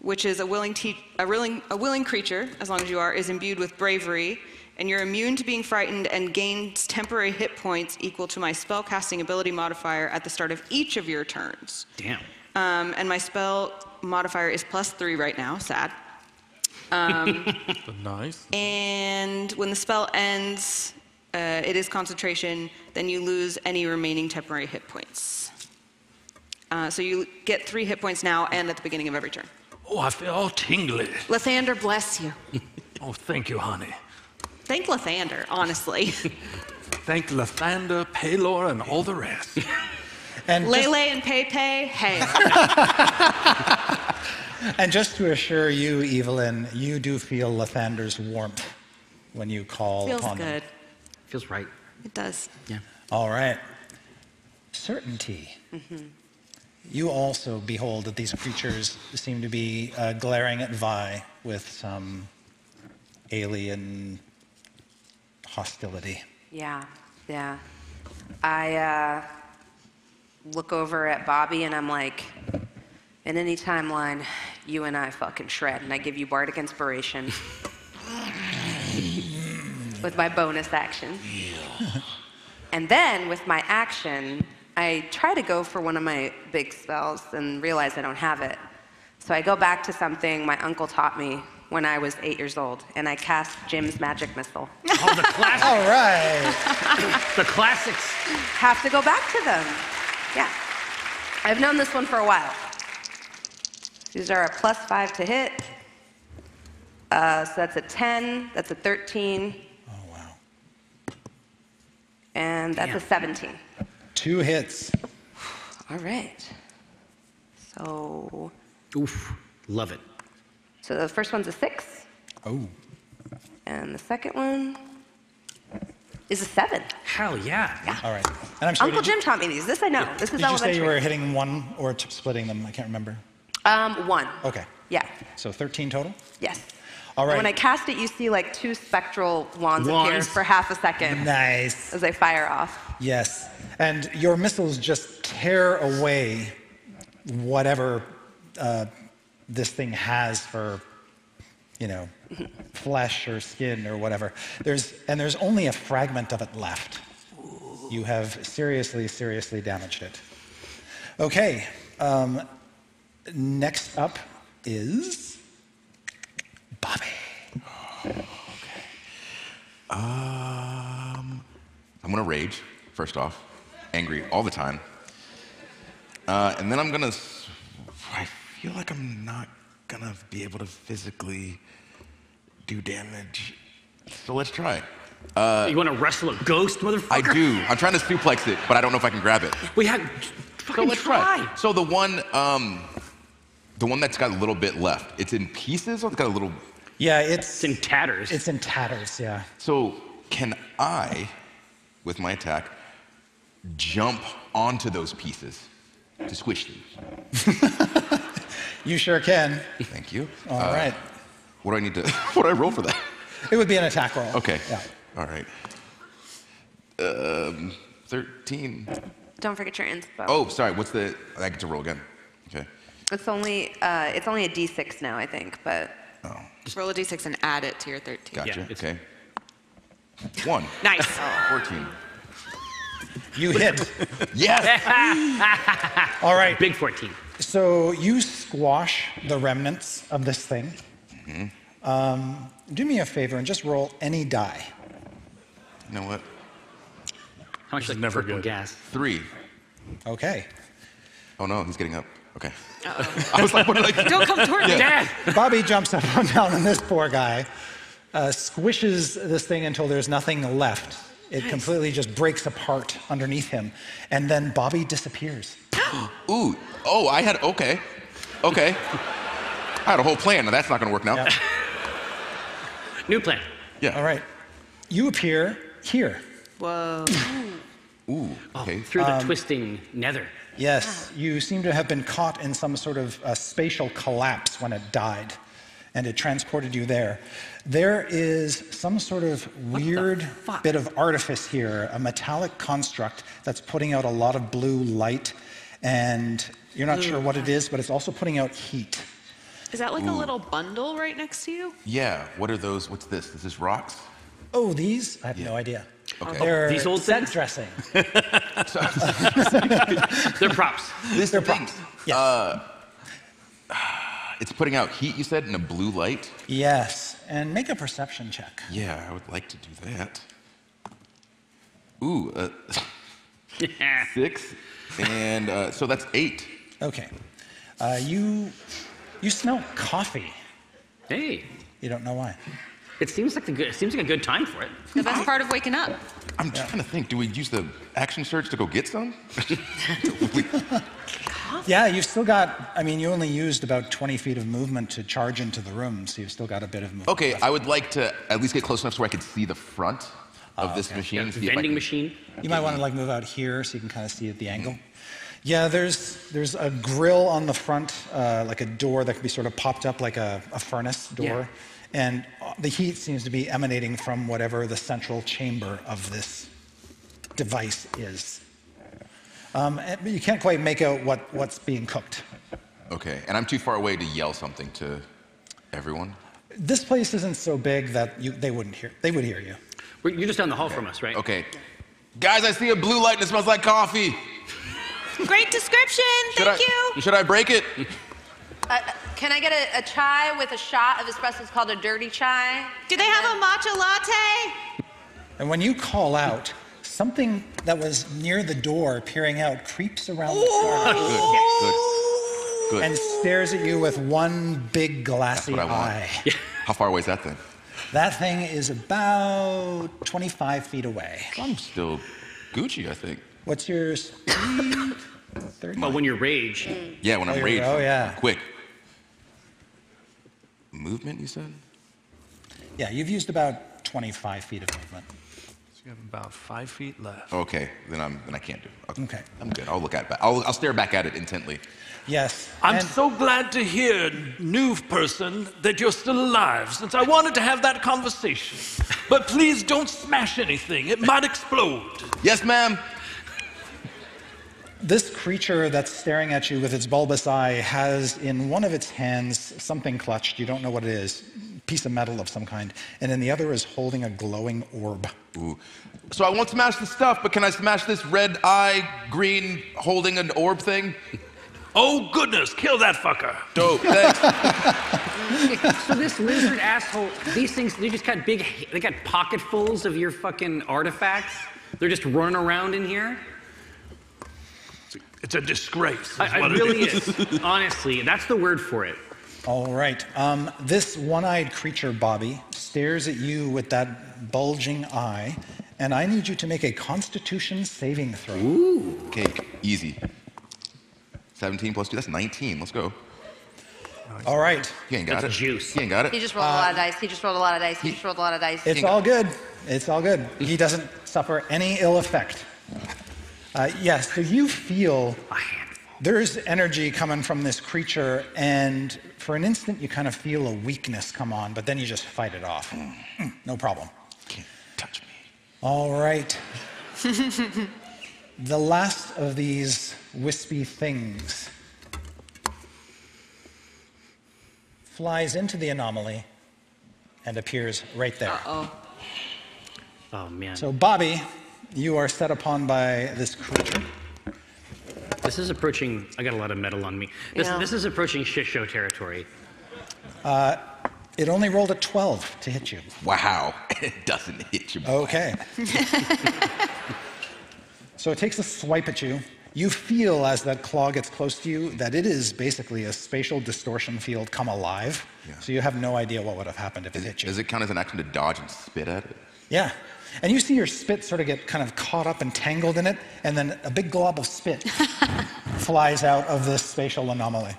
Speaker 8: which is a willing, te- a, willing, a willing creature, as long as you are, is imbued with bravery, and you're immune to being frightened and gains temporary hit points equal to my spellcasting ability modifier at the start of each of your turns.
Speaker 3: Damn.
Speaker 8: Um, and my spell modifier is plus three right now, sad. Um,
Speaker 7: nice.
Speaker 8: and when the spell ends, uh, it is concentration, then you lose any remaining temporary hit points. Uh, so you get three hit points now and at the beginning of every turn.
Speaker 7: Oh, I feel all tingly.
Speaker 8: Lathander, bless you.
Speaker 7: Oh, thank you, honey.
Speaker 8: Thank Lathander, honestly. <laughs>
Speaker 7: Thank Lathander, Paylor, and all the rest.
Speaker 6: And just,
Speaker 8: Lele and Pepe, hey.
Speaker 6: and just to assure you, Evelyn, you do feel Lathander's warmth when you call
Speaker 8: Feels
Speaker 6: upon
Speaker 8: good.
Speaker 6: them.
Speaker 3: Feels right.
Speaker 8: It does.
Speaker 3: Yeah.
Speaker 6: All right. Certainty. You also behold that these creatures seem to be uh, glaring at Vi with some alien hostility.
Speaker 8: Yeah, yeah. I uh, look over at Bobby and I'm like, in any timeline, you and I fucking shred, and I give you
Speaker 6: <laughs>
Speaker 8: bardic inspiration with my bonus action. and then with my action, I try to go for one of my big spells and realize I don't have it. So I go back to something my uncle taught me when I was eight years old, and I cast Jim's magic missile.
Speaker 6: All right.
Speaker 3: Oh, the classics.
Speaker 8: Have to go back to them. Yeah. I've known this one for a while. These are a plus five to hit. Uh, so that's a 10, that's a 13. Oh, wow. And that's a 17.
Speaker 6: Two hits.
Speaker 8: All right. So,
Speaker 3: Oof. Love it.
Speaker 8: so the first one's a six,
Speaker 6: Oh.
Speaker 8: and the second one is a seven.
Speaker 3: Hell yeah.
Speaker 6: All right. And I'm sorry.
Speaker 8: Uncle
Speaker 6: did you-
Speaker 8: Jim taught me these. This I know. This is
Speaker 6: Did you
Speaker 8: elementary.
Speaker 6: say you were hitting one or t- splitting them? I can't remember.
Speaker 8: Um, one.
Speaker 6: Okay.
Speaker 8: Yeah.
Speaker 6: So 13 total?
Speaker 8: Yes.
Speaker 6: All right.
Speaker 8: When I cast it, you see like two spectral wands, appear
Speaker 6: Wands.
Speaker 8: for half a second
Speaker 6: nice.
Speaker 8: as they fire off.
Speaker 6: Yes. And your missiles just tear away whatever uh, this thing has for, you
Speaker 8: <laughs>
Speaker 6: know, flesh or skin or whatever. There's, and there's only a fragment of it left. You have seriously, seriously damaged it. Okay. Um, next up is
Speaker 7: Um, I'm gonna rage first off, angry all the time, uh, and then I'm gonna. s- I feel like I'm not gonna be able to physically do damage, so let's try. Uh,
Speaker 3: you want to wrestle a ghost, motherfucker?
Speaker 7: I do. I'm trying to suplex it, but I don't know if I can grab it.
Speaker 3: We have.
Speaker 7: So let's try. So the one, um, the one that's got a little bit left. It's in pieces, or it's got a little.
Speaker 6: Yeah, it's,
Speaker 3: in tatters.
Speaker 6: It's in tatters, yeah.
Speaker 7: So can I, with my attack, jump onto those pieces to squish them?
Speaker 6: You sure can.
Speaker 7: Thank you.
Speaker 6: All
Speaker 7: All
Speaker 6: right.
Speaker 7: right. What do I need to? <laughs> What do I roll for that?
Speaker 6: It would be an attack roll.
Speaker 7: Okay.
Speaker 6: Yeah.
Speaker 7: All right. Um, thirteen.
Speaker 8: Don't forget your inspo.
Speaker 7: Oh, sorry. What's the? I get to roll again. Okay.
Speaker 8: It's only uh, it's only a D6 now, I think, but.
Speaker 22: Just roll a d6 and add it to your 13.
Speaker 7: Oh. Gotcha. okay. One.
Speaker 22: Nice.
Speaker 7: Fourteen.
Speaker 6: You hit.
Speaker 3: Yes.
Speaker 6: All right.
Speaker 3: Big 14.
Speaker 6: So you squash the remnants of this thing.
Speaker 7: Mm-hmm.
Speaker 6: Um, do me a favor and just roll any die.
Speaker 7: You know what?
Speaker 3: How much
Speaker 7: is never good.
Speaker 3: Gas.
Speaker 7: Three.
Speaker 6: Okay.
Speaker 7: Oh no, he's getting up. Okay. I was like, what did I?
Speaker 6: Don't come toward me,
Speaker 7: Yeah.
Speaker 6: Bobby jumps up and down on this poor guy, uh, squishes this thing until there's nothing left. It
Speaker 7: Nice.
Speaker 6: completely just breaks apart underneath him, and then Bobby disappears.
Speaker 7: Ooh. Oh, I had. Okay. Okay. I had a whole plan. Now that's not gonna work now.
Speaker 3: New plan.
Speaker 7: <laughs> Yeah.
Speaker 6: All right. You appear here.
Speaker 22: <laughs> Whoa.
Speaker 7: Ooh. Okay.
Speaker 3: Oh, Through the
Speaker 6: Um,
Speaker 3: twisting nether.
Speaker 6: Yes, you seem to have been caught in some sort of uh, spatial collapse when it died, and it transported you there. There is some sort of weird bit of artifice here, a metallic construct that's putting out a lot of blue light, and you're not
Speaker 22: Blue
Speaker 6: sure what it is, but it's also putting out heat.
Speaker 22: Is that like a
Speaker 7: Ooh.
Speaker 22: little bundle right next to you?
Speaker 7: Yeah. What are those? What's this? Is this rocks?
Speaker 6: Oh, these? I have no idea.
Speaker 7: Okay.
Speaker 6: They're
Speaker 7: These old
Speaker 6: set dressing.
Speaker 3: They're props.
Speaker 7: This They're props. Uh, it's putting out heat. You said in a blue light.
Speaker 6: Yes, and make a perception check.
Speaker 7: Yeah, I would like to do that. Ooh. Uh, six. And uh, so that's eight.
Speaker 6: Okay. Uh, you, you smell coffee.
Speaker 3: <laughs> Hey.
Speaker 6: You don't know why.
Speaker 3: It seems like the good, it seems like a good time for it.
Speaker 22: The best part of waking up.
Speaker 7: I'm just trying to think. Do we use the action search to go get some?
Speaker 6: Yeah, you've still got, I mean, you only used about 20 feet of movement to charge into the room, so you've still got a bit of movement.
Speaker 7: Okay, I would like to at least get close enough so I could see the front of this machine. see if I can-
Speaker 6: You might want to like move out here so you can kind of see at the angle. Mm-hmm. Yeah, there's there's a grill on the front, uh, like a door that could be sort of popped up like a, a furnace door, And uh, the heat seems to be emanating from whatever the central chamber of this device is. Um, and- but you can't quite make out what, what's being cooked.
Speaker 5: Okay, and I'm too far away to yell something to everyone.
Speaker 6: This place isn't so big that you, they wouldn't hear. They would hear you.
Speaker 5: You're just down the hall from us, right? Okay. Guys, I see a blue light and it smells like coffee.
Speaker 8: Great description.
Speaker 5: Should
Speaker 8: Thank
Speaker 5: I,
Speaker 8: you.
Speaker 5: Should I break it?
Speaker 21: Uh, can I get a, a chai with a shot of espresso? It's called a dirty chai.
Speaker 8: Do they have a matcha latte?
Speaker 6: And when you call out, something that was near the door peering out creeps around the corner.
Speaker 5: Good.
Speaker 6: And stares at you with one big glassy
Speaker 5: That's what I want.
Speaker 6: eye.
Speaker 5: <laughs> How far away is that thing?
Speaker 6: That thing is about 25 feet away.
Speaker 5: I'm still Gucci, I think.
Speaker 6: What's your speed? 30?
Speaker 3: But when you're rage.
Speaker 5: Yeah, when
Speaker 6: Oh,
Speaker 5: I'm
Speaker 6: you're-
Speaker 5: raged.
Speaker 6: oh, yeah.
Speaker 5: Quick. Movement, you said?
Speaker 6: Yeah, you've used about 25 feet of movement.
Speaker 7: You have about five feet left.
Speaker 5: Okay, then I'm then I can't do. It. Okay.
Speaker 6: Okay.
Speaker 5: I'm good. I'll look at it. I'll, I'll stare back at it intently.
Speaker 6: Yes.
Speaker 7: I'm so glad to hear, new person, that you're still alive, since I wanted to have that conversation. But please don't smash anything, it might explode.
Speaker 5: Yes, ma'am.
Speaker 6: This creature that's staring at you with its bulbous eye has in one of its hands something clutched. You don't know what it is. Piece of metal of some kind. And in the other is holding a glowing orb.
Speaker 5: Ooh. So I won't smash the stuff, but can I smash this red eye, green, holding an orb thing?
Speaker 7: <laughs> Oh goodness, kill that fucker.
Speaker 5: Dope. Thanks.
Speaker 3: so this lizard asshole, these things, they just got big, they got pocketfuls of your fucking artifacts. They're just running around in here.
Speaker 7: It's a disgrace. is
Speaker 3: I, I
Speaker 7: what it
Speaker 3: really
Speaker 7: is.
Speaker 3: is. Honestly, that's the word for it.
Speaker 6: All right. Um, this one eyed creature, Bobby, stares at you with that bulging eye. And I need you to make a constitution saving throw.
Speaker 5: Ooh. Okay, easy. 17 plus 2, that's 19. Let's go.
Speaker 6: All right.
Speaker 5: You ain't got
Speaker 6: That's
Speaker 5: it. Juice. You ain't got it.
Speaker 21: He just rolled a lot of dice. He just rolled a lot of dice. He just rolled a lot of dice.
Speaker 6: It's all good. It's all good. He doesn't suffer any ill effect. Uh, yes, so you feel there's energy coming from this creature, and for an instant you kind of feel a weakness come on, but then you just fight it off. Mm, No problem. All right. <laughs> the last of these wispy things flies into the anomaly and appears right there.
Speaker 8: Uh-oh.
Speaker 3: Oh man.
Speaker 6: So, Bobby, you are set upon by this creature.
Speaker 3: This is approaching. I got a lot of metal on me. This,
Speaker 6: Yeah.
Speaker 3: this is approaching shit show territory.
Speaker 6: Uh, it only rolled a 12 to hit you.
Speaker 5: Wow. <laughs> it doesn't hit you.
Speaker 6: Okay.
Speaker 5: <laughs>
Speaker 6: so it takes a swipe at you. You feel as that claw gets close to you that it is basically a spatial distortion field come alive. So you have no idea what would have happened if it hit you.
Speaker 5: Does it count as an action to dodge and spit at it?
Speaker 6: Yeah. And you see your spit sort of get kind of caught up and tangled in it, and then a big glob
Speaker 5: <laughs>
Speaker 6: of spit flies out of this spatial anomaly.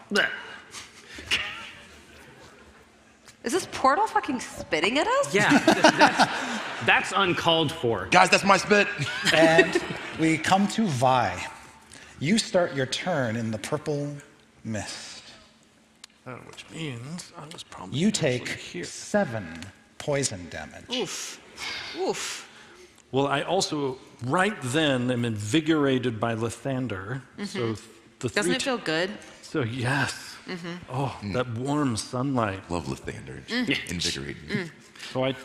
Speaker 21: Is this portal fucking spitting at us?
Speaker 7: <laughs>
Speaker 3: Yeah. that's, that's uncalled for.
Speaker 5: Guys, that's my spit.
Speaker 6: and we come to Vi. You start your turn in the purple mist.
Speaker 7: Uh, which means I was probably.
Speaker 6: You take seven poison damage.
Speaker 7: Oof. Oof. Well, I also, right then, am invigorated by Lathander.
Speaker 21: Mm-hmm.
Speaker 7: So
Speaker 8: Mhm.
Speaker 7: the
Speaker 8: Doesn't
Speaker 7: three
Speaker 8: it feel good?
Speaker 7: So, yes.
Speaker 8: Mm-hmm.
Speaker 7: Oh,
Speaker 5: Mm.
Speaker 7: that warm sunlight.
Speaker 5: Love Lathander. It's
Speaker 8: Mm. Yeah.
Speaker 5: Invigorating.
Speaker 8: Mm.
Speaker 7: So I,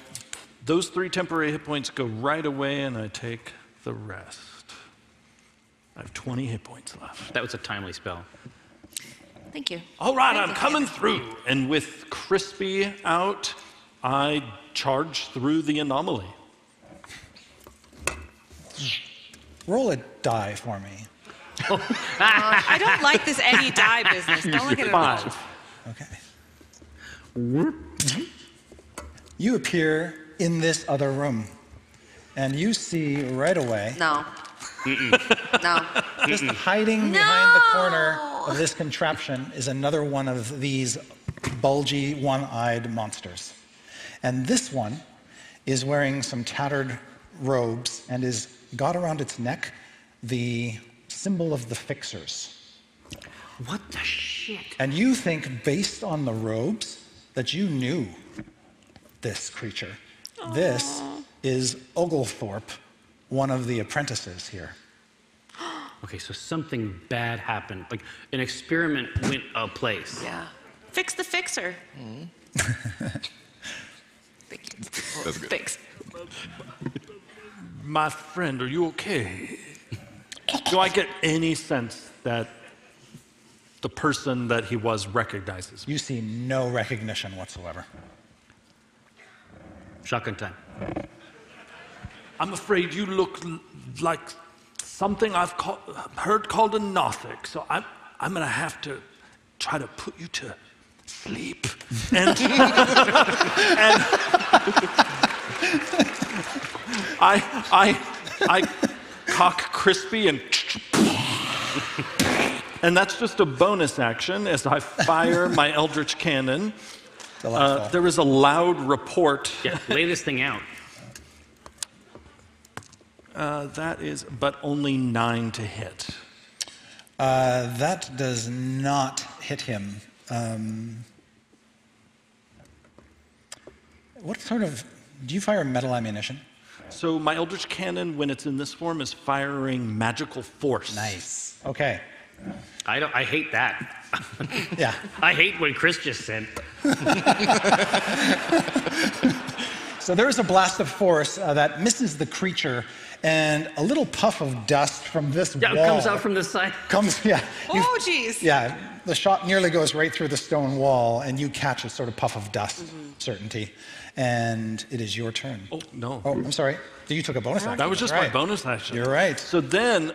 Speaker 7: those three temporary hit points go right away, and I take the rest. I have 20 hit points left.
Speaker 3: That was a timely spell.
Speaker 21: Thank you.
Speaker 7: All right, I'm coming through. And with Crispy out, I charge through the anomaly.
Speaker 6: Roll a die for me.
Speaker 8: I don't like this Eddie die business. Don't look at it. at all.
Speaker 6: Okay. You appear in this other room, and you see right away.
Speaker 21: No. No.
Speaker 3: <laughs>
Speaker 6: Just
Speaker 21: Mm-mm.
Speaker 6: hiding behind the corner of this contraption is another one of these bulgy, one eyed monsters. And this one is wearing some tattered robes and is got around its neck the symbol of the fixers. What the shit? And you think, based on the robes, that you knew this creature. This is Oglethorpe, one of the apprentices here.
Speaker 3: Okay, so something bad happened. Like an experiment went a place. Yeah.
Speaker 8: Fix the fixer.
Speaker 3: Mm-hmm. <laughs> That's good.
Speaker 8: Fix.
Speaker 7: My friend, are you okay? Do I get any sense that the person that he was recognizes?
Speaker 6: You see no recognition whatsoever.
Speaker 3: Shotgun time.
Speaker 7: I'm afraid you look l- like something I've ca- heard called a Nothic, so I'm, I'm going to have to try to put you to sleep. <laughs> And, and I, I, I cock crispy and. <laughs> And that's just a bonus action as I fire my Eldritch Cannon. Uh, there is a loud report.
Speaker 3: Yeah, lay this thing out.
Speaker 7: Uh, that is, but only nine to hit.
Speaker 6: Uh, that does not hit him. Um, what sort of. Do you fire metal ammunition?
Speaker 7: So my Eldritch Cannon, when it's in this form, is firing magical force.
Speaker 6: Nice. Okay.
Speaker 3: I don't. I hate that.
Speaker 6: yeah.
Speaker 3: <laughs> I hate what Chris just said.
Speaker 6: So there is a blast of force uh, that misses the creature, and a little puff of dust from this
Speaker 3: Yeah, it
Speaker 6: wall
Speaker 3: comes out from the side.
Speaker 6: comes. Yeah. you-
Speaker 8: Oh, jeez.
Speaker 6: Yeah, the shot nearly goes right through the stone wall, and you catch a sort of puff of dust, certainty. And it is your turn. Oh,
Speaker 7: no.
Speaker 6: Oh, I'm sorry. You took a bonus action.
Speaker 7: That was just
Speaker 6: Right.
Speaker 7: my bonus action. You're
Speaker 6: right.
Speaker 7: So then,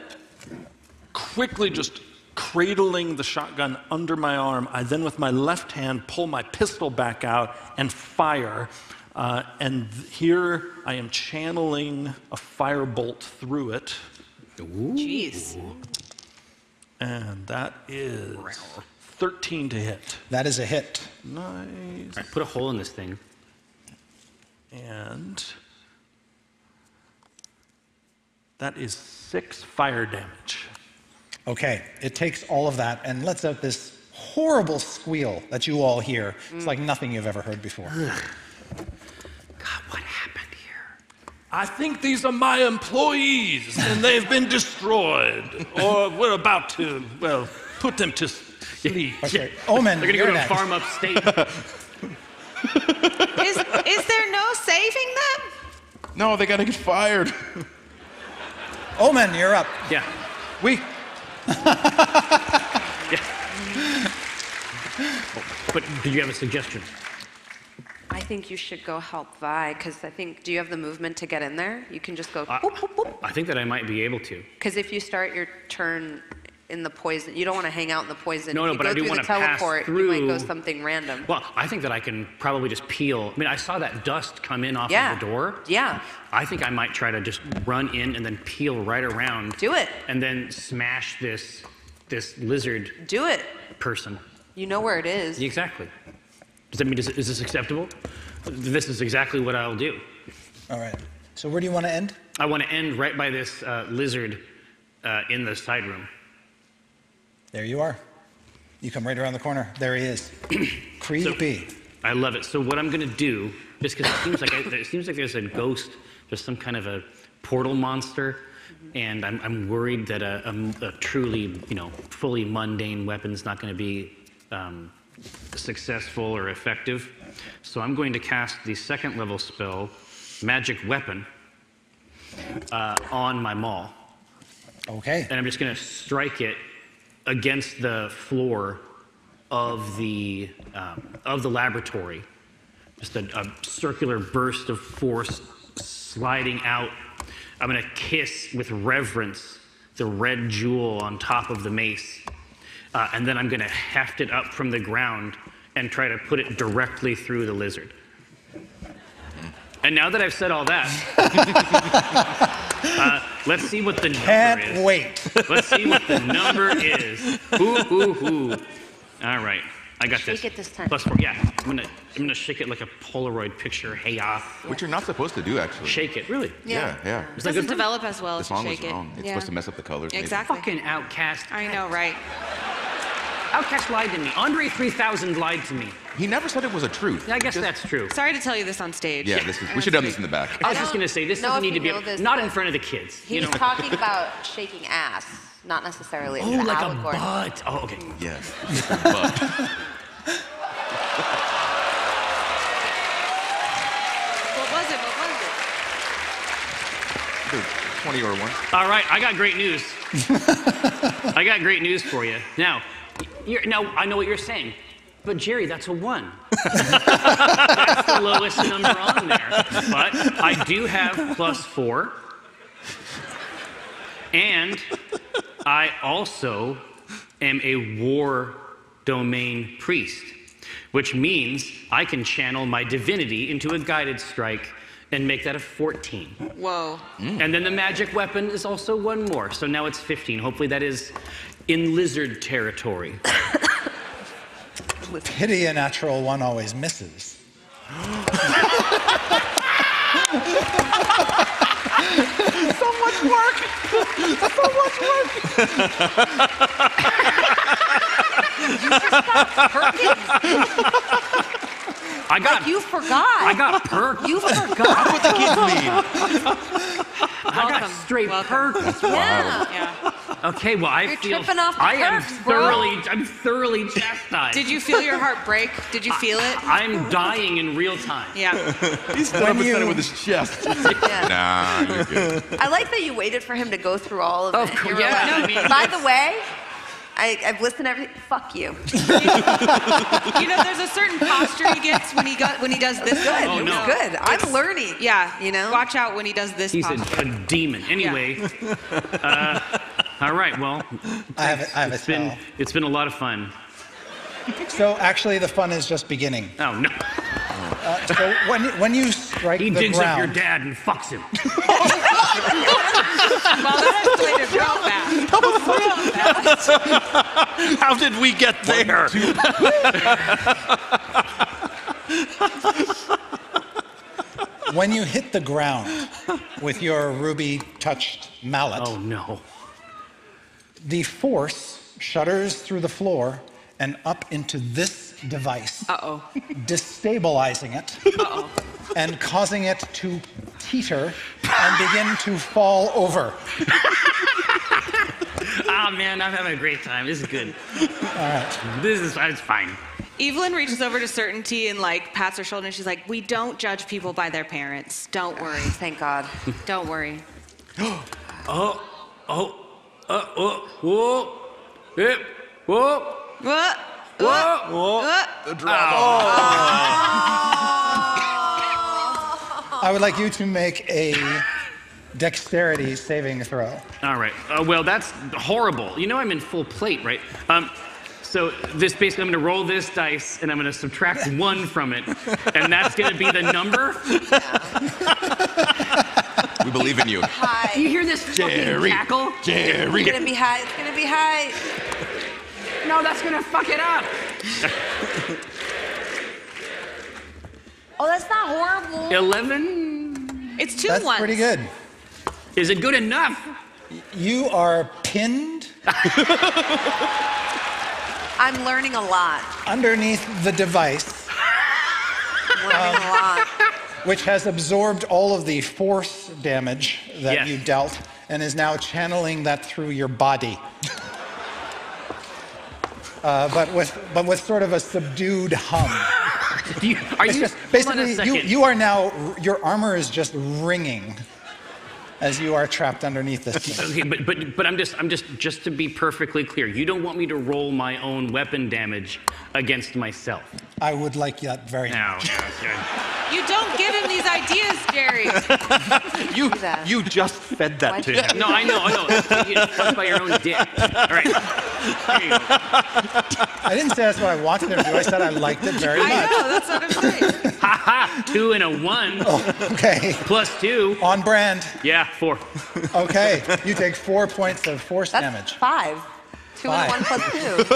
Speaker 7: quickly just cradling the shotgun under my arm, I then with my left hand pull my pistol back out and fire. Uh, and th- here I am channeling a firebolt through it.
Speaker 8: Jeez.
Speaker 7: And that is 13 to hit.
Speaker 6: That is a hit.
Speaker 7: Nice.
Speaker 3: All right, put a hole in this thing.
Speaker 7: And that is six fire damage.
Speaker 6: Okay, it takes all of that and lets out this horrible squeal that you all hear. It's like nothing you've ever heard before.
Speaker 7: I think these are my employees, and they've been destroyed, or we're about to, well, put them to sleep.
Speaker 3: <laughs>
Speaker 6: Okay. Omen,
Speaker 3: They're gonna go
Speaker 6: you're
Speaker 3: to a
Speaker 6: next.
Speaker 3: farm
Speaker 6: <laughs>
Speaker 3: upstate.
Speaker 8: Is, is there no saving them?
Speaker 5: <sighs> No, they gotta get fired.
Speaker 6: <laughs> Omen, you're up.
Speaker 3: Yeah.
Speaker 6: We.
Speaker 3: But do you have a suggestion?
Speaker 21: I think you should go help Vi because I think. Do you have the movement to get in there? You can just go.
Speaker 3: I- I think that I might be able to.
Speaker 21: Because if you start your turn in the poison, you don't want to hang out in the poison. if
Speaker 3: No, no,
Speaker 21: you
Speaker 3: but
Speaker 21: go
Speaker 3: I do
Speaker 21: through
Speaker 3: wanna
Speaker 21: the
Speaker 3: pass
Speaker 21: teleport, You might go
Speaker 3: through-
Speaker 21: something random.
Speaker 3: Well, I think that I can probably just peel. I mean, I saw that dust come in off
Speaker 21: Yeah.
Speaker 3: of the door.
Speaker 21: Yeah.
Speaker 3: I think I might try to just run in and then peel right around.
Speaker 21: Do it.
Speaker 3: And then smash this this lizard.
Speaker 21: Do it.
Speaker 3: Person.
Speaker 21: You know where it is.
Speaker 3: Exactly. Does that mean is, is this acceptable? This is exactly what I'll do.
Speaker 6: All right. So where do you want to end?
Speaker 3: I want to end right by this uh, lizard uh, in the side room.
Speaker 6: There you are. You come right around the corner. There
Speaker 3: <clears throat>
Speaker 6: he is. Creepy.
Speaker 3: I love it. So what I'm gonna do, just because it seems like I, it seems like there's a ghost, there's some kind of a portal monster, and I'm, I'm worried that a, a m- a truly, you know, fully mundane weapon's not gonna be um, successful or effective. So I'm going to cast the second level spell, Magic Weapon, uh, on my maul.
Speaker 6: Okay.
Speaker 3: And I'm just gonna strike it against the floor of the um, of the laboratory. Just a, a circular burst of force sliding out. I'm gonna kiss with reverence the red jewel on top of the mace, uh, and then I'm gonna heft it up from the ground and try to put it directly through the lizard. And now that I've said all that, <laughs> uh, let's see what the number
Speaker 6: Can't
Speaker 3: is.
Speaker 6: wait.
Speaker 3: Let's see what the number is. Hoo hoo hoo. All right, I got this.
Speaker 21: Shake it this time.
Speaker 3: Plus four. Yeah, I'm gonna I'm gonna shake it like a Polaroid picture. Hey ya.
Speaker 5: Which you're not supposed to do, actually.
Speaker 3: Shake it. Really?
Speaker 5: Yeah, yeah.
Speaker 8: It doesn't develop as well
Speaker 5: The
Speaker 8: if you
Speaker 5: song
Speaker 8: shake
Speaker 5: was
Speaker 8: it.
Speaker 5: wrong. It's supposed to mess up the colors. maybe.
Speaker 8: Exactly.
Speaker 3: Fucking outcast.
Speaker 8: I know, right?
Speaker 3: Outcast lied to me. Andre 3000 lied to me.
Speaker 5: He never said it was a truth.
Speaker 3: <laughs> Yeah, I guess that's true.
Speaker 8: Sorry to tell you this on stage.
Speaker 5: Yeah, this is, we should have done this in the back.
Speaker 3: I was just gonna say this
Speaker 21: know if
Speaker 3: doesn't need to
Speaker 21: you
Speaker 3: be
Speaker 21: know this,
Speaker 3: not
Speaker 21: but
Speaker 3: in front of the kids.
Speaker 21: He's
Speaker 3: you know?
Speaker 21: talking about shaking ass, not necessarily
Speaker 3: Oh,
Speaker 21: the
Speaker 3: like a
Speaker 21: allegory.
Speaker 3: butt. Oh, okay.
Speaker 5: Yes. But
Speaker 8: What was it? What was it?
Speaker 5: the 20 or one.
Speaker 3: All right, I got great news. I got great news for you. Now, you're, now I know what you're saying, but Jerry, that's a one. that's the lowest number on there. But I do have plus four, and I also am a war domain priest, which means I can channel my divinity into a guided strike and make that a 14.
Speaker 8: Whoa.
Speaker 3: And then the magic weapon is also one more. So now it's 15. Hopefully that is in lizard territory.
Speaker 6: Pity a natural one always misses.
Speaker 19: so much work. So much work.
Speaker 3: I got
Speaker 21: You forgot.
Speaker 3: I got
Speaker 8: <laughs>
Speaker 3: perk. <laughs>
Speaker 21: You forgot.
Speaker 3: That's what the kids need. I got
Speaker 21: Welcome.
Speaker 3: straight perks.
Speaker 8: Yeah.
Speaker 3: Okay, well I
Speaker 8: You're
Speaker 3: feel
Speaker 8: tripping off the
Speaker 3: I am
Speaker 8: perks, bro.
Speaker 3: thoroughly I'm thoroughly chastised.
Speaker 8: Did you feel your heart break? Did you feel it?
Speaker 3: I'm dying in real time.
Speaker 8: Yeah.
Speaker 5: He
Speaker 3: stood up and said it with
Speaker 5: his chest.
Speaker 21: Yeah.
Speaker 5: Nah, you're good.
Speaker 21: I like that you waited for him to go through all of it. You were
Speaker 3: yeah,
Speaker 21: like,
Speaker 3: Oh, I mean,
Speaker 21: By the way, I, I've listened to everything. Fuck you.
Speaker 8: you know, there's a certain posture he gets when he got when he does this.
Speaker 21: Good, Oh, it was no. good. I'm learning.
Speaker 8: Yeah. You know. Watch out when he does this.
Speaker 3: He's a,
Speaker 8: posture.
Speaker 3: a demon. Anyway, uh, all right. Well,
Speaker 6: I have a- I have a
Speaker 3: it's been
Speaker 6: towel.
Speaker 3: it's been a lot of fun.
Speaker 6: So actually, the fun is just beginning.
Speaker 3: Oh no!
Speaker 6: Uh, so when when you strike
Speaker 3: He
Speaker 6: the
Speaker 3: digs
Speaker 6: ground,
Speaker 3: up your dad and fucks him.
Speaker 21: <laughs>
Speaker 7: How did we get there?
Speaker 6: when you hit the ground with your ruby touched mallet. Oh
Speaker 3: no.
Speaker 6: The force shudders through the floor and up into this device.
Speaker 8: Uh-oh.
Speaker 6: Destabilizing it. Uh-oh. And causing it to teeter and begin to fall over.
Speaker 3: Ah man, I'm having a great time. This is good.
Speaker 6: <laughs> All right.
Speaker 3: This is it's fine.
Speaker 8: Evelyn reaches over to Certainty and like pats her shoulder, and she's like, "We don't judge people by their parents. Don't
Speaker 21: <laughs>
Speaker 8: worry.
Speaker 21: Thank God.
Speaker 8: Don't worry."
Speaker 3: Oh, oh, uh, oh, whoa, yep, whoa, uh,
Speaker 8: what,
Speaker 3: whoa,
Speaker 8: whoa. Oh.
Speaker 3: The
Speaker 8: Oh.
Speaker 3: <laughs>
Speaker 6: I would like you to make a dexterity saving throw.
Speaker 3: All right. Uh, well, that's horrible. You know I'm in full plate, right? Um, so this basically, I'm going to roll this dice and I'm going to
Speaker 6: <laughs>
Speaker 3: subtract one from it, and that's going to be the number.
Speaker 5: We believe in you.
Speaker 21: Hi.
Speaker 3: You hear this fucking
Speaker 5: Jerry.
Speaker 3: cackle?
Speaker 5: Jerry.
Speaker 21: It's gonna be high. It's gonna be high.
Speaker 3: No, that's gonna fuck it up.
Speaker 21: Oh, that's not horrible.
Speaker 3: Eleven.
Speaker 8: It's two
Speaker 6: That's pretty good.
Speaker 3: Is it good enough?
Speaker 6: You are pinned
Speaker 21: I'm learning a lot.
Speaker 6: underneath the device,
Speaker 21: I'm learning a
Speaker 6: <laughs>
Speaker 21: lot.
Speaker 6: which has absorbed all of the force damage that
Speaker 3: Yes.
Speaker 6: you dealt and is now channeling that through your body. Uh, but with but with sort of a subdued
Speaker 3: <laughs>
Speaker 6: hum.
Speaker 3: Do you, are
Speaker 6: It's
Speaker 3: you
Speaker 6: just-
Speaker 3: hold on a
Speaker 6: basically you,
Speaker 3: second.
Speaker 6: you are now your armor is just ringing as you are trapped underneath this.
Speaker 3: <laughs>
Speaker 6: thing.
Speaker 3: Okay, but but but I'm just I'm just just to be perfectly clear, you don't want me to roll my own weapon damage against myself.
Speaker 6: I would like that very
Speaker 3: No,
Speaker 6: much.
Speaker 8: You don't give him these ideas, Jerry.
Speaker 7: <laughs> You, you just fed that to him.
Speaker 3: no, I know, I know. You get fucked by your own dick. All right. There you go.
Speaker 6: I didn't say that's what I wanted him to do. I said I liked it
Speaker 3: <laughs>
Speaker 6: very much.
Speaker 8: that's what I'm saying.
Speaker 3: Ha ha! Two and a one.
Speaker 6: Okay.
Speaker 3: Plus two.
Speaker 6: On brand.
Speaker 3: Yeah, four.
Speaker 6: Okay. You take four points of force damage.
Speaker 21: Five. Two
Speaker 6: Five.
Speaker 21: and one plus two.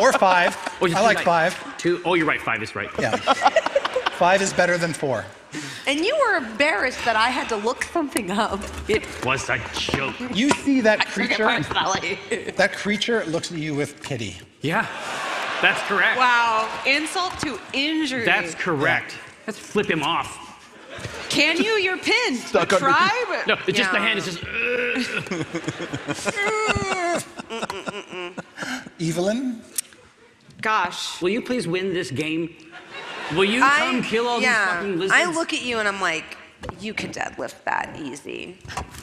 Speaker 3: <laughs>
Speaker 6: Or five.
Speaker 3: Oh, you
Speaker 6: I
Speaker 3: said
Speaker 6: like
Speaker 3: right.
Speaker 6: five.
Speaker 3: Two. Oh, you're right. Five is right.
Speaker 6: Yeah. Five is better than four.
Speaker 21: And you were embarrassed that I had to look something up. It,
Speaker 3: Was a joke.
Speaker 6: You see that
Speaker 21: took it
Speaker 6: creature.
Speaker 21: personally.
Speaker 6: that creature looks at you with pity.
Speaker 3: Yeah, that's correct.
Speaker 8: Wow. Insult to injury.
Speaker 3: That's correct. Let's flip him off.
Speaker 8: Can you? You're pinned.
Speaker 3: Stuck under-
Speaker 8: Try, but-
Speaker 3: No, it's just the hand is just. uh,
Speaker 6: Evelyn?
Speaker 8: Gosh.
Speaker 3: Will you please win this game? Will you
Speaker 21: I-
Speaker 3: come kill all
Speaker 21: yeah,
Speaker 3: these fucking lizards?
Speaker 21: I look at you and I'm like, you could deadlift that easy.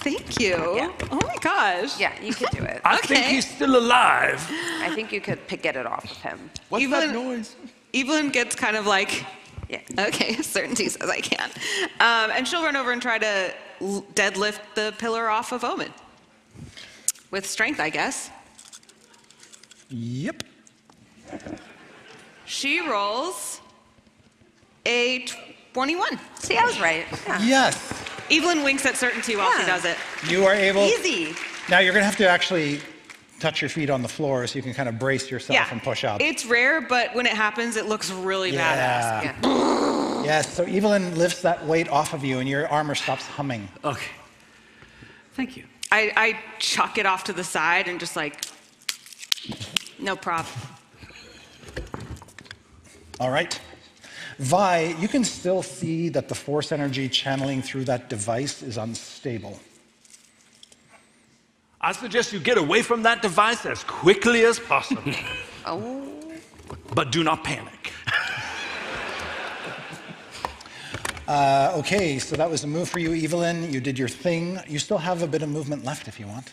Speaker 8: Thank you. Oh my gosh.
Speaker 21: Yeah, you could do it.
Speaker 23: I think he's still alive.
Speaker 21: I think you could pick, get it off of him.
Speaker 8: What's that noise? Evelyn gets kind of like, okay, <laughs> certainty says I can. Um, and she'll run over and try to l- deadlift the pillar off of Omen. With strength, I guess.
Speaker 6: Yep.
Speaker 8: She rolls a 21.
Speaker 21: See, I was right.
Speaker 6: Yes.
Speaker 8: <laughs> Evelyn winks at certainty while she
Speaker 21: Yeah.
Speaker 8: does it.
Speaker 6: You are able.
Speaker 8: Easy.
Speaker 6: Now you're going to have to actually touch your feet on the floor so you can kind of brace yourself
Speaker 8: Yeah.
Speaker 6: and push up.
Speaker 8: It's rare, but when it happens, it looks really badass.
Speaker 6: Yeah. yes, so Evelyn lifts that weight off of you and your armor stops humming.
Speaker 3: Okay. Thank you.
Speaker 8: I, I chuck it off to the side and just like, no prop.
Speaker 6: All right. Vi, you can still see that the force energy channeling through that device is unstable.
Speaker 7: I suggest you get away from that device as quickly
Speaker 24: <laughs>
Speaker 7: as possible.
Speaker 21: oh.
Speaker 7: But do not panic.
Speaker 6: Uh, okay, so that was a move for you, Evelyn. You did your thing. You still have a bit of movement left if you want.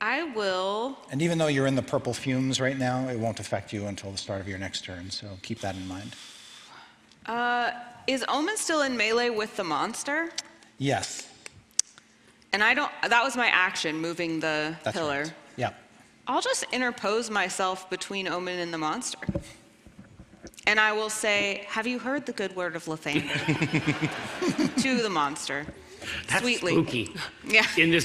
Speaker 8: I will.
Speaker 6: And even though you're in the purple fumes right now, it won't affect you until the start of your next turn, so keep that in mind.
Speaker 8: Uh, is Omen still in melee with the monster?
Speaker 6: Yes,
Speaker 8: And I don't. That was my action, moving the
Speaker 6: that's
Speaker 8: pillar.
Speaker 6: right. Yeah.
Speaker 8: I'll just interpose myself between Omen and the monster. And I will say, Have you heard the good word of
Speaker 6: <laughs>
Speaker 8: Lathander? to the monster.
Speaker 3: That's
Speaker 8: Sweetly.
Speaker 3: spooky.
Speaker 8: Yeah.
Speaker 3: In this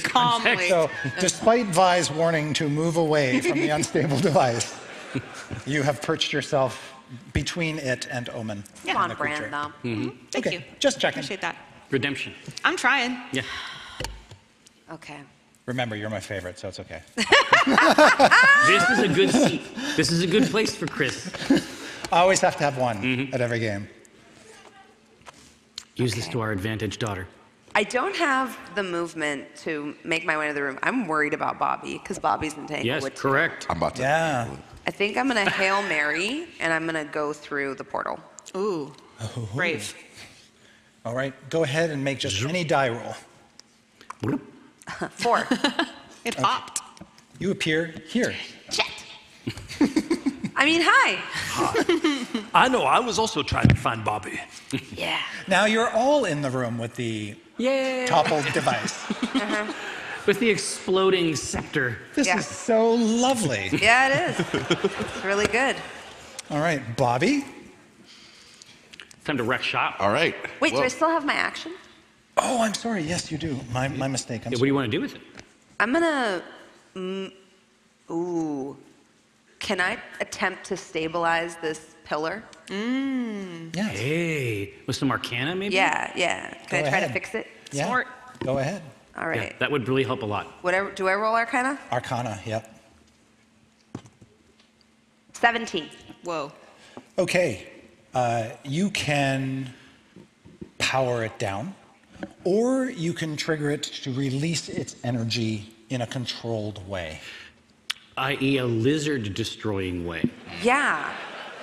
Speaker 3: context.
Speaker 8: Calmly.
Speaker 6: So, despite Vi's warning to move away from
Speaker 8: <laughs>
Speaker 6: the unstable device, you have perched yourself between it and Omen.
Speaker 8: Yeah.
Speaker 6: and
Speaker 8: On
Speaker 6: the
Speaker 8: brand,
Speaker 6: creature.
Speaker 8: though. Thank you.
Speaker 6: Just checking.
Speaker 8: Appreciate that.
Speaker 3: Redemption.
Speaker 8: I'm trying.
Speaker 3: Yeah.
Speaker 21: Okay.
Speaker 6: Remember, you're my favorite, so it's okay.
Speaker 3: This is a good seat. This is a good place for Chris.
Speaker 6: I always have to have one
Speaker 8: Mm-hmm.
Speaker 6: at every game.
Speaker 3: Use this to our advantage, daughter.
Speaker 21: I don't have the movement to make my way to the room. I'm worried about Bobby because Bobby's entangled.
Speaker 3: Yes,
Speaker 21: with-
Speaker 3: correct.
Speaker 5: I'm about to.
Speaker 6: Yeah.
Speaker 21: I think I'm gonna hail Mary and I'm gonna go through the portal.
Speaker 8: Ooh. Brave.
Speaker 6: All right, go ahead and make just any die roll.
Speaker 21: Four.
Speaker 8: it
Speaker 6: popped. You appear here.
Speaker 21: I mean, hi.
Speaker 7: I know, I was also trying to find Bobby.
Speaker 21: Yeah.
Speaker 6: Now you're all in the room with the
Speaker 3: Yay.
Speaker 6: toppled
Speaker 8: <laughs>
Speaker 6: device.
Speaker 3: With the exploding scepter.
Speaker 6: This is so lovely.
Speaker 21: Yeah, it is. It's really good.
Speaker 6: All right, Bobby.
Speaker 3: Time to wreck shop.
Speaker 5: All right.
Speaker 21: Wait, do I still have my action?
Speaker 6: Oh, I'm sorry. Yes, you do. My, my mistake.
Speaker 3: what
Speaker 6: I'm
Speaker 3: do
Speaker 6: sorry.
Speaker 3: you want to do with it?
Speaker 21: I'm gonna. Mm, ooh. Can I attempt to stabilize this pillar? Mm.
Speaker 6: Yeah.
Speaker 3: Hey, with some arcana maybe?
Speaker 21: Yeah, yeah. Can
Speaker 3: Go
Speaker 21: I try
Speaker 3: ahead.
Speaker 21: to fix it?
Speaker 3: Yeah.
Speaker 21: Smart.
Speaker 6: Go ahead.
Speaker 21: All right.
Speaker 3: that would really help a lot.
Speaker 21: Whatever. Do I roll Arcana?
Speaker 6: Arcana, yep.
Speaker 21: Seventeen.
Speaker 8: Whoa.
Speaker 6: Okay, uh, you can power it down, or you can trigger it to release its energy in a controlled way.
Speaker 3: I.e., a lizard destroying way.
Speaker 21: Yeah.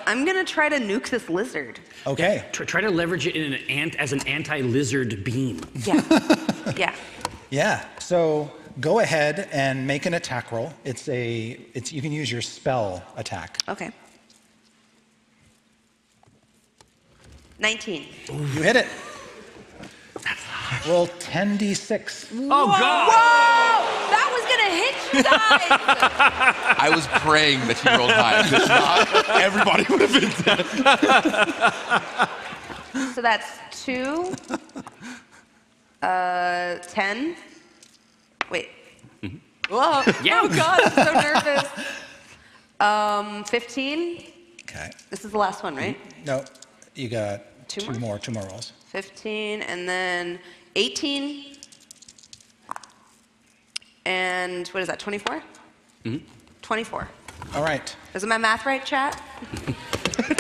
Speaker 21: I'm gonna try to nuke this lizard.
Speaker 6: Okay.
Speaker 3: Try, try to leverage it in an ant as an anti-lizard beam.
Speaker 21: Yeah.
Speaker 6: Yeah. So go ahead and make an attack roll. It's a. It's you can use your spell attack.
Speaker 21: Okay. Nineteen.
Speaker 6: You hit it. Roll 10d6.
Speaker 21: Oh
Speaker 5: God.
Speaker 21: Whoa! That was gonna hit you guys.
Speaker 5: I was praying that you rolled high. If not, everybody would have been
Speaker 21: So that's two, uh, ten. Wait. Whoa.
Speaker 19: Yeah.
Speaker 21: Oh, God, I'm so nervous. Um, 15.
Speaker 6: Okay.
Speaker 21: This is the last one, right?
Speaker 6: No. You got
Speaker 24: Two
Speaker 6: two,
Speaker 24: more?
Speaker 6: more, two more rolls.
Speaker 24: 15, and then 18. And what is that, 24?
Speaker 6: Mhm.
Speaker 24: 24.
Speaker 6: All right.
Speaker 24: Is my math right, chat?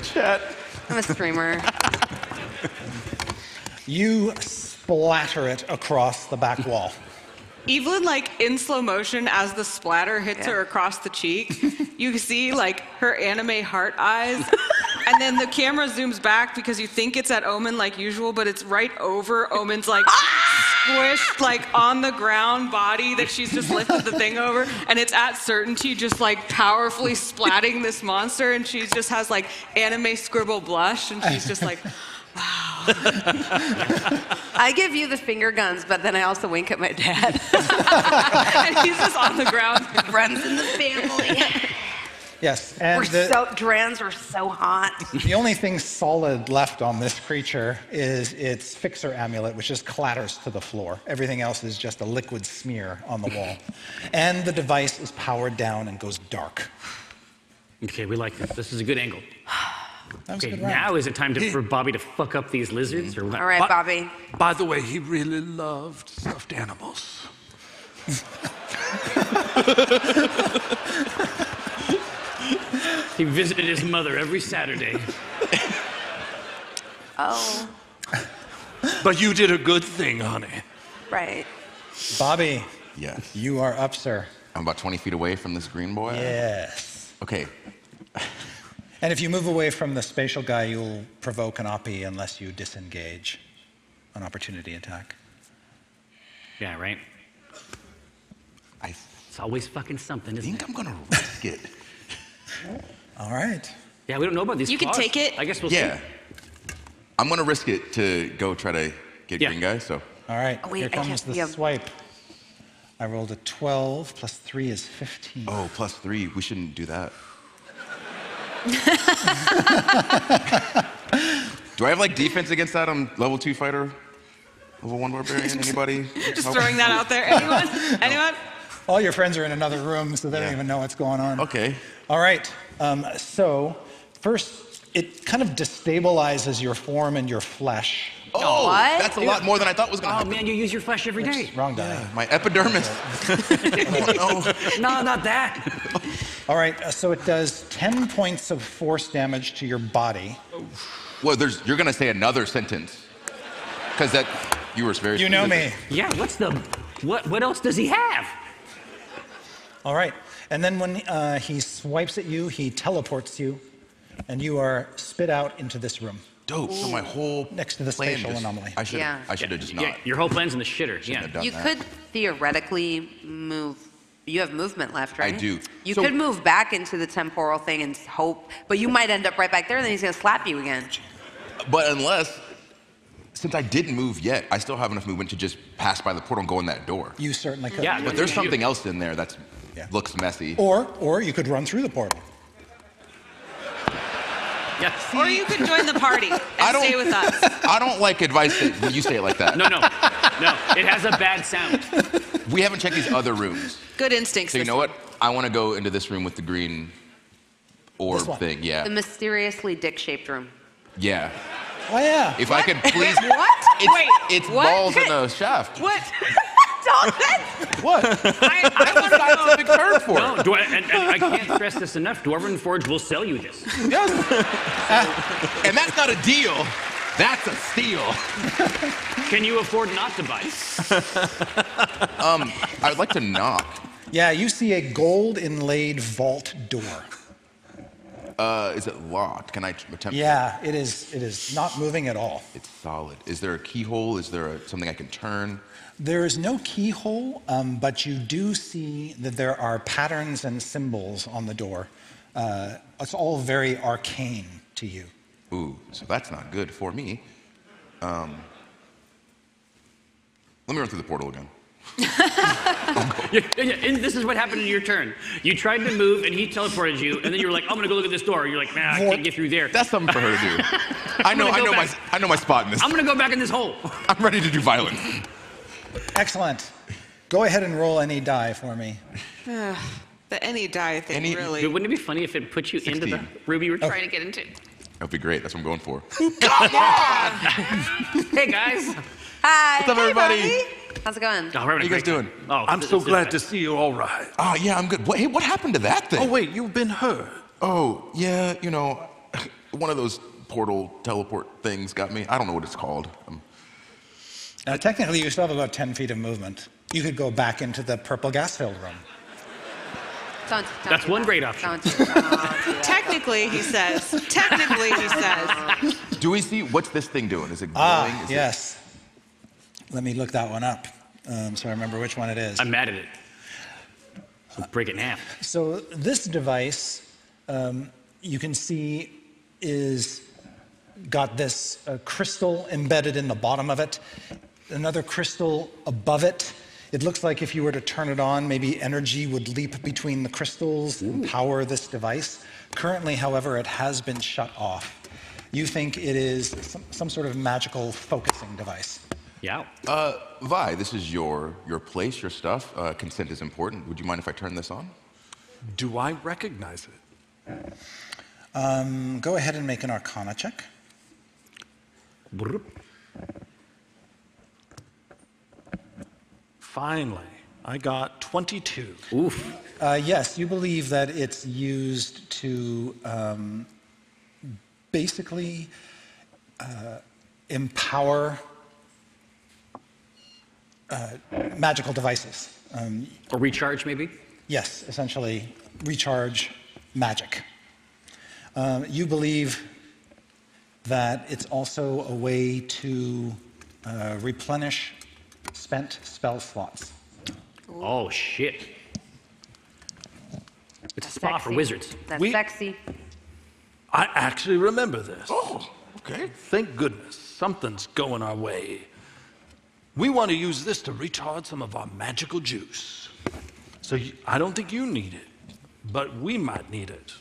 Speaker 6: chat.
Speaker 24: I'm a streamer.
Speaker 6: You splatter it across the back wall.
Speaker 8: Evelyn, like in slow motion, as the splatter hits her across the cheek, <laughs> you see like her anime heart eyes. and then the camera zooms back because you think it's at Omen like usual, but it's right over Omen's like squished, like on the ground body that she's just lifted the thing over. And it's at certainty, just like powerfully splatting this monster. And she just has like anime scribble blush. And she's just like,
Speaker 24: <laughs> I give you the finger guns, but then I also wink at my dad.
Speaker 8: and he's just on
Speaker 24: <laughs>
Speaker 8: the ground.
Speaker 24: Runs in the
Speaker 8: <laughs>
Speaker 24: family.
Speaker 6: Yes. And
Speaker 24: we're
Speaker 6: the,
Speaker 24: so, Drans are so hot.
Speaker 6: the only thing solid left on this creature is its fixer amulet, which just clatters to the floor. Everything else is just a liquid smear on the wall. and the device is powered down and goes dark.
Speaker 3: Okay, we like this. This is a good angle.
Speaker 6: was a
Speaker 3: okay,
Speaker 6: good round.
Speaker 3: now is it time to, for Bobby to fuck up these lizards or what?
Speaker 24: All right,
Speaker 3: Bo-
Speaker 24: Bobby.
Speaker 25: By the way, he really loved stuffed animals.
Speaker 3: He visited his mother every Saturday.
Speaker 24: Oh,
Speaker 25: But you did a good thing, honey.
Speaker 24: right.
Speaker 6: Bobby.
Speaker 7: Yes.
Speaker 6: You are up, sir.
Speaker 7: I'm about 20 feet away from this green boy.
Speaker 6: Yes.
Speaker 7: Okay.
Speaker 6: And if you move away from the spatial guy, you'll provoke an oppie unless you disengage an opportunity attack.
Speaker 3: Yeah, right?
Speaker 7: I,
Speaker 3: it's always fucking something, isn't it? I think
Speaker 7: I'm gonna risk it.
Speaker 6: All right.
Speaker 3: Yeah, we don't know about these
Speaker 8: You can
Speaker 3: claws.
Speaker 8: take it.
Speaker 3: I guess we'll
Speaker 7: yeah.
Speaker 3: see.
Speaker 7: I'm gonna risk it to go try to get green guy. So
Speaker 6: All right.
Speaker 24: Oh, wait,
Speaker 6: Here
Speaker 24: I
Speaker 6: comes
Speaker 24: can't-
Speaker 6: the
Speaker 24: yeah.
Speaker 6: swipe. I rolled a 12 plus 3 is 15.
Speaker 7: oh, plus three. We shouldn't do that. do I have like defense against that? I'm level two fighter, level one barbarian. Anybody?
Speaker 8: Just throwing that out there. Anyone? Anyone?
Speaker 6: All your friends are in another room, so they don't even know what's going on.
Speaker 7: Okay.
Speaker 6: All right. Um, so, first, it kind of destabilizes your form and your flesh.
Speaker 7: <laughs> Oh, What? that's a lot more than I thought was gonna
Speaker 3: oh,
Speaker 7: happen.
Speaker 3: man, you use your flesh every day.
Speaker 6: Wrong die.
Speaker 7: My epidermis.
Speaker 3: no, not that.
Speaker 6: All right. uh, So, it does 10 points of force damage to your body.
Speaker 7: Well, there's. You're gonna say another sentence, because that you were very.
Speaker 6: You know me.
Speaker 3: Yeah, what's the. What, what else does he have?
Speaker 6: All right. And then when uh, he swipes at you, he teleports you, and you are spit out into this room.
Speaker 7: Dope. So my whole
Speaker 6: next to the
Speaker 7: plan
Speaker 6: spatial
Speaker 7: just-
Speaker 6: anomaly.
Speaker 7: I should.
Speaker 24: Yeah.
Speaker 7: I should have just not.
Speaker 3: Yeah, your whole plan's in the shitter. Yeah.
Speaker 24: You could theoretically move. You have movement left,
Speaker 7: I
Speaker 24: right?
Speaker 7: do.
Speaker 24: You
Speaker 7: So-
Speaker 24: could move back into the temporal thing and hope, but you might end up right back there, and then he's gonna slap you again.
Speaker 7: But unless, since I didn't move yet, I still have enough movement to just pass by the portal and go in that door.
Speaker 6: You certainly could.
Speaker 7: But there's something else in there that's looks messy.
Speaker 6: Or, or you could run through the portal.
Speaker 8: Or you could join the
Speaker 7: <laughs>
Speaker 8: party and
Speaker 7: don't-
Speaker 8: stay with us.
Speaker 7: <laughs> I don't like advice that when you say it like that.
Speaker 3: No, no, no. It has a bad sound.
Speaker 7: We haven't checked these other rooms.
Speaker 8: Good instincts.
Speaker 7: So you
Speaker 8: this
Speaker 7: know
Speaker 8: one.
Speaker 7: what? I want to go into this room with the green
Speaker 24: This
Speaker 7: orb
Speaker 24: one.
Speaker 7: thing. Yeah.
Speaker 24: The mysteriously dick-shaped room.
Speaker 7: yeah.
Speaker 6: Oh yeah.
Speaker 7: If I could please.
Speaker 24: <laughs> What?
Speaker 7: It's,
Speaker 24: Wait,
Speaker 7: it's
Speaker 24: what?
Speaker 7: balls in a shaft.
Speaker 8: <laughs> What? <laughs>
Speaker 6: What?
Speaker 8: I,
Speaker 7: I That's a scientific term for
Speaker 3: No,
Speaker 7: it.
Speaker 3: do I, and, and I can't stress this enough. Dwarven Forge will sell you this.
Speaker 7: And that's not a deal. That's a steal.
Speaker 3: Can you afford not to buy?
Speaker 7: Um, I'd like to knock.
Speaker 6: Yeah, you see a gold inlaid vault door.
Speaker 7: Uh, is it locked? Can I t- attempt?
Speaker 6: Yeah, it is. It is not moving at all.
Speaker 7: It's solid. Is there a keyhole? Is there a, something I can turn?
Speaker 6: There is no keyhole, um, but you do see that there are patterns and symbols on the door. Uh, it's all very arcane to you.
Speaker 7: Ooh, so that's not good for me. Um, let me run through the portal again.
Speaker 3: Yeah, yeah, yeah, and this is what happened in your turn. You tried to move, and he teleported you, and then you were like, "I'm gonna go look at this door." You're like, "Man, I can't get through there."
Speaker 7: That's something for her to do. I know, I know my, I know my spot in this.
Speaker 3: I'm gonna go back in this hole.
Speaker 7: I'm ready to do violence.
Speaker 6: Excellent. Go ahead and roll any die for me.
Speaker 8: Ugh, the any die thing really.
Speaker 3: Wouldn't it be funny if it put you into the room you were
Speaker 6: Okay.
Speaker 3: trying to
Speaker 8: get into?
Speaker 2: That would be great. That's what I'm going for.
Speaker 8: hey guys. Hi.
Speaker 2: What's up,
Speaker 8: Hey,
Speaker 2: everybody?
Speaker 8: Bobby. How's it going?
Speaker 2: How are you guys doing?
Speaker 3: Oh,
Speaker 7: I'm so glad to see you all right.
Speaker 2: Oh, yeah, I'm good. What, hey, what happened to that thing?
Speaker 7: Oh, wait, you've been hurt.
Speaker 2: Oh, yeah, you know, <laughs> one of those portal teleport things got me. I don't know what it's called. Um,
Speaker 6: Now, Uh, technically, you still have about 10 feet of movement. You could go back into the purple gas filled room.
Speaker 8: Don't, don't
Speaker 3: That's
Speaker 8: do
Speaker 3: one
Speaker 8: that.
Speaker 3: great option.
Speaker 8: Don't do that.
Speaker 26: Technically, he says. Technically, he says.
Speaker 2: <laughs> do we see what's this thing doing? Is it
Speaker 7: Uh,
Speaker 2: glowing?
Speaker 6: Ah,
Speaker 2: Is it-
Speaker 6: yes. Let me look that one up um, so I remember which one it is.
Speaker 3: I'm mad at it. So break it in half.
Speaker 6: So this device, um, you can see, is got this uh, crystal embedded in the bottom of it, another crystal above it. It looks like if you were to turn it on, maybe energy would leap between the crystals and power this device. Currently, however, it has been shut off. You think it is some, some sort of magical focusing device.
Speaker 3: Yeah.
Speaker 2: Uh, Vi, this is your your place, your stuff. Uh, consent is important. Would you mind if I turn this on?
Speaker 7: Do I recognize it?
Speaker 6: Um, go ahead and make an arcana check.
Speaker 7: Finally, I got 22.
Speaker 3: Oof.
Speaker 6: Uh, yes, you believe that it's used to um, basically uh, empower uh, magical devices. Um,
Speaker 3: or recharge, maybe?
Speaker 6: Yes, essentially, recharge magic. Um, you believe that it's also a way to uh, replenish spent spell slots.
Speaker 3: Oh, shit. It's a spa for wizards.
Speaker 8: That's sexy.
Speaker 7: I actually remember this.
Speaker 2: Oh, okay.
Speaker 7: Thank goodness. Something's going our way. We want to use this to recharge some of our magical juice. So y I don't think you need it, but we might need it.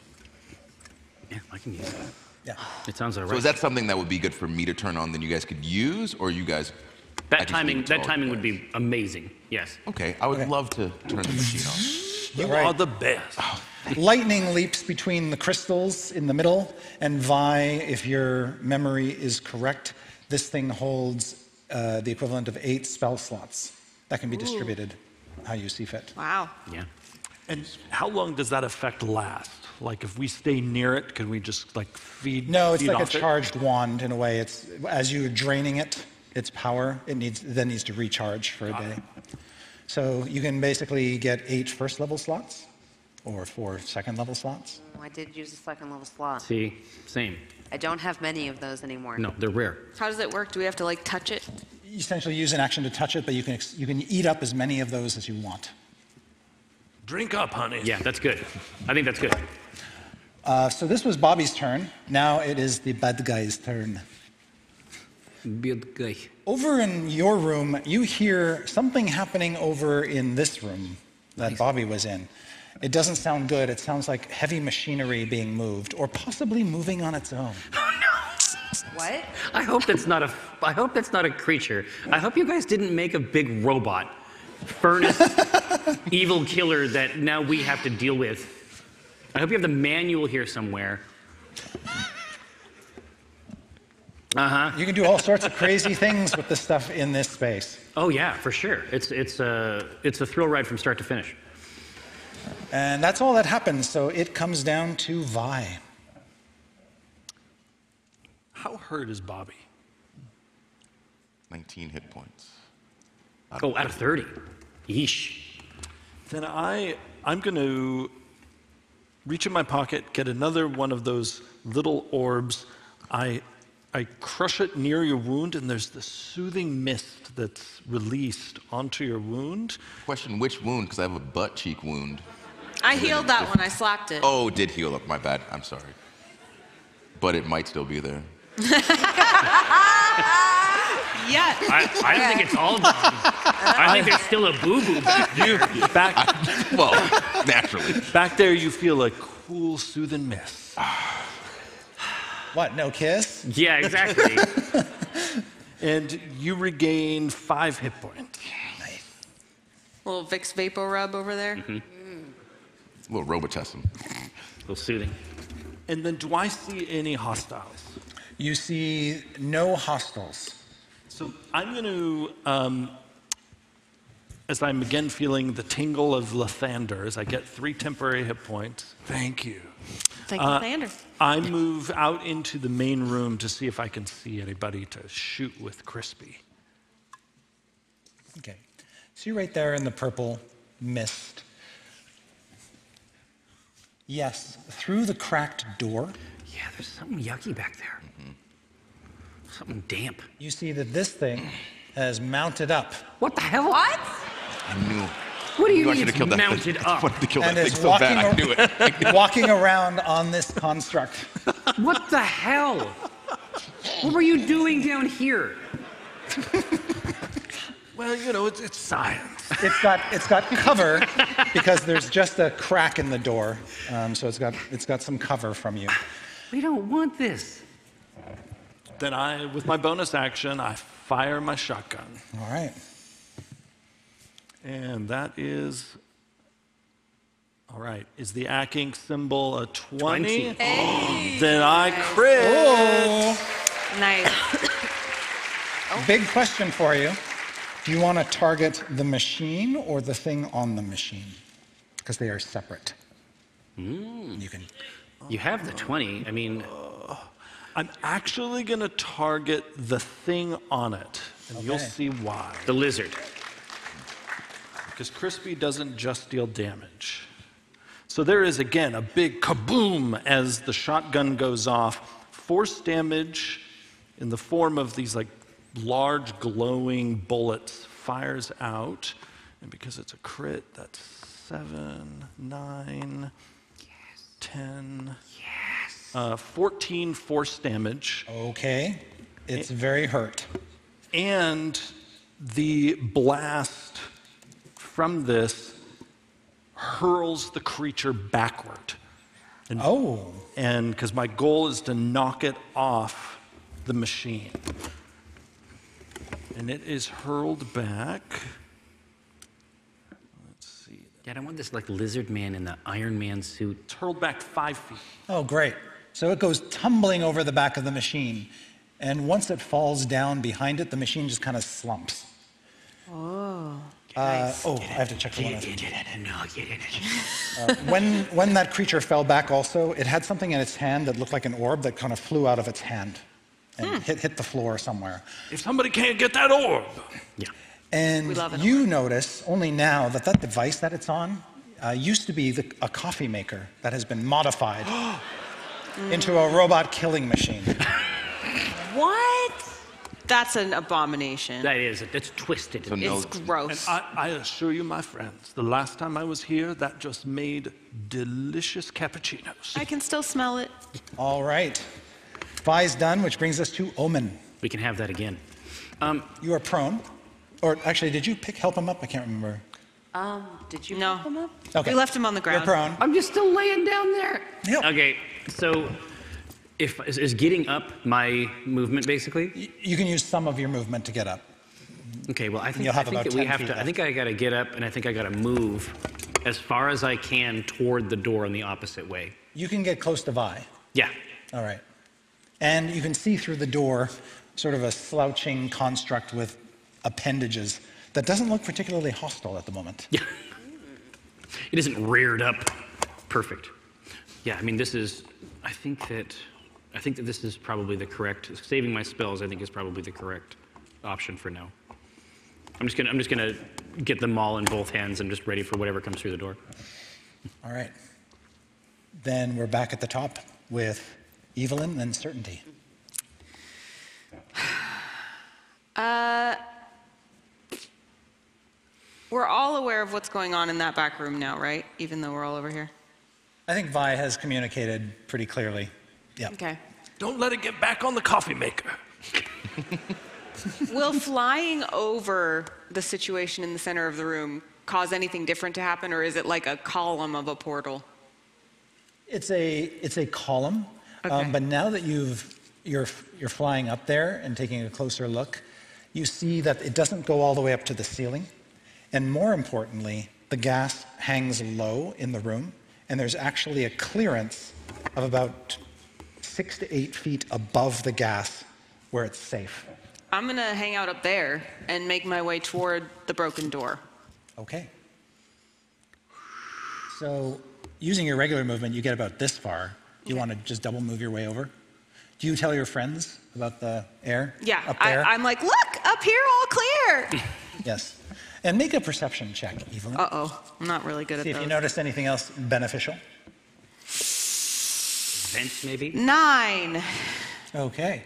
Speaker 3: Yeah, I can use that.
Speaker 6: Yeah.
Speaker 3: It sounds all right.
Speaker 2: So is that something that would be good for me to turn on? Then you guys could use, or you guys? I
Speaker 3: that
Speaker 2: can speak
Speaker 3: timing,
Speaker 2: to
Speaker 3: that
Speaker 2: all-
Speaker 3: timing would be amazing. Yes.
Speaker 2: Okay, I would love to turn the machine on.
Speaker 6: You are
Speaker 7: the best.
Speaker 6: Lightning leaps between the crystals in the middle, and Vi, if your memory is correct, this thing holds uh, the equivalent of eight spell slots that can be
Speaker 7: Ooh.
Speaker 6: distributed how you see fit.
Speaker 26: Wow.
Speaker 3: Yeah.
Speaker 7: And how long does that effect last? Like, if we stay near it, can we just like feed?
Speaker 6: No, it's
Speaker 7: feed
Speaker 6: like a
Speaker 7: off it?
Speaker 6: charged wand in a way. It's as you're draining it, its power, it needs then needs to recharge for a day. So you can basically get eight first level slots, or four second level slots.
Speaker 8: Oh, I did use a second level slot.
Speaker 3: See, same.
Speaker 8: I don't have many of those anymore.
Speaker 3: No, they're rare.
Speaker 26: How does it work? Do we have to like touch it?
Speaker 6: You essentially use an action to touch it, but you can ex- you can eat up as many of those as you want.
Speaker 7: Drink up, honey.
Speaker 3: Yeah, that's good. I think that's good.
Speaker 6: Uh, so this was Bobby's turn. Now it is the bad guy's turn.
Speaker 3: Bad guy.
Speaker 6: Over in your room, you hear something happening over in this room that Bobby was in. It doesn't sound good. It sounds like heavy machinery being moved, or possibly moving on its own.
Speaker 8: What?
Speaker 3: I hope that's not a. I hope that's not a creature. I hope you guys didn't make a big robot, furnace, evil killer that now we have to deal with. I hope you have the manual here somewhere. Uh huh.
Speaker 6: You can do all sorts of crazy things with the stuff in this space.
Speaker 3: Oh yeah, for sure. It's it's a it's a thrill ride from start to finish.
Speaker 6: And that's all that happens. So it comes down to Vi.
Speaker 7: How hurt is Bobby?
Speaker 2: 19 hit points.
Speaker 3: Oh, out of 30. Yeesh.
Speaker 7: Then I, I'm going to reach in my pocket, get another one of those little orbs. I, I crush it near your wound, and there's this soothing mist that's released onto your wound.
Speaker 2: Question: Which wound? Because I have a butt cheek wound.
Speaker 26: I healed that one. I slapped it.
Speaker 2: Oh, it did heal up. My bad. I'm sorry. But it might still be there.
Speaker 26: Yes.
Speaker 3: I, I don't think it's all done. I think there's still a boo boo back there.
Speaker 7: <laughs> Back,
Speaker 5: <laughs>
Speaker 2: well, naturally.
Speaker 7: Back there, you feel a cool, soothing mist.
Speaker 6: What? No kiss?
Speaker 3: Yeah, exactly.
Speaker 7: and you regain five hit points.
Speaker 26: Little Vicks Vapor Rub over there.
Speaker 2: A little Robitussin. A
Speaker 3: little soothing.
Speaker 7: And then do I see any hostiles?
Speaker 6: You see no hostiles.
Speaker 7: So I'm going to, um, as I'm again feeling the tingle of Lathander, as I get three temporary hit points. Thank you.
Speaker 8: Thank
Speaker 7: Uh,
Speaker 8: Lathander.
Speaker 7: I move out into the main room to see if I can see anybody to shoot with Crispy.
Speaker 6: Okay. See right there in the purple mist. Yes, through the cracked door.
Speaker 3: Yeah, there's something yucky back there. Something damp.
Speaker 6: You see that this thing has mounted up.
Speaker 3: What the hell?
Speaker 2: What?
Speaker 1: I knew.
Speaker 3: What
Speaker 1: I
Speaker 6: do
Speaker 1: knew I should have killed that thing. <laughs> I wanted to kill
Speaker 6: and
Speaker 1: that
Speaker 6: is
Speaker 1: thing so bad. I
Speaker 6: walking
Speaker 1: knew
Speaker 6: ar- <laughs>
Speaker 1: it.
Speaker 6: walking around on this construct.
Speaker 3: What the hell? What were you doing down here?
Speaker 7: Well, you know, it's, it's science.
Speaker 6: It's got it's got cover because there's just a crack in the door, um, so it's got it's got some cover from you.
Speaker 3: We don't want this.
Speaker 7: Then I, with my bonus action, I fire my shotgun.
Speaker 6: All right.
Speaker 7: And that is. All right. Is the acking symbol a 20?
Speaker 8: 20. Hey.
Speaker 7: Then I
Speaker 8: Nice.
Speaker 7: crit.
Speaker 8: Nice.
Speaker 6: Big question for you. Do you want to target the machine or the thing on the machine? Because they are separate. You can.
Speaker 3: You have the 20. I mean,
Speaker 7: I'm actually going to target the thing on it, and you'll
Speaker 3: Okay.
Speaker 7: see why.
Speaker 3: the lizard.
Speaker 7: Because Crispy doesn't just deal damage. So there is again a big kaboom as the shotgun goes off. Force damage in the form of these like large glowing bullets fires out. And because it's a crit, that's seven, nine, ten, uh, 14 force damage.
Speaker 6: Okay. It's very hurt.
Speaker 7: And the blast from this hurls the creature backward. And,
Speaker 6: oh.
Speaker 7: And because my goal is to knock it off the machine. And it is hurled back.
Speaker 3: Dad, I want this like lizard man in the Iron Man suit. It's
Speaker 7: hurled back five feet.
Speaker 6: Oh, great. So it goes tumbling over the back of the machine. And once it falls down behind it, the machine just kind of slumps.
Speaker 8: Oh.
Speaker 6: Uh, oh, I have to check the one.
Speaker 3: <laughs>
Speaker 6: other thing.
Speaker 3: No, get in it.
Speaker 6: Uh, when, when that creature fell back, also, it had something in its hand that looked like an orb that kind of flew out of its hand and hit, hit the floor somewhere.
Speaker 7: If somebody can't get that orb,
Speaker 6: And
Speaker 7: We love an
Speaker 6: you notice only now that that device that it's on uh, used to be the, a coffee maker that has been
Speaker 8: <gasps>
Speaker 6: modified <gasps> into a robot killing machine.
Speaker 8: What? That's an abomination.
Speaker 3: That is. It's twisted.
Speaker 8: it's gross.
Speaker 7: And I, I assure you, my friends, the last time I was here, that just made delicious cappuccinos.
Speaker 8: I can still smell it.
Speaker 6: All right. Spy's done, which brings us to Omen.
Speaker 3: We can have that again. Um,
Speaker 6: you are prone. Or actually, did you pick help him up? I can't remember.
Speaker 2: Um, did you
Speaker 8: no.
Speaker 2: pick him up?
Speaker 6: Okay.
Speaker 8: We left him on the ground.
Speaker 6: You're prone.
Speaker 3: I'm just still laying down there. Okay, so if is, is getting up my movement basically?
Speaker 6: You can use some of your movement to get up.
Speaker 3: Okay, well I think,
Speaker 6: You'll have
Speaker 3: I think
Speaker 6: about
Speaker 3: that we
Speaker 6: 10
Speaker 3: have
Speaker 6: feet
Speaker 3: to. I think I gotta get up and I think I gotta move as far as I can toward the door in the opposite way.
Speaker 6: You can get close to Vi.
Speaker 3: Yeah.
Speaker 6: All right. And you can see through the door sort of a slouching construct with appendages that doesn't look particularly hostile at the moment.
Speaker 3: Yeah. It isn't reared up. Perfect. Yeah, I mean this is. I think that. I think that this is probably the correct. Saving my spells, I think, is probably the correct option for now. I'm just gonna. I'm just gonna get them all in both hands. I'm just ready for whatever comes through the door.
Speaker 6: All right. Then we're back at the top with Evelyn and Certainty.
Speaker 8: Uh, we're all aware of what's going on in that back room now, right? Even though we're all over here.
Speaker 6: I think Vi has communicated pretty clearly. Yeah.
Speaker 8: Okay.
Speaker 7: Don't let it get back on the coffee maker.
Speaker 8: Will flying over the situation in the center of the room cause anything different to happen, or is it like a column of a portal?
Speaker 6: It's a it's a column,
Speaker 8: Okay.
Speaker 6: um, but now that you've you're you're flying up there and taking a closer look, you see that it doesn't go all the way up to the ceiling, and more importantly, the gas hangs low in the room, and there's actually a clearance of about six to eight feet above the gas where it's safe.
Speaker 2: I'm going to hang out up there and make my way toward the broken door.
Speaker 6: Okay. So, using your regular movement, you get about this far. Do you want to just double move your way over? Do you tell your friends about the air?
Speaker 2: Yeah,
Speaker 6: Up
Speaker 2: I,
Speaker 6: there?
Speaker 2: I'm like, look, up here, all clear.
Speaker 6: <laughs> Yes. And make a perception check, Evelyn.
Speaker 2: Uh oh, I'm not really good
Speaker 6: See
Speaker 2: at
Speaker 6: if
Speaker 2: those.
Speaker 6: you notice anything else beneficial.
Speaker 3: Vents, maybe?
Speaker 2: Nine.
Speaker 6: Okay.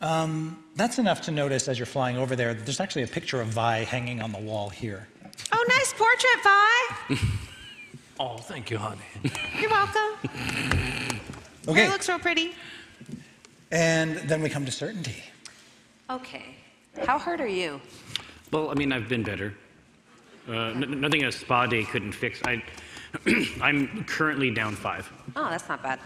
Speaker 6: Um, that's enough to notice as you're flying over there. that There's actually a picture of Vi hanging on the wall here.
Speaker 2: Oh, nice portrait, Vi.
Speaker 6: Oh, thank you, honey.
Speaker 2: You're welcome.
Speaker 6: <laughs> Okay.
Speaker 2: Hair looks real pretty.
Speaker 6: And then we come to certainty.
Speaker 8: Okay. How hurt are you?
Speaker 3: Well, I mean, I've been better. Uh, n- nothing a spa day couldn't fix. I, <clears throat> I'm currently down five.
Speaker 8: Oh, that's not bad.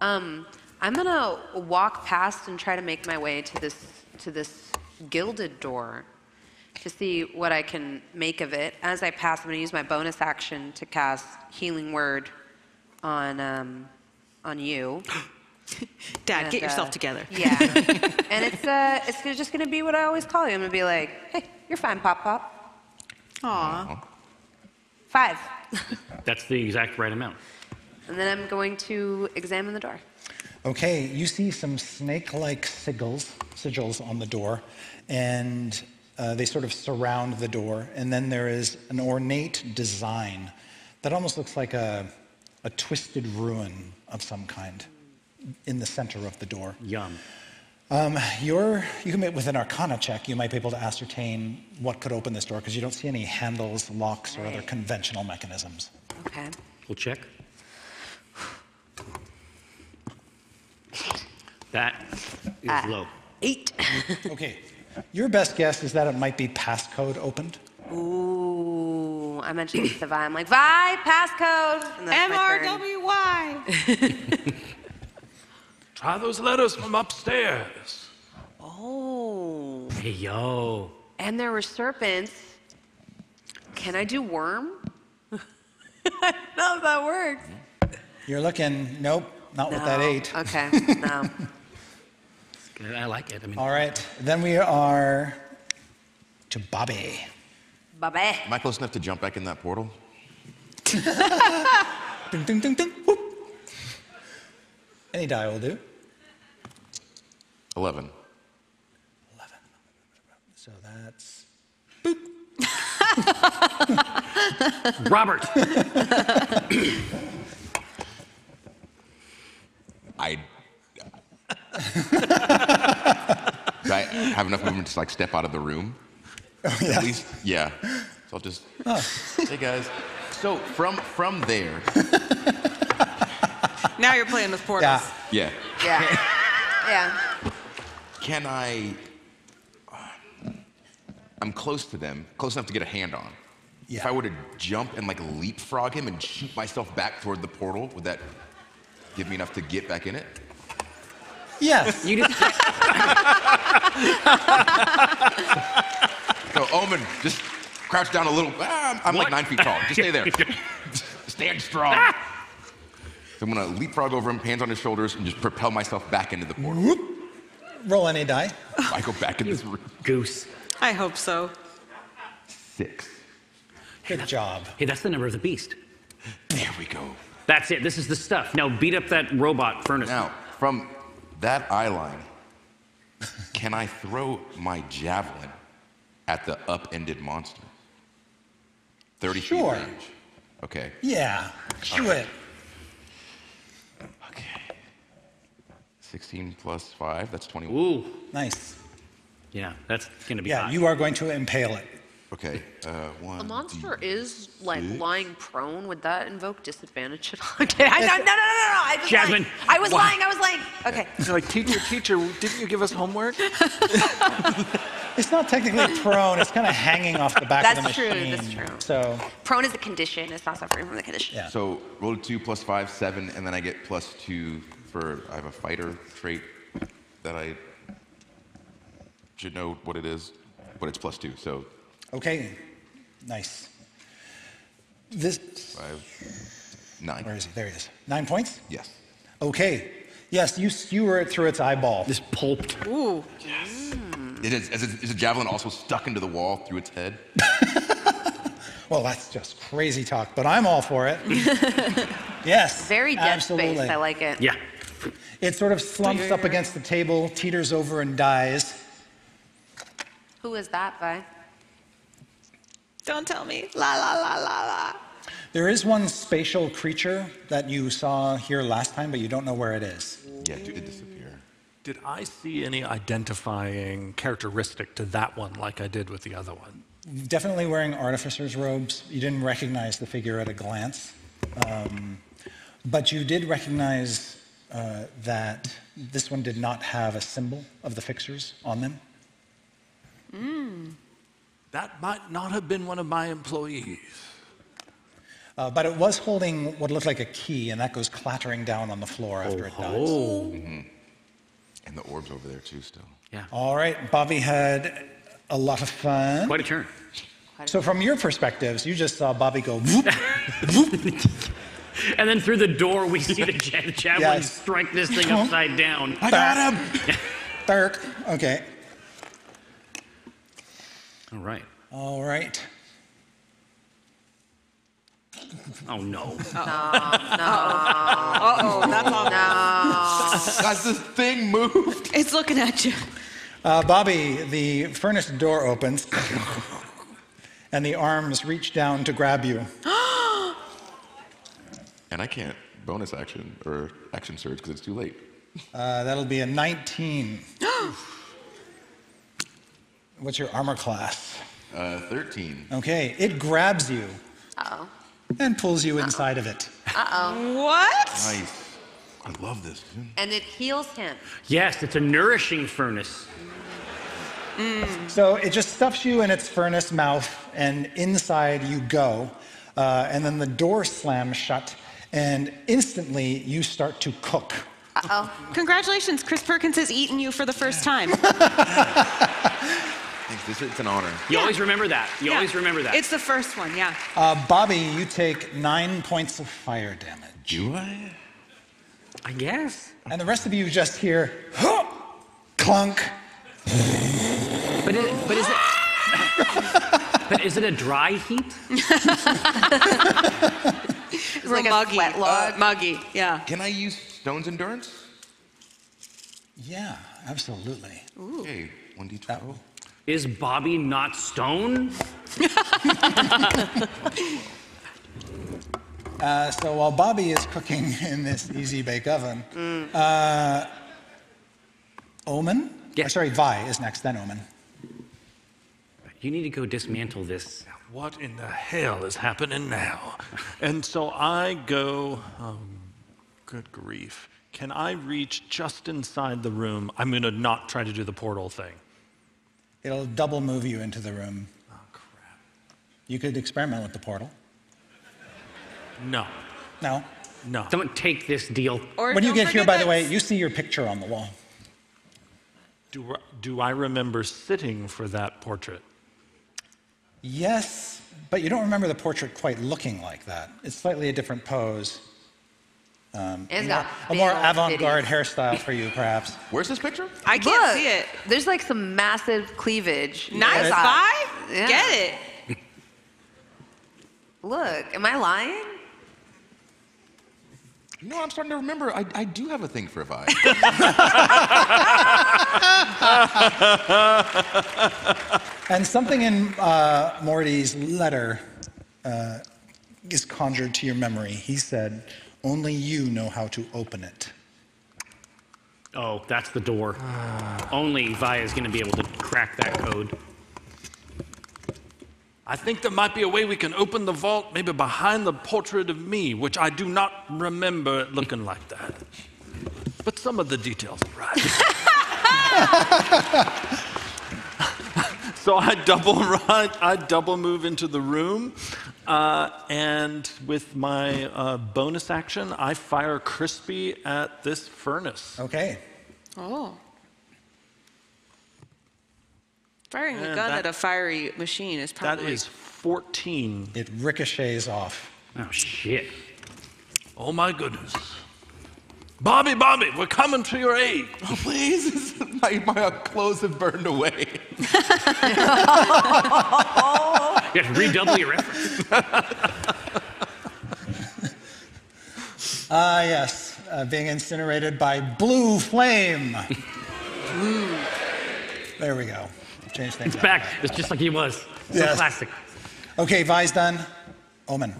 Speaker 8: Um, I'm gonna walk past and try to make my way to this to this gilded door to see what I can make of it. As I pass, I'm gonna use my bonus action to cast Healing Word on um, on you.
Speaker 2: <gasps>
Speaker 8: uh,
Speaker 2: Dad, get yourself together. <laughs>
Speaker 8: Yeah, and it's uh, it's gonna- just gonna be what I always call you. I'm gonna be like, hey, you're fine, Pop Pop.
Speaker 2: Aw.
Speaker 8: Five,
Speaker 3: That's the exact right amount.
Speaker 8: and then I'm going to examine the door.
Speaker 6: Okay, you see some snake-like sigils, sigils on the door, and uh, they sort of surround the door. And then there is an ornate design that almost looks like a, a twisted ruin of some kind in the center of the door.
Speaker 3: Yum.
Speaker 6: Um, you're, you can make with an arcana check, you might be able to ascertain what could open this door because you don't see any handles, locks, or other conventional mechanisms.
Speaker 8: Okay.
Speaker 3: We'll check. That is
Speaker 6: Ah.
Speaker 3: low.
Speaker 8: Uh, Eight.
Speaker 6: okay. Your best guess is that it might be passcode opened.
Speaker 8: <laughs> Ooh, I mentioned this to Vi. I'm like, Vi, passcode. And that's my turn.
Speaker 2: MRWY.
Speaker 7: Try those letters from upstairs.
Speaker 8: Oh.
Speaker 3: Hey, yo.
Speaker 8: And there were serpents. Can I do worm? <laughs> I don't know if that works.
Speaker 6: You're looking, nope, not with that
Speaker 8: No.
Speaker 6: eight.
Speaker 8: Okay, no.
Speaker 3: I like it. I mean,
Speaker 6: All right, then we are to Bobby.
Speaker 8: Bobby.
Speaker 5: Am I close enough to jump back in that portal?
Speaker 6: Ding, ding, ding, ding, whoop. Any die will do.
Speaker 5: 11.
Speaker 6: So that's
Speaker 3: Robert.
Speaker 5: I. Do I have enough movement to like step out of the room? At least, yeah. So I'll just. Hey guys. So from from there,
Speaker 2: Now you're playing with portals.
Speaker 5: yeah.
Speaker 8: Yeah. <laughs> Yeah.
Speaker 5: Can I? I'm close to them, close enough to get a hand on. If I were to jump and like leapfrog him and shoot myself back toward the portal, would that give me enough to get back in it?
Speaker 6: Yes.
Speaker 3: You just,
Speaker 5: <laughs> No, Omen, just crouch down a little. Ah, <laughs> I'm, I'm like
Speaker 7: What?
Speaker 5: nine feet tall. Just
Speaker 3: <laughs>
Speaker 5: stay there. Stand strong.
Speaker 3: Ah!
Speaker 5: So I'm gonna leapfrog over him, hands on his shoulders, and just propel myself back into the portal.
Speaker 6: roll any die.
Speaker 5: I go back in this room.
Speaker 3: Goose.
Speaker 2: I hope so.
Speaker 5: Six.
Speaker 6: Good job.
Speaker 3: Hey, that's the number of the beast.
Speaker 5: There we go.
Speaker 3: That's it. This is the stuff. Now beat up that robot furnace.
Speaker 5: Now, from that eye line, can I throw my javelin at the upended monster? 30
Speaker 6: Sure.
Speaker 5: feet range. Okay.
Speaker 6: Yeah. Shoot it.
Speaker 5: 16 plus 5, that's 21.
Speaker 3: Ooh.
Speaker 6: Nice.
Speaker 3: Yeah, that's gonna be
Speaker 6: Yeah,
Speaker 3: hot.
Speaker 6: you are going to impale it.
Speaker 5: Okay. Uh, one.
Speaker 7: Um,
Speaker 8: The monster is like
Speaker 5: six.
Speaker 8: lying prone. Would that invoke disadvantage at all? <laughs> Okay, I, no, no, no, no, no. I was
Speaker 7: Jasmine,
Speaker 8: lying. I was
Speaker 7: why-
Speaker 8: lying. I was lying. Okay.
Speaker 7: You're like, teacher, teacher, didn't you give us homework?
Speaker 6: It's not technically prone, it's kind of hanging off the back of the
Speaker 8: That's true,
Speaker 6: machine.
Speaker 8: that's true.
Speaker 6: So,
Speaker 8: Prone is a condition. It's not suffering from the condition.
Speaker 5: So roll a 2 plus 5, 7, and then I get plus 2 for. I have a fighter trait that I should know what it is, but it's plus 2. So
Speaker 6: okay. Nice. This
Speaker 5: 5,
Speaker 1: Nine.
Speaker 6: Where is he? There he is. Nine points?
Speaker 1: Yes.
Speaker 6: Okay. Yes, you skewer it through its eyeball.
Speaker 1: This pulped.
Speaker 2: Ooh.
Speaker 1: It is, is, it- is the javelin also stuck into the wall through its head?
Speaker 6: Well, that's just crazy talk, but I'm all
Speaker 8: <laughs>
Speaker 6: for it. yes.
Speaker 8: Very dead
Speaker 6: absolutely.
Speaker 8: space. I like it.
Speaker 6: It sort of slumps up against the table, teeters over, and dies.
Speaker 8: Who is that by?
Speaker 2: Don't tell me. La la la la la.
Speaker 6: There is one spatial creature that you saw here last time, but you don't know where it is.
Speaker 1: Yeah, it did disappear.
Speaker 7: Did I see any identifying characteristic to that one like I did with the other one?
Speaker 6: Definitely wearing artificer's robes. You didn't recognize the figure at a glance. Um, but you did recognize uh, that this one did not have a symbol of the fixers on them.
Speaker 7: Mm. That might not have been one of my employees.
Speaker 6: Uh, but it was holding what looked like a key, and that goes clattering down on the floor after it dies.
Speaker 1: Mhm. And the orb's over there too, still.
Speaker 6: Yeah. All right, Bobby had a lot of fun. Quite
Speaker 3: a turn.
Speaker 6: So, from your perspectives, you just saw Bobby go whoop, whoop.
Speaker 3: <laughs> And then through the door, we see the ja- javelin
Speaker 6: Yes.
Speaker 3: strike this thing upside down.
Speaker 6: I got him! Dirk. Okay.
Speaker 3: All right.
Speaker 6: All right.
Speaker 3: Oh no.
Speaker 2: Uh oh, that's all.
Speaker 1: Guys, this thing moved.
Speaker 2: <laughs> It's looking at you.
Speaker 6: Uh, Bobby, the furnace door opens, and the arms reach down to grab you.
Speaker 1: And I can't bonus action or action surge because it's too late.
Speaker 6: Uh, that'll be a 19. What's your armor class?
Speaker 1: Uh, 13.
Speaker 6: Okay, it grabs you and pulls you inside of it.
Speaker 8: Uh oh.
Speaker 2: What?
Speaker 1: Nice. I love this.
Speaker 8: And it heals him.
Speaker 3: Yes, it's a nourishing furnace.
Speaker 6: So it just stuffs you in its furnace mouth, and inside you go. Uh, and then the door slams shut, and instantly you start to cook.
Speaker 2: Uh oh. Congratulations, Chris Perkins has eaten you for the first time.
Speaker 1: Thanks. This, it's an <laughs> honor.
Speaker 3: You always remember that. You
Speaker 2: Yeah.
Speaker 3: always remember that.
Speaker 2: It's the first one, yeah.
Speaker 6: Uh, Bobby, you take nine points of fire damage.
Speaker 1: Do I?
Speaker 3: I guess.
Speaker 6: And the rest of you just hear "Huh!" clunk.
Speaker 3: But it, but is it? but is it <laughs> a dry heat?
Speaker 2: It's like a muggy. uh, muggy, yeah.
Speaker 1: Can I use Stone's Endurance?
Speaker 6: Yeah, absolutely.
Speaker 1: Ooh. Okay, 1d12.
Speaker 3: Is Bobby not stone?
Speaker 6: Uh, so while Bobby is cooking <laughs> in this easy bake oven, uh, Omen? Or sorry, Vi is next, then Omen.
Speaker 3: You need to go dismantle this.
Speaker 7: What in the hell is happening now? And so I go, oh, good grief. Can I reach just inside the room? I'm going to not try to do the portal thing.
Speaker 6: It'll double move you into the room. Oh, crap. You could experiment with the portal.
Speaker 7: No.
Speaker 6: No.
Speaker 7: No.
Speaker 3: Don't take this deal.
Speaker 6: when you get here, by the way, you see your picture on the wall.
Speaker 7: Do, do I remember sitting for that portrait?
Speaker 6: Yes, but you don't remember the portrait quite looking like that. It's slightly a different pose. Um,
Speaker 8: It's
Speaker 6: a
Speaker 8: got
Speaker 6: more- a
Speaker 8: big
Speaker 6: more
Speaker 8: old
Speaker 6: avant garde hairstyle for you, perhaps.
Speaker 1: Where's this picture?
Speaker 2: I can't
Speaker 8: Look,
Speaker 2: see it.
Speaker 8: There's like some massive cleavage.
Speaker 2: Nice
Speaker 8: Yeah.
Speaker 2: Vi.
Speaker 8: Yeah.
Speaker 2: Get it.
Speaker 8: Look, am I lying?
Speaker 1: You know, I'm starting to remember. I, I do have a thing for a vibe.
Speaker 6: And something in uh, Morty's letter uh, is conjured to your memory. He said, Only you know how to open it.
Speaker 3: Oh, that's the door. Only Vi is going to be able to crack that code.
Speaker 7: I think there might be a way we can open the vault, maybe behind the portrait of me, which I do not remember it looking like that. But some of the details are right. <laughs> so I double run, I double move into the room, uh, and with my uh, bonus action, I fire Crispy at this furnace.
Speaker 6: Okay.
Speaker 2: Oh. Firing a
Speaker 7: Yeah,
Speaker 2: gun
Speaker 7: that-
Speaker 2: at a fiery machine is probably.
Speaker 7: That is 14.
Speaker 6: It ricochets off.
Speaker 3: Oh, shit.
Speaker 7: Oh my goodness. Bobby, Bobby, we're coming to your aid.
Speaker 1: Oh, please. my, my clothes have burned away.
Speaker 3: You have to redouble your efforts.
Speaker 6: Ah, yes, uh, being incinerated by blue
Speaker 3: <laughs>
Speaker 6: flame. Mm. There we go. Change things.
Speaker 3: It's
Speaker 6: up.
Speaker 3: back. It's just like he was. So
Speaker 6: Yes.
Speaker 3: classic.
Speaker 6: Okay, Vi's done. Omen.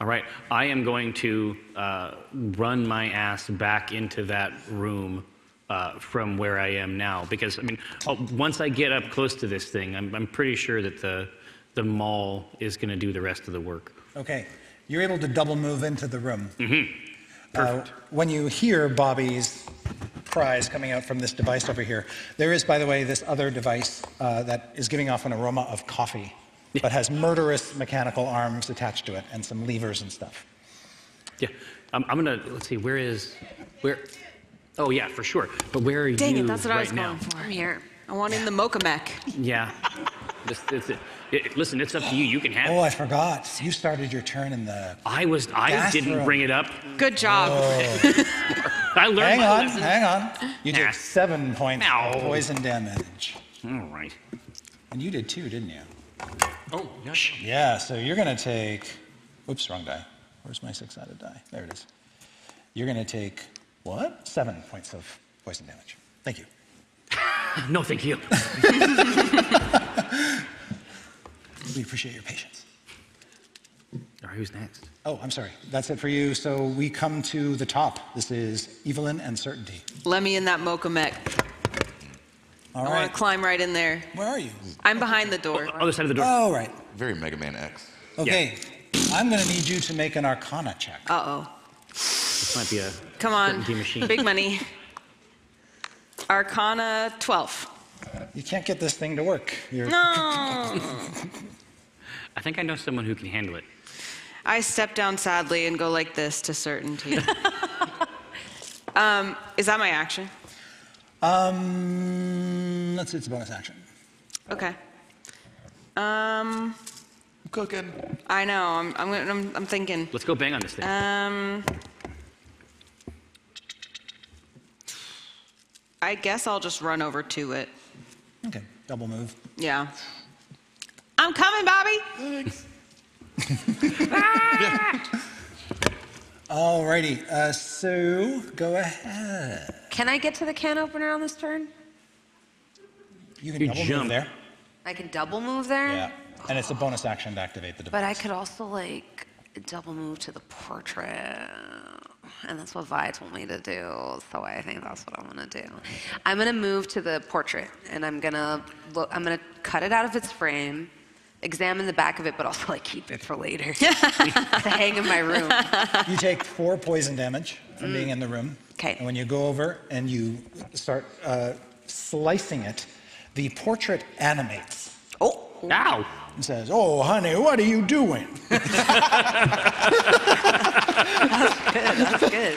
Speaker 3: All right. I am going to uh, run my ass back into that room uh, from where I am now because I mean, oh, once I get up close to this thing, I'm, I'm pretty sure that the the mall is going to do the rest of the work.
Speaker 6: Okay, you're able to double move into the room.
Speaker 3: Mm-hmm.
Speaker 6: Perfect.
Speaker 3: Uh,
Speaker 6: when you hear Bobby's cries coming out from this device over here, there is, by the way, this other device uh, that is giving off an aroma of coffee, but has murderous mechanical arms attached to it and some levers and stuff.
Speaker 3: Yeah. I'm, I'm gonna let's see. Where is where? Oh yeah, for sure. But where are
Speaker 2: Dang
Speaker 3: you
Speaker 2: it, that's what
Speaker 3: right
Speaker 2: I was
Speaker 3: now?
Speaker 2: going for. I'm here. I want <laughs> in the mocha mech.
Speaker 3: Yeah. This- this- it- it- listen, it's up to you. You can have.
Speaker 6: Oh, I forgot. You started your turn in the.
Speaker 3: I was. I didn't
Speaker 6: Bathroom.
Speaker 3: bring it up.
Speaker 2: Good job.
Speaker 3: <laughs> I learned.
Speaker 6: Hang
Speaker 3: my
Speaker 6: on,
Speaker 3: lesson.
Speaker 6: hang on. You did seven points
Speaker 3: Ow.
Speaker 6: of poison damage.
Speaker 3: All right.
Speaker 6: And you did two, didn't you?
Speaker 7: Oh, yeah.
Speaker 6: Yeah, so you're going to take. Whoops, wrong die. Where's my six sided die? There it is. You're going to take what? Seven points of poison damage. Thank you.
Speaker 3: No, thank
Speaker 6: <laughs>
Speaker 3: you.
Speaker 6: We appreciate your patience.
Speaker 3: All right, who's next?
Speaker 6: Oh, I'm sorry. That's it for you. So we come to the top. This is Evelyn and Certainty.
Speaker 2: Let me in that mocha mech.
Speaker 6: All
Speaker 2: I
Speaker 6: right.
Speaker 2: want
Speaker 7: Oh,
Speaker 2: to climb right in there.
Speaker 6: Where are you?
Speaker 2: I'm behind the door.
Speaker 3: Other side of the door.
Speaker 6: Oh, right.
Speaker 1: Very Mega Man X.
Speaker 6: Okay. I'm going to need you to make an Arcana check.
Speaker 2: Uh oh.
Speaker 3: This might be a.
Speaker 2: Come on.
Speaker 6: Certainty machine.
Speaker 2: Big money. Arcana 12.
Speaker 6: You can't get this thing to work. You're... <laughs>
Speaker 2: No.
Speaker 3: I think I know someone who can handle it.
Speaker 2: I step down sadly and go like this to
Speaker 8: <laughs>
Speaker 2: certainty. um, is that my action?
Speaker 6: Um, let's see. It's a bonus action.
Speaker 2: Okay. Um,
Speaker 1: cooking.
Speaker 2: I know. I'm, I'm, gonna- I'm, I'm thinking.
Speaker 3: Let's go bang on this thing.
Speaker 2: Um, I guess I'll just run over to it.
Speaker 6: Okay. Double move.
Speaker 2: Yeah. I'm coming, Bobby. Thanks.
Speaker 6: Alrighty. Uh, so go ahead.
Speaker 8: Can I get to the can opener on this turn?
Speaker 6: You can
Speaker 3: You
Speaker 6: double
Speaker 3: jump.
Speaker 6: move there.
Speaker 8: I can double move there.
Speaker 6: Yeah. And it's a bonus action to activate the device.
Speaker 8: But I could also like double move to the portrait. And that's what Vi told me to do. So I think that's what I'm gonna do. I'm gonna move to the portrait and I'm gonna look I'm gonna cut it out of its frame, examine the back of it, but also like keep it for <laughs> later. to hang in my room.
Speaker 6: you take four poison damage from being
Speaker 8: Mm.
Speaker 6: in the room.
Speaker 8: Okay.
Speaker 6: And when you go over and you start uh, slicing it, the portrait animates.
Speaker 2: Oh.
Speaker 3: Ow.
Speaker 6: And says, Oh, honey, what are you doing?
Speaker 8: <laughs> that's good.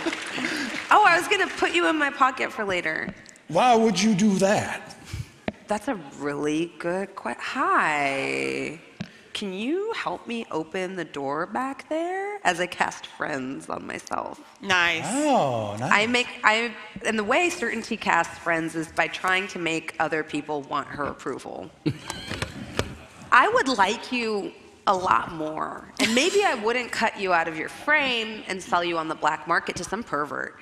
Speaker 8: Oh, I was gonna put you in my pocket for later.
Speaker 6: Why would you do that?
Speaker 8: That's a really good question. Hi. Can you help me open the door back there as I cast friends on myself?
Speaker 2: Nice.
Speaker 6: Oh, nice.
Speaker 8: I make I and the way certainty casts friends is by trying to make other people want her approval. I would like you a lot more. And maybe I wouldn't cut you out of your frame and sell you on the black market to some pervert.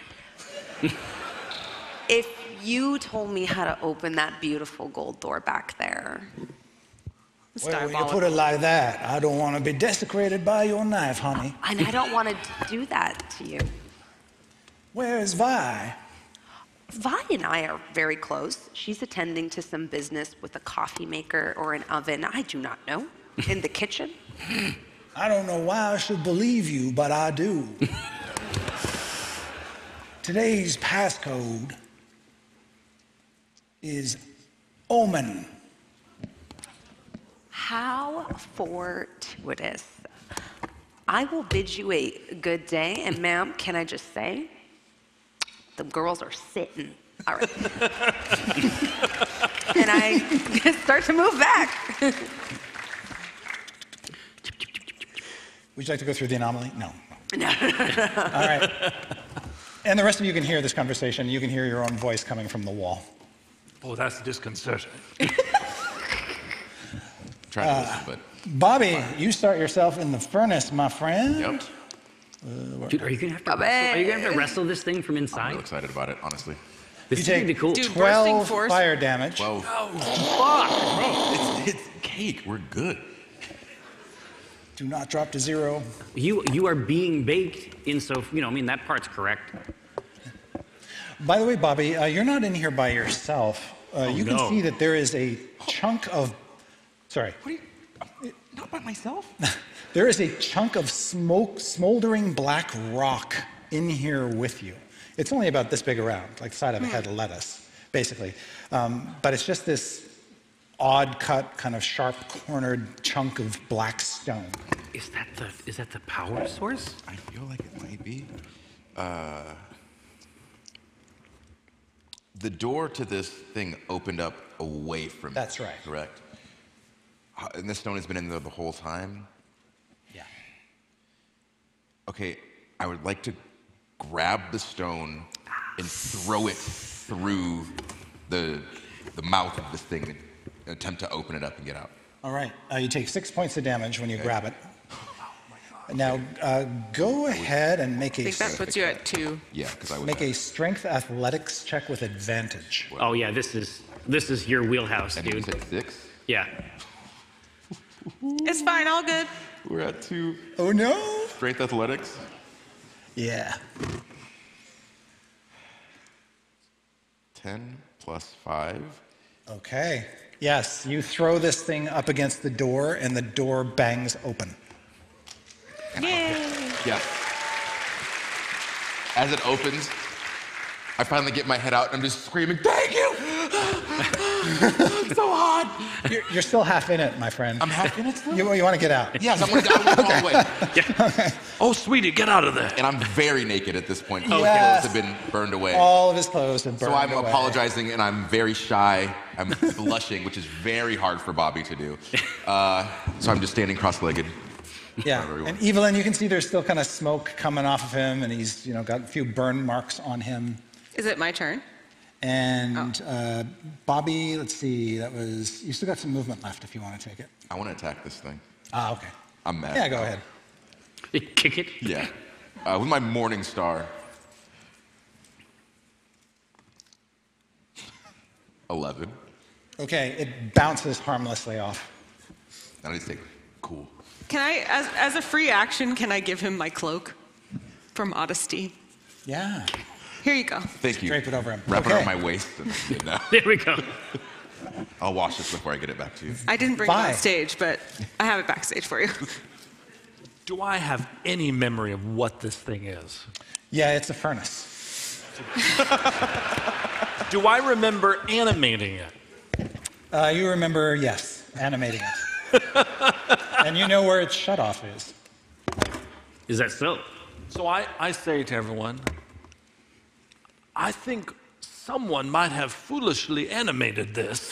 Speaker 8: <laughs> if you told me how to open that beautiful gold door back there.
Speaker 6: Well, when you put it like that, I don't want to be desecrated by your knife, honey.
Speaker 8: And I don't want to do that to you.
Speaker 6: Where is Vi?
Speaker 8: Vi and I are very close. She's attending to some business with a coffee maker or an oven, I do not
Speaker 2: <laughs>
Speaker 8: know, in the kitchen.
Speaker 6: I don't know why I should believe you, but I do. <laughs> Today's passcode is omen.
Speaker 8: How fortuitous. I will bid you a good day, and ma'am, can I just say, the girls are sitting.
Speaker 2: <laughs>
Speaker 8: All right. and I <laughs> start to move back. <laughs>
Speaker 6: Would you like to go through the anomaly? No. All right. And the rest of you can hear this conversation. You can hear your own voice coming from the wall.
Speaker 7: Oh, that's
Speaker 5: <laughs>
Speaker 7: disconcerting.
Speaker 5: Trying to
Speaker 7: Uh,
Speaker 5: listen, but
Speaker 6: Bobby, you start yourself in the furnace, my friend.
Speaker 7: <laughs>
Speaker 6: Yep.
Speaker 3: Dude, are you gonna have to? Wrestle, are you gonna have to wrestle this thing from inside?
Speaker 6: Oh,
Speaker 5: I'm excited about it, honestly.
Speaker 3: This
Speaker 6: you
Speaker 3: is
Speaker 6: take
Speaker 3: gonna be cool.
Speaker 6: 12 fire damage.
Speaker 5: Oh, fuck! Bro, it's, it's cake. We're good.
Speaker 6: Do not drop to zero.
Speaker 3: You you are being baked in, so you know. I mean, that part's correct.
Speaker 6: By the way, Bobby, uh, you're not in here by yourself. Uh,
Speaker 3: Oh,
Speaker 6: you
Speaker 3: no.
Speaker 6: can see that there is a chunk of. Sorry.
Speaker 5: uh, Not by myself.
Speaker 6: <laughs> There is a chunk of smoke, smoldering black rock in here with you. It's only about this big around, like the side of a head of lettuce, basically. Um, but it's just this odd cut, kind of sharp cornered chunk of black stone.
Speaker 3: Is that the is that the power source?
Speaker 5: I feel like it might be. Uh, the door to this thing opened up away from.
Speaker 6: That's right.
Speaker 5: Correct. Ho- And this stone has been in there the whole time.
Speaker 6: Yeah.
Speaker 5: Okay, I would like to grab the stone and throw it through the the mouth of this thing and attempt to open it up and get out.
Speaker 6: All right. Uh, you take six points of damage when you grab it.
Speaker 5: Oh
Speaker 6: Now, uh, go ahead and make
Speaker 2: I
Speaker 6: a
Speaker 2: think that puts you at two.
Speaker 5: Yeah, because I
Speaker 6: make a strength athletics check with advantage.
Speaker 3: Oh yeah, this is this is your wheelhouse, dude.
Speaker 5: six.
Speaker 3: Yeah. <laughs>
Speaker 2: It's fine, all good.
Speaker 5: We're at two.
Speaker 6: Oh no!
Speaker 5: Strength athletics.
Speaker 6: Yeah.
Speaker 5: Ten plus five.
Speaker 6: Okay. Yes, you throw this thing up against the door, and the door bangs
Speaker 5: <laughs>
Speaker 6: open.
Speaker 2: Yay!
Speaker 5: Yeah. As it opens, I finally get my head out and I'm just screaming, Thank you! <laughs> so hard.
Speaker 6: You're, you're still half in it, my friend. I'm
Speaker 5: half in it still?
Speaker 6: You, you want to get out?
Speaker 5: Yes, I want to get out of the hallway.
Speaker 7: Oh, sweetie, get out of there.
Speaker 5: And I'm very naked at this point. All
Speaker 6: Yes.
Speaker 5: the clothes have been burned away.
Speaker 6: All of his clothes have burned
Speaker 5: so I'm
Speaker 6: away.
Speaker 5: apologizing and I'm very shy. I'm blushing, which is very hard for Bobby to do. Uh, so I'm just standing cross legged.
Speaker 6: Yeah. And Evelyn, you can see there's still kind of smoke coming off of him, and he's you know got a few burn marks on him.
Speaker 2: Is it my turn?
Speaker 6: And uh, Bobby, let's see, that was you still got some movement left if you want to take it.
Speaker 5: I want to attack this thing.
Speaker 6: Ah, okay.
Speaker 5: I'm mad.
Speaker 6: Yeah, go ahead.
Speaker 3: Kick it?
Speaker 5: Yeah. Uh, with my morning star. 11.
Speaker 6: Okay, it bounces harmlessly off.
Speaker 5: And I just think, cool.
Speaker 2: Can I, as, as a free action, can I give him my cloak from Odyssey?
Speaker 6: Yeah.
Speaker 2: Here you go.
Speaker 5: Thank you.
Speaker 6: Drape it over him.
Speaker 5: Wrap it
Speaker 6: Okay.
Speaker 5: around my waist. And it's good now.
Speaker 3: there we go.
Speaker 5: I'll wash this before I get it back to you.
Speaker 2: I didn't bring it on
Speaker 5: Bye.
Speaker 2: stage, but I have it backstage for you.
Speaker 7: Do I have any memory of what this thing is?
Speaker 6: Yeah, it's a furnace.
Speaker 7: Do I remember animating it?
Speaker 6: Uh, you remember, yes, animating it.
Speaker 5: <laughs>
Speaker 6: and you know where its shut off is.
Speaker 3: Is that so?
Speaker 7: So I, I say to everyone, I think someone might have foolishly animated this.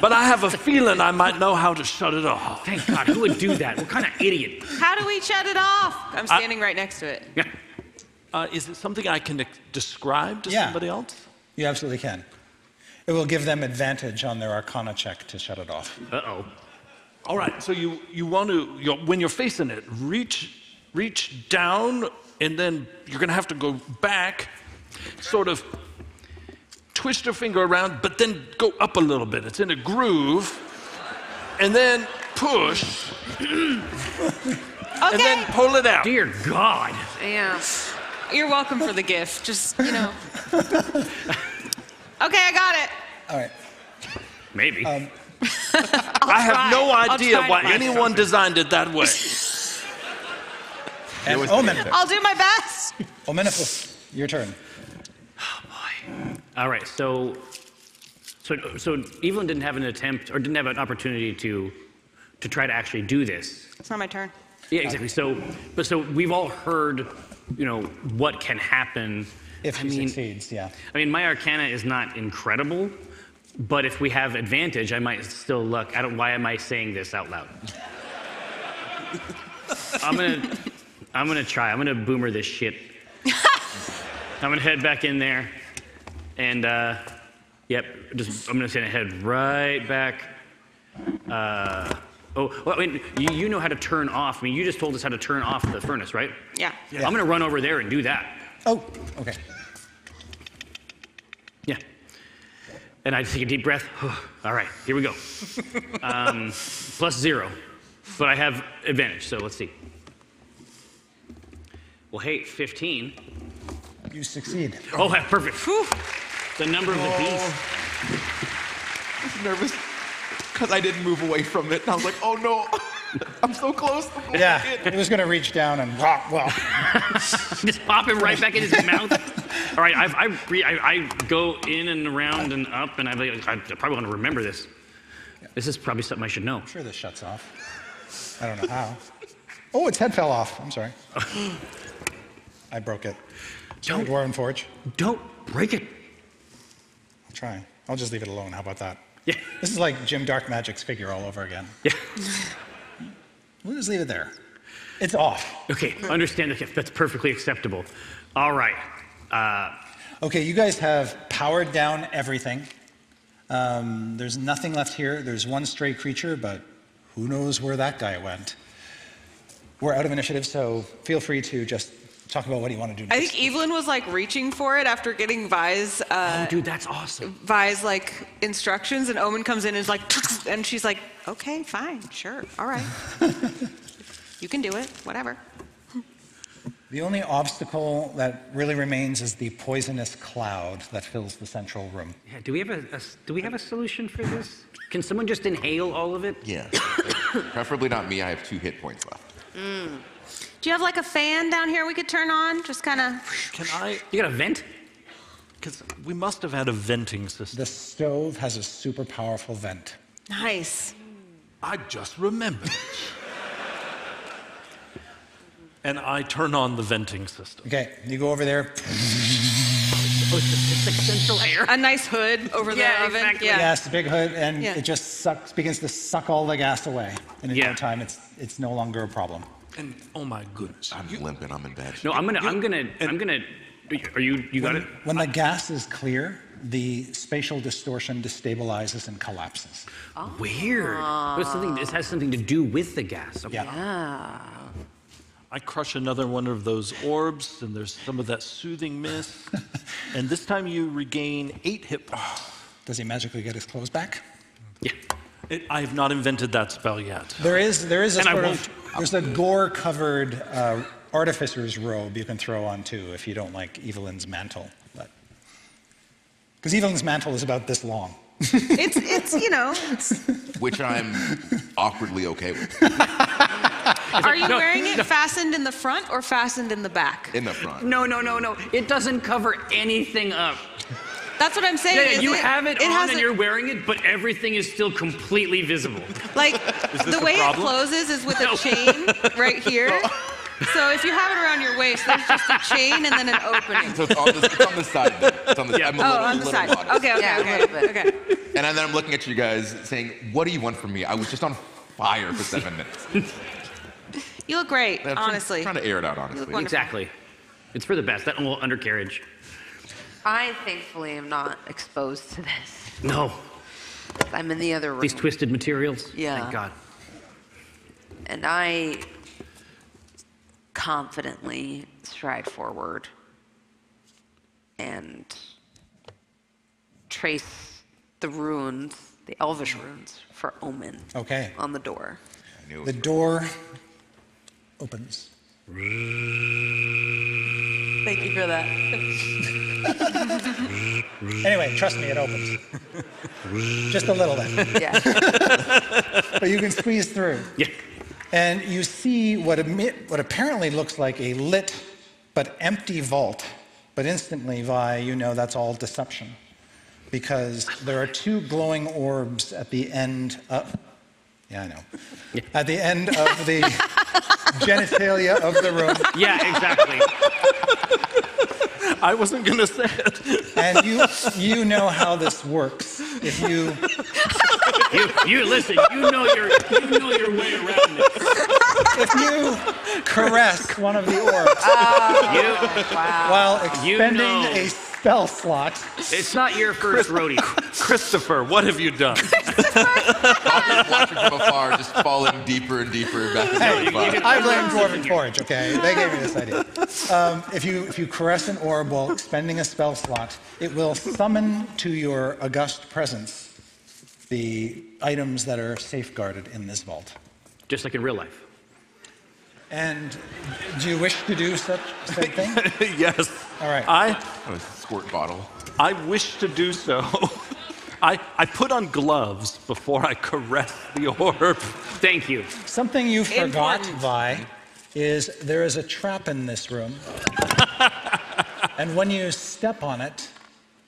Speaker 7: but I have a feeling I might know how to shut it off.
Speaker 3: Thank God. Who would do that? What kind of idiot?
Speaker 2: How do we shut it off? I'm
Speaker 7: I-
Speaker 2: standing right next to it.
Speaker 7: Uh, is it something I can ex- describe to somebody else?
Speaker 6: You absolutely can. It will give them advantage on their arcana check to shut it off.
Speaker 3: Uh oh.
Speaker 7: All right. So you you want to you when you're facing it, reach reach down, and then you're gonna have to go back, sort of twist your finger around, but then go up a little bit. It's in a groove, and then push, <clears throat> and then pull it out.
Speaker 3: Dear God.
Speaker 2: Yeah. You're welcome for the gift. Just, you know. okay, I got it.
Speaker 6: All right.
Speaker 3: Maybe.
Speaker 7: I have no
Speaker 2: try. I'll
Speaker 7: idea
Speaker 2: try to
Speaker 7: why
Speaker 2: find
Speaker 7: anyone designed it that way.
Speaker 6: And Omen,
Speaker 2: I'll do my best.
Speaker 6: Omenifus, your turn.
Speaker 3: All right. So, so, so Evelyn didn't have an attempt or didn't have an opportunity to, to try to actually do this.
Speaker 2: It's not my turn.
Speaker 3: Yeah, exactly. So, but so we've all heard, you know, what can happen if I mean,
Speaker 6: succeeds. Yeah.
Speaker 3: I mean, my Arcana is not incredible, but if we have advantage, I might still look. I don't. Why am I saying this out loud? I'm gonna, I'm gonna try. I'm gonna boomer this shit. I'm gonna head back in there, and uh, yep, just I'm just gonna head right back. Uh, oh, well, I mean, you, you know how to turn off. I mean, you just told us how to turn off the furnace, right?
Speaker 2: Yeah.
Speaker 3: I'm gonna run over there and do that.
Speaker 6: Oh, okay.
Speaker 3: Yeah. And I take a deep breath. <sighs> All right, here we go. Um, plus zero, but I have advantage. So let's see. Well, hey, 15.
Speaker 6: You succeed.
Speaker 3: Oh, yeah, perfect. Phew. The number of the beast. <laughs>
Speaker 1: I'm <laughs> nervous because I didn't move away from it. And I was like, oh no, <laughs> I'm so close. I'm going
Speaker 7: <laughs>
Speaker 6: Yeah,
Speaker 1: in.
Speaker 6: he was going to reach down and walk. Well,
Speaker 3: just pop it right back in his mouth. All right, I, I, re- I, I go in and around and up, and I, I probably want to remember this. This is probably something I should know.
Speaker 6: sure this shuts off. I don't know how. Oh, its head fell off. I'm sorry. I broke it. Sorry, Dwarven Forge.
Speaker 3: Don't break it.
Speaker 6: I'll try. I'll just leave it alone. How about that?
Speaker 3: Yeah.
Speaker 6: This is like Jim Dark Magic's figure all over again.
Speaker 3: Yeah.
Speaker 6: <laughs> we'll just leave it there. It's off.
Speaker 3: Okay, understand that that's perfectly acceptable. All right. Uh,
Speaker 6: Okay, you guys have powered down everything. Um, there's nothing left here. There's one stray creature, but who knows where that guy went. We're out of initiative, so feel free to just talk about what you want to do
Speaker 2: I
Speaker 6: next.
Speaker 2: think Evelyn was like reaching for it after getting Vi's. Uh,
Speaker 7: Oh,
Speaker 3: dude, that's awesome.
Speaker 2: Vi's like instructions, and Omen comes in and is like, <laughs> and she's like, okay, fine, sure, all
Speaker 7: <laughs>
Speaker 2: right, you can do it, whatever.
Speaker 6: The only obstacle that really remains is the poisonous cloud that fills the central room.
Speaker 3: yeah, do we have a, a- do we have a solution for this? Can someone just inhale all of it?
Speaker 1: Yeah. Preferably not me. I have two hit points left.
Speaker 2: Mm. Do you have like a fan down here we could turn on? Just kind of.
Speaker 7: Can I?
Speaker 3: You got a vent?
Speaker 7: Because we must have had a venting system.
Speaker 6: The stove has a super powerful vent.
Speaker 2: Nice.
Speaker 7: I just remembered. and I turn on the venting system.
Speaker 6: Okay, you go over there.
Speaker 2: A nice hood over the oven. Yeah.
Speaker 6: Yes, the big hood, and
Speaker 2: Yeah.
Speaker 6: it just sucks, begins to suck all the gas away. And in no time, it's, it's no longer a problem.
Speaker 7: And oh my goodness.
Speaker 1: I'm limping. I'm in bad shape.
Speaker 3: No, I'm gonna, I'm gonna, I'm gonna. Are you, you got it?
Speaker 6: When the gas is clear, the spatial distortion destabilizes and collapses. <laughs>
Speaker 3: Weird. But it's something- This has something to do with the gas. Okay.
Speaker 7: I crush another one of those orbs, and there's some of that soothing mist. and this time you regain eight hit points.
Speaker 6: Does he magically get his clothes back?
Speaker 3: Yeah.
Speaker 7: It, I have not invented that spell yet.
Speaker 6: There is there is a
Speaker 7: And I
Speaker 6: sort of there's a gore-covered uh, artificer's robe you can throw on too if you don't like Evelyn's mantle, but because Evelyn's mantle is about this long.
Speaker 2: it's it's you know.
Speaker 1: Which I'm awkwardly okay with
Speaker 2: Are you wearing it fastened in the front or fastened in the back?
Speaker 1: in the front.
Speaker 3: No, no, no, no. It doesn't cover anything up.
Speaker 2: That's what I'm saying.
Speaker 3: Yeah, yeah,
Speaker 2: is
Speaker 3: you have it, on
Speaker 2: has
Speaker 3: and
Speaker 2: a-
Speaker 3: you're wearing it, but everything is still completely visible.
Speaker 2: <laughs> Like
Speaker 3: Is this
Speaker 2: the
Speaker 3: a
Speaker 2: way it
Speaker 3: problem?
Speaker 2: closes is with a chain right here. So if you have it around your waist, there's just a chain and then an opening.
Speaker 1: So it's on the, it's on the side. Though. It's on the
Speaker 2: oh,
Speaker 1: I'm a little,
Speaker 2: on the
Speaker 1: little
Speaker 2: side.
Speaker 1: modest.
Speaker 2: Okay, okay, okay, okay.
Speaker 1: And then I'm looking at you guys saying, what do you want from me? I was just on fire for seven minutes.
Speaker 2: You look great,
Speaker 1: I'm trying-
Speaker 2: honestly.
Speaker 1: trying to air it out, honestly.
Speaker 2: wonderful.
Speaker 3: Exactly. It's for the best. That little undercarriage.
Speaker 8: I thankfully am not exposed to this.
Speaker 3: No,
Speaker 8: I'm in the other room.
Speaker 3: these twisted materials.
Speaker 8: Yeah.
Speaker 3: Thank God.
Speaker 8: And I confidently stride forward and trace the runes, the elvish runes for omen
Speaker 6: Okay.
Speaker 8: on the door.
Speaker 6: The door opens.
Speaker 8: Thank you for that.
Speaker 6: Anyway, trust me, it opens. Just a little bit. but you can squeeze through.
Speaker 3: Yeah.
Speaker 6: And you see what, admit, what apparently looks like a lit but empty vault. But instantly, Vi, you know that's all deception. Because there are two glowing orbs at the end of. Yeah, I know. At the end of the genitalia of the room.
Speaker 3: Yeah, exactly.
Speaker 7: I wasn't going to
Speaker 4: <laughs>
Speaker 7: say it.
Speaker 6: And you, you know how this works. If you
Speaker 3: You, you listen. You know your, you know your way around this.
Speaker 6: if <laughs> you caress Ah. one of the <laughs> orbs while
Speaker 3: You
Speaker 6: expending
Speaker 3: know.
Speaker 6: a spell <laughs> slot,
Speaker 3: It's not your first rodeo.
Speaker 7: <laughs> Christopher, what have you done?
Speaker 4: Watching from afar, just falling deeper and deeper back into
Speaker 6: Hey,
Speaker 4: the body.
Speaker 6: I blame Dwarven Forge, okay? They gave me this idea. Um, if, you, if you caress an orb while expending a spell slot, it will summon to your august presence the items that are safeguarded in this vault.
Speaker 3: <laughs> Just like in real life.
Speaker 6: And do you wish to do such said <laughs> thing?
Speaker 7: yes.
Speaker 6: All right.
Speaker 7: I
Speaker 4: Oh, a squirt bottle.
Speaker 7: I wish to do so. <laughs> I, I put on gloves before I caress the orb.
Speaker 3: Thank you.
Speaker 6: Something you forgot,
Speaker 7: Important.
Speaker 6: Vi, is there is a trap in this room. and when you step on it,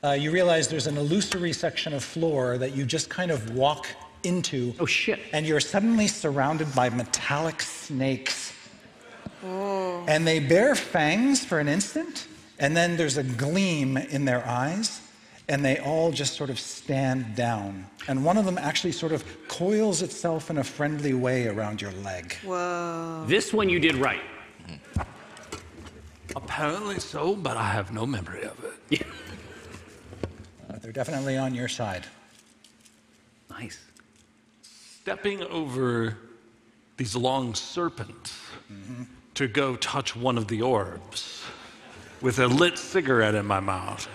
Speaker 6: uh, you realize there's an illusory section of floor that you just kind of walk into. Oh,
Speaker 3: shit.
Speaker 6: And you're suddenly surrounded by metallic snakes.
Speaker 8: Oh.
Speaker 6: And they bear fangs for an instant, and then there's a gleam in their eyes, and they all just sort of stand down. And one of them actually sort of coils itself in a friendly way around your leg.
Speaker 8: Whoa.
Speaker 3: This one you did right.
Speaker 7: Apparently so, but I have no memory of it.
Speaker 6: Uh, They're definitely on your side.
Speaker 3: Nice.
Speaker 7: Stepping over these long serpents to go touch one of the orbs with a lit cigarette in my mouth.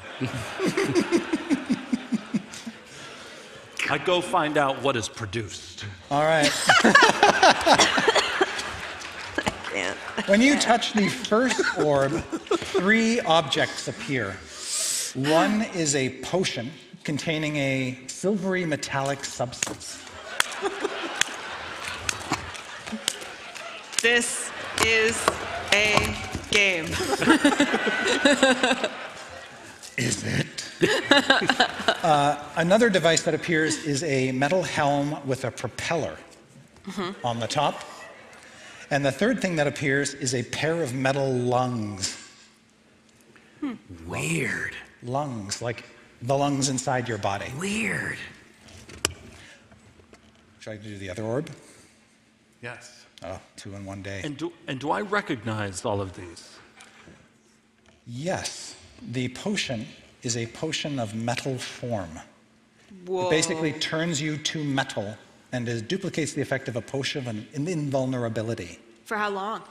Speaker 7: <laughs> I go find out what is produced.
Speaker 6: All right. <laughs> When you touch the first orb, three objects appear. One is a potion containing a silvery metallic substance.
Speaker 8: This is a game.
Speaker 6: Is it? uh, another device that appears is a metal helm with a propeller on the top. And the third thing that appears is a pair of metal lungs.
Speaker 3: Weird.
Speaker 6: Lungs, like the lungs inside your body.
Speaker 3: Weird.
Speaker 6: Should I do the other orb?
Speaker 7: Yes.
Speaker 6: Oh, two in one day.
Speaker 7: And do, and do I recognize all of these?
Speaker 6: Yes, the potion is a potion of metal form.
Speaker 8: Whoa.
Speaker 6: It basically turns you to metal and it duplicates the effect of a potion of an an invulnerability.
Speaker 8: For how long?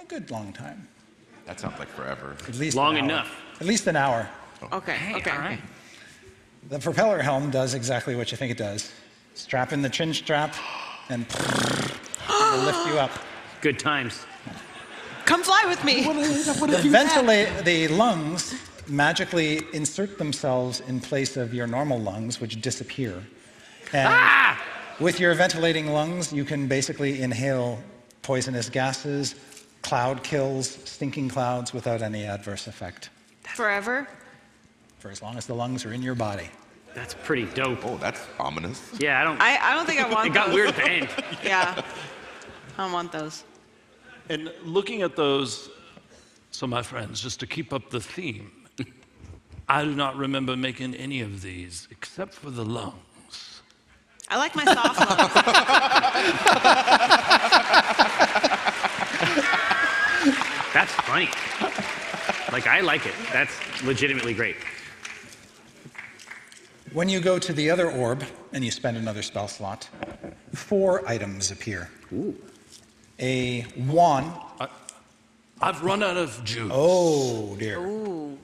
Speaker 6: A good long time.
Speaker 4: That sounds like forever.
Speaker 6: At least an hour. At least an hour.
Speaker 8: Okay. okay.
Speaker 6: The propeller helm does exactly what you think it does. Strap in the chin strap and <gasps> it'll lift you up.
Speaker 3: Good times.
Speaker 8: Come fly with me.
Speaker 6: The ventilate the lungs magically insert themselves in place of your normal lungs, which disappear. And with your ventilating lungs, you can basically inhale poisonous gases, cloud kills, stinking clouds without any adverse effect
Speaker 8: Forever?
Speaker 6: for as long as the lungs are in your body.
Speaker 3: That's pretty dope.
Speaker 4: Oh, that's ominous.
Speaker 3: Yeah, I don't.
Speaker 8: I, I don't
Speaker 3: <laughs>
Speaker 8: think I want
Speaker 3: It got
Speaker 8: those.
Speaker 3: weird at the
Speaker 8: <laughs>
Speaker 3: end.
Speaker 8: Yeah. I don't want those.
Speaker 7: And looking at those, so my friends, just to keep up the theme, I do not remember making any of these except for the lung.
Speaker 8: I like my soft lungs.
Speaker 3: That's funny. Like I like it. That's legitimately great.
Speaker 6: When you go to the other orb and you spend another spell slot, four items appear. A wand.
Speaker 7: I've run out of juice.
Speaker 6: Oh dear.
Speaker 8: Ooh.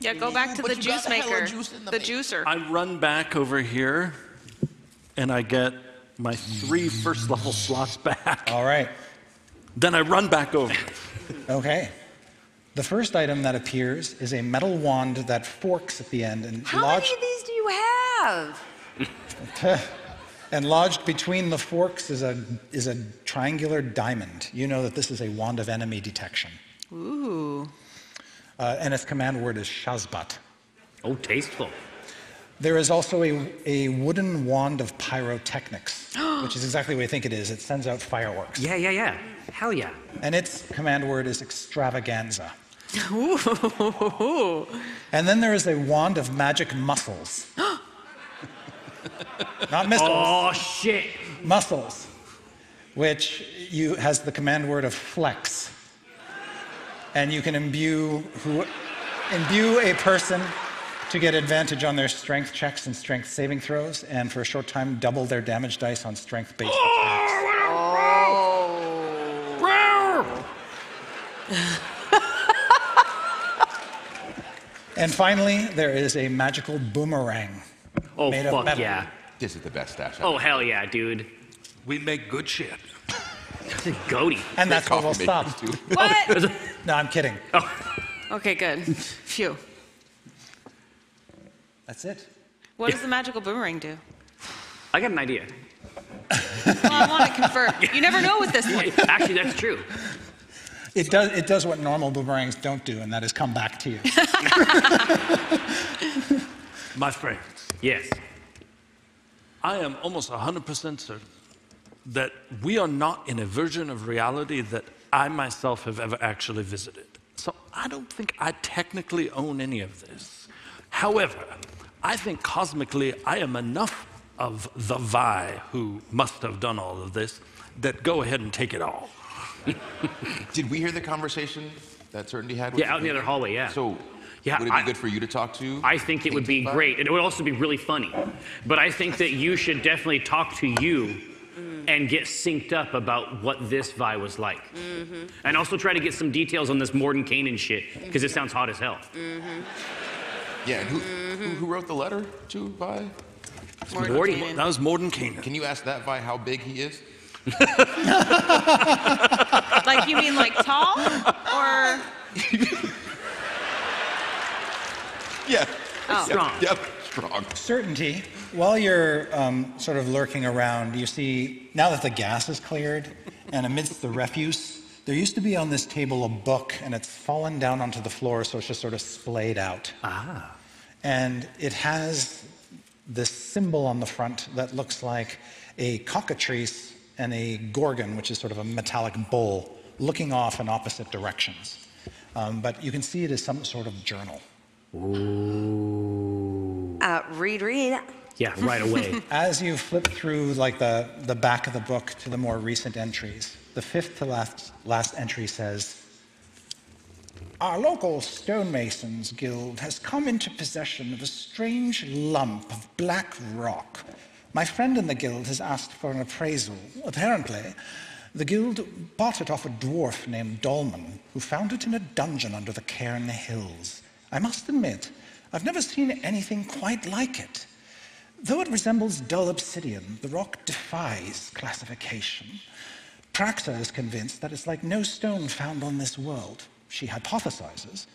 Speaker 8: Yeah, go back to the juice maker. the juicer.
Speaker 7: I run back over here and I get my three first level slots back. <laughs>
Speaker 6: All right.
Speaker 7: Then I run back over.
Speaker 6: Okay. The first item that appears is a metal wand that forks at the end and
Speaker 27: How
Speaker 6: lodged
Speaker 27: many of these do you have?
Speaker 6: <laughs> and lodged between the forks is a is a triangular diamond. You know that this is a wand of enemy detection.
Speaker 8: Ooh.
Speaker 6: Uh, and its command word is Shazbat.
Speaker 3: Oh, tasteful.
Speaker 6: There is also a, a wooden wand of
Speaker 27: <gasps>
Speaker 6: pyrotechnics, which is exactly what I think it is. It sends out fireworks.
Speaker 3: Yeah, yeah, yeah. Hell yeah.
Speaker 6: And its command word is extravaganza. And then there is a wand of
Speaker 27: <gasps>
Speaker 6: magic muscles. Not missiles.
Speaker 3: Oh shit.
Speaker 6: Muscles. which you, has the command word of flex. And you can imbue, who, imbue a person to get advantage on their strength checks and strength saving throws, and for a short time, double their damage dice on strength based.
Speaker 3: Oh!
Speaker 6: And finally, there is a magical boomerang
Speaker 3: Oh,
Speaker 6: made of
Speaker 3: fuck
Speaker 6: metal.
Speaker 3: yeah.
Speaker 5: This is the best stash.
Speaker 3: Oh, hell yeah, dude.
Speaker 6: We make good shit.
Speaker 3: Goaty.
Speaker 6: And that's where we'll stop.
Speaker 8: What?
Speaker 6: no,
Speaker 3: <laughs>
Speaker 6: I'm kidding.
Speaker 8: Okay, good. Phew.
Speaker 6: That's it.
Speaker 8: What does the magical boomerang do?
Speaker 3: I got an
Speaker 8: <laughs>
Speaker 3: idea.
Speaker 8: Well, I want to confirm. You never know with this one.
Speaker 3: Actually, that's true.
Speaker 6: It does, it does what normal boomerangs don't do, and that is come back to you.
Speaker 23: My friend.
Speaker 3: Yes.
Speaker 23: I am almost 100% certain that we are not in a version of reality that I myself have ever actually visited. So I don't think I technically own any of this. However, I think cosmically I am enough of the Vi who must have done all of this that go ahead and take it all.
Speaker 5: <laughs> Did we hear the conversation that Certainty had?
Speaker 3: Yeah, out in the other hallway, yeah.
Speaker 5: So
Speaker 3: Yeah,
Speaker 5: would it be
Speaker 3: I-
Speaker 5: good for you to talk to?
Speaker 3: I think it would be
Speaker 5: About?
Speaker 3: great. and It would also be really funny. But I think that you should definitely talk to you and get synced up about what this Vi was like.
Speaker 28: Mm-hmm.
Speaker 3: And also try to get some details on this Morden Kanan shit, because it sounds hot as hell.
Speaker 28: Mm-hmm.
Speaker 5: Yeah, and who, who, who wrote the letter to Vi?
Speaker 8: Morden Morden- Kanan.
Speaker 23: That was Morden Kanan.
Speaker 5: Can you ask that Vi how big he is?
Speaker 8: Like you mean like tall or
Speaker 5: Yeah.
Speaker 8: Oh. Strong.
Speaker 5: Yep, strong.
Speaker 6: Certainty. While you're um, sort of lurking around, you see, now that the gas is cleared and amidst the refuse, there used to be on this table a book and it's fallen down onto the floor, so it's just sort of splayed out. Ah. And it has this symbol on the front that looks like a cockatrice and a gorgon, which is sort of a metallic bowl, looking off in opposite directions. Um, but you can see it is some sort of journal.
Speaker 21: Uh, read, read.
Speaker 3: Yeah, right away.
Speaker 6: As you flip through like the, the back of the book to the more recent entries, the fifth to last, last entry says, Our local stonemasons guild has come into possession of a strange lump of black rock. My friend in the guild has asked for an appraisal. Apparently, the guild bought it off a dwarf named Dolman, who found it in a dungeon under the Cairn Hills. I must admit, I've never seen anything quite like it. Though it resembles dull obsidian, the rock defies classification. Praxa is convinced that it's like no stone found on this world. She hypothesizes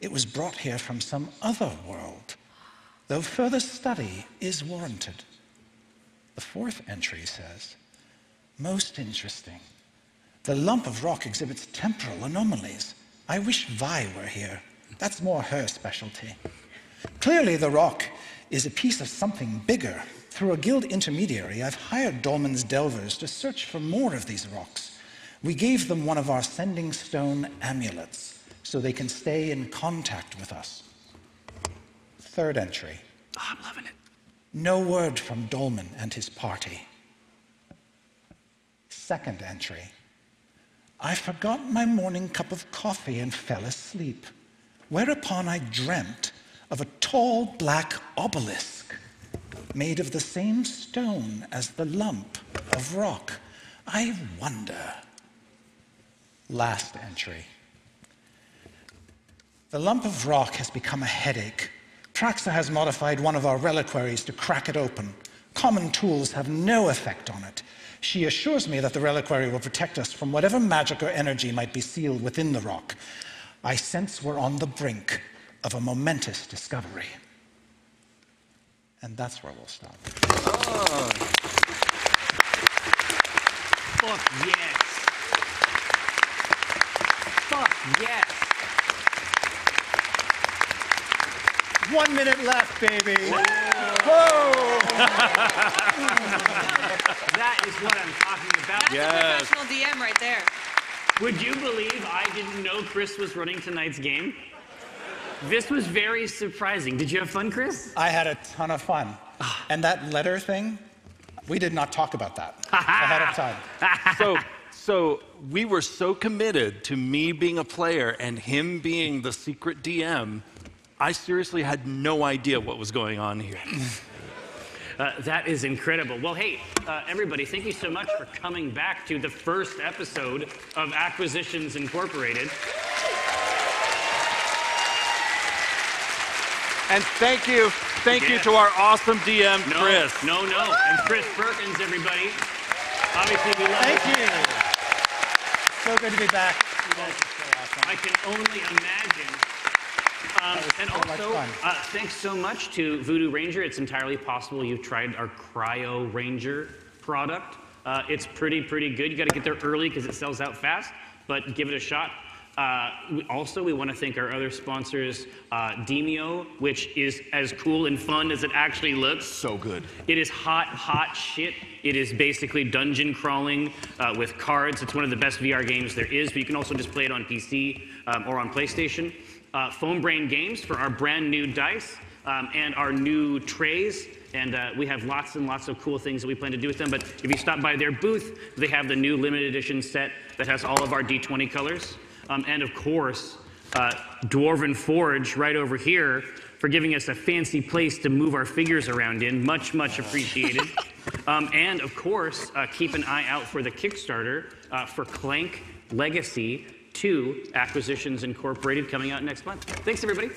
Speaker 6: it was brought here from some other world, though further study is warranted. The fourth entry says Most interesting. The lump of rock exhibits temporal anomalies. I wish Vi were here. That's more her specialty. Clearly, the rock is a piece of something bigger. Through a guild intermediary, I've hired Dolman's delvers to search for more of these rocks. We gave them one of our sending stone amulets so they can stay in contact with us. Third entry. Oh, I'm loving it. No word from Dolman and his party. Second entry. I forgot my morning cup of coffee and fell asleep, whereupon I dreamt of a tall black obelisk made of the same stone as the lump of rock. I wonder. Last entry. The lump of rock has become a headache. Praxa has modified one of our reliquaries to crack it open. Common tools have no effect on it. She assures me that the reliquary will protect us from whatever magic or energy might be sealed within the rock. I sense we're on the brink of a momentous discovery. And that's where we'll stop.
Speaker 3: Fuck yes. Fuck yes.
Speaker 6: One minute left, baby.
Speaker 3: that is what I'm talking about.
Speaker 8: that's a professional DM right there?
Speaker 3: Would you believe I didn't know Chris was running tonight's game? This was very surprising. Did you have fun, Chris?
Speaker 6: Ah. I had a ton of fun. And that letter thing, We did not talk about <laughs> that ahead of time.
Speaker 23: <laughs> so, so we were so committed to me being a player and him being the secret DM. I seriously had no idea what was going on here.
Speaker 3: Uh, that is incredible. Well, hey, uh, everybody, thank you so much for coming back to the first episode of Acquisitions Incorporated.
Speaker 23: And thank you, thank you
Speaker 3: Yes.
Speaker 23: to our awesome DM,
Speaker 3: No,
Speaker 23: Chris.
Speaker 3: no, no. And Chris Perkins, everybody. Obviously, we love
Speaker 19: Thank
Speaker 3: you.
Speaker 6: So good to be back.
Speaker 3: I can only imagine. Um, and also, uh, thanks so much to Voodoo Ranger. It's entirely possible you've tried our Cryo Ranger product. Uh, it's pretty, pretty good. You got to get there early because it sells out fast, but give it a shot. Uh, we, also, we want to thank our other sponsors, uh, Demio, which is as cool and fun as it actually looks. So good. It is hot, hot shit. It is basically dungeon crawling uh, with cards. It's one of the best VR games there is, but you can also just play it on PC um, or on PlayStation uh, Foam Brain Games for our brand new dice um, and our new trays. And uh, we have lots and lots of cool things that we plan to do with them. But if you stop by their booth, they have the new limited edition set that has all of our D20 colors. Um, and of course, uh, Dwarven Forge right over here for giving us a fancy place to move our figures around in. Much, much appreciated. Um, and of course, uh, keep an eye out for the Kickstarter uh, for Clank Legacy 2 Acquisitions Incorporated coming out next month. Thanks, everybody.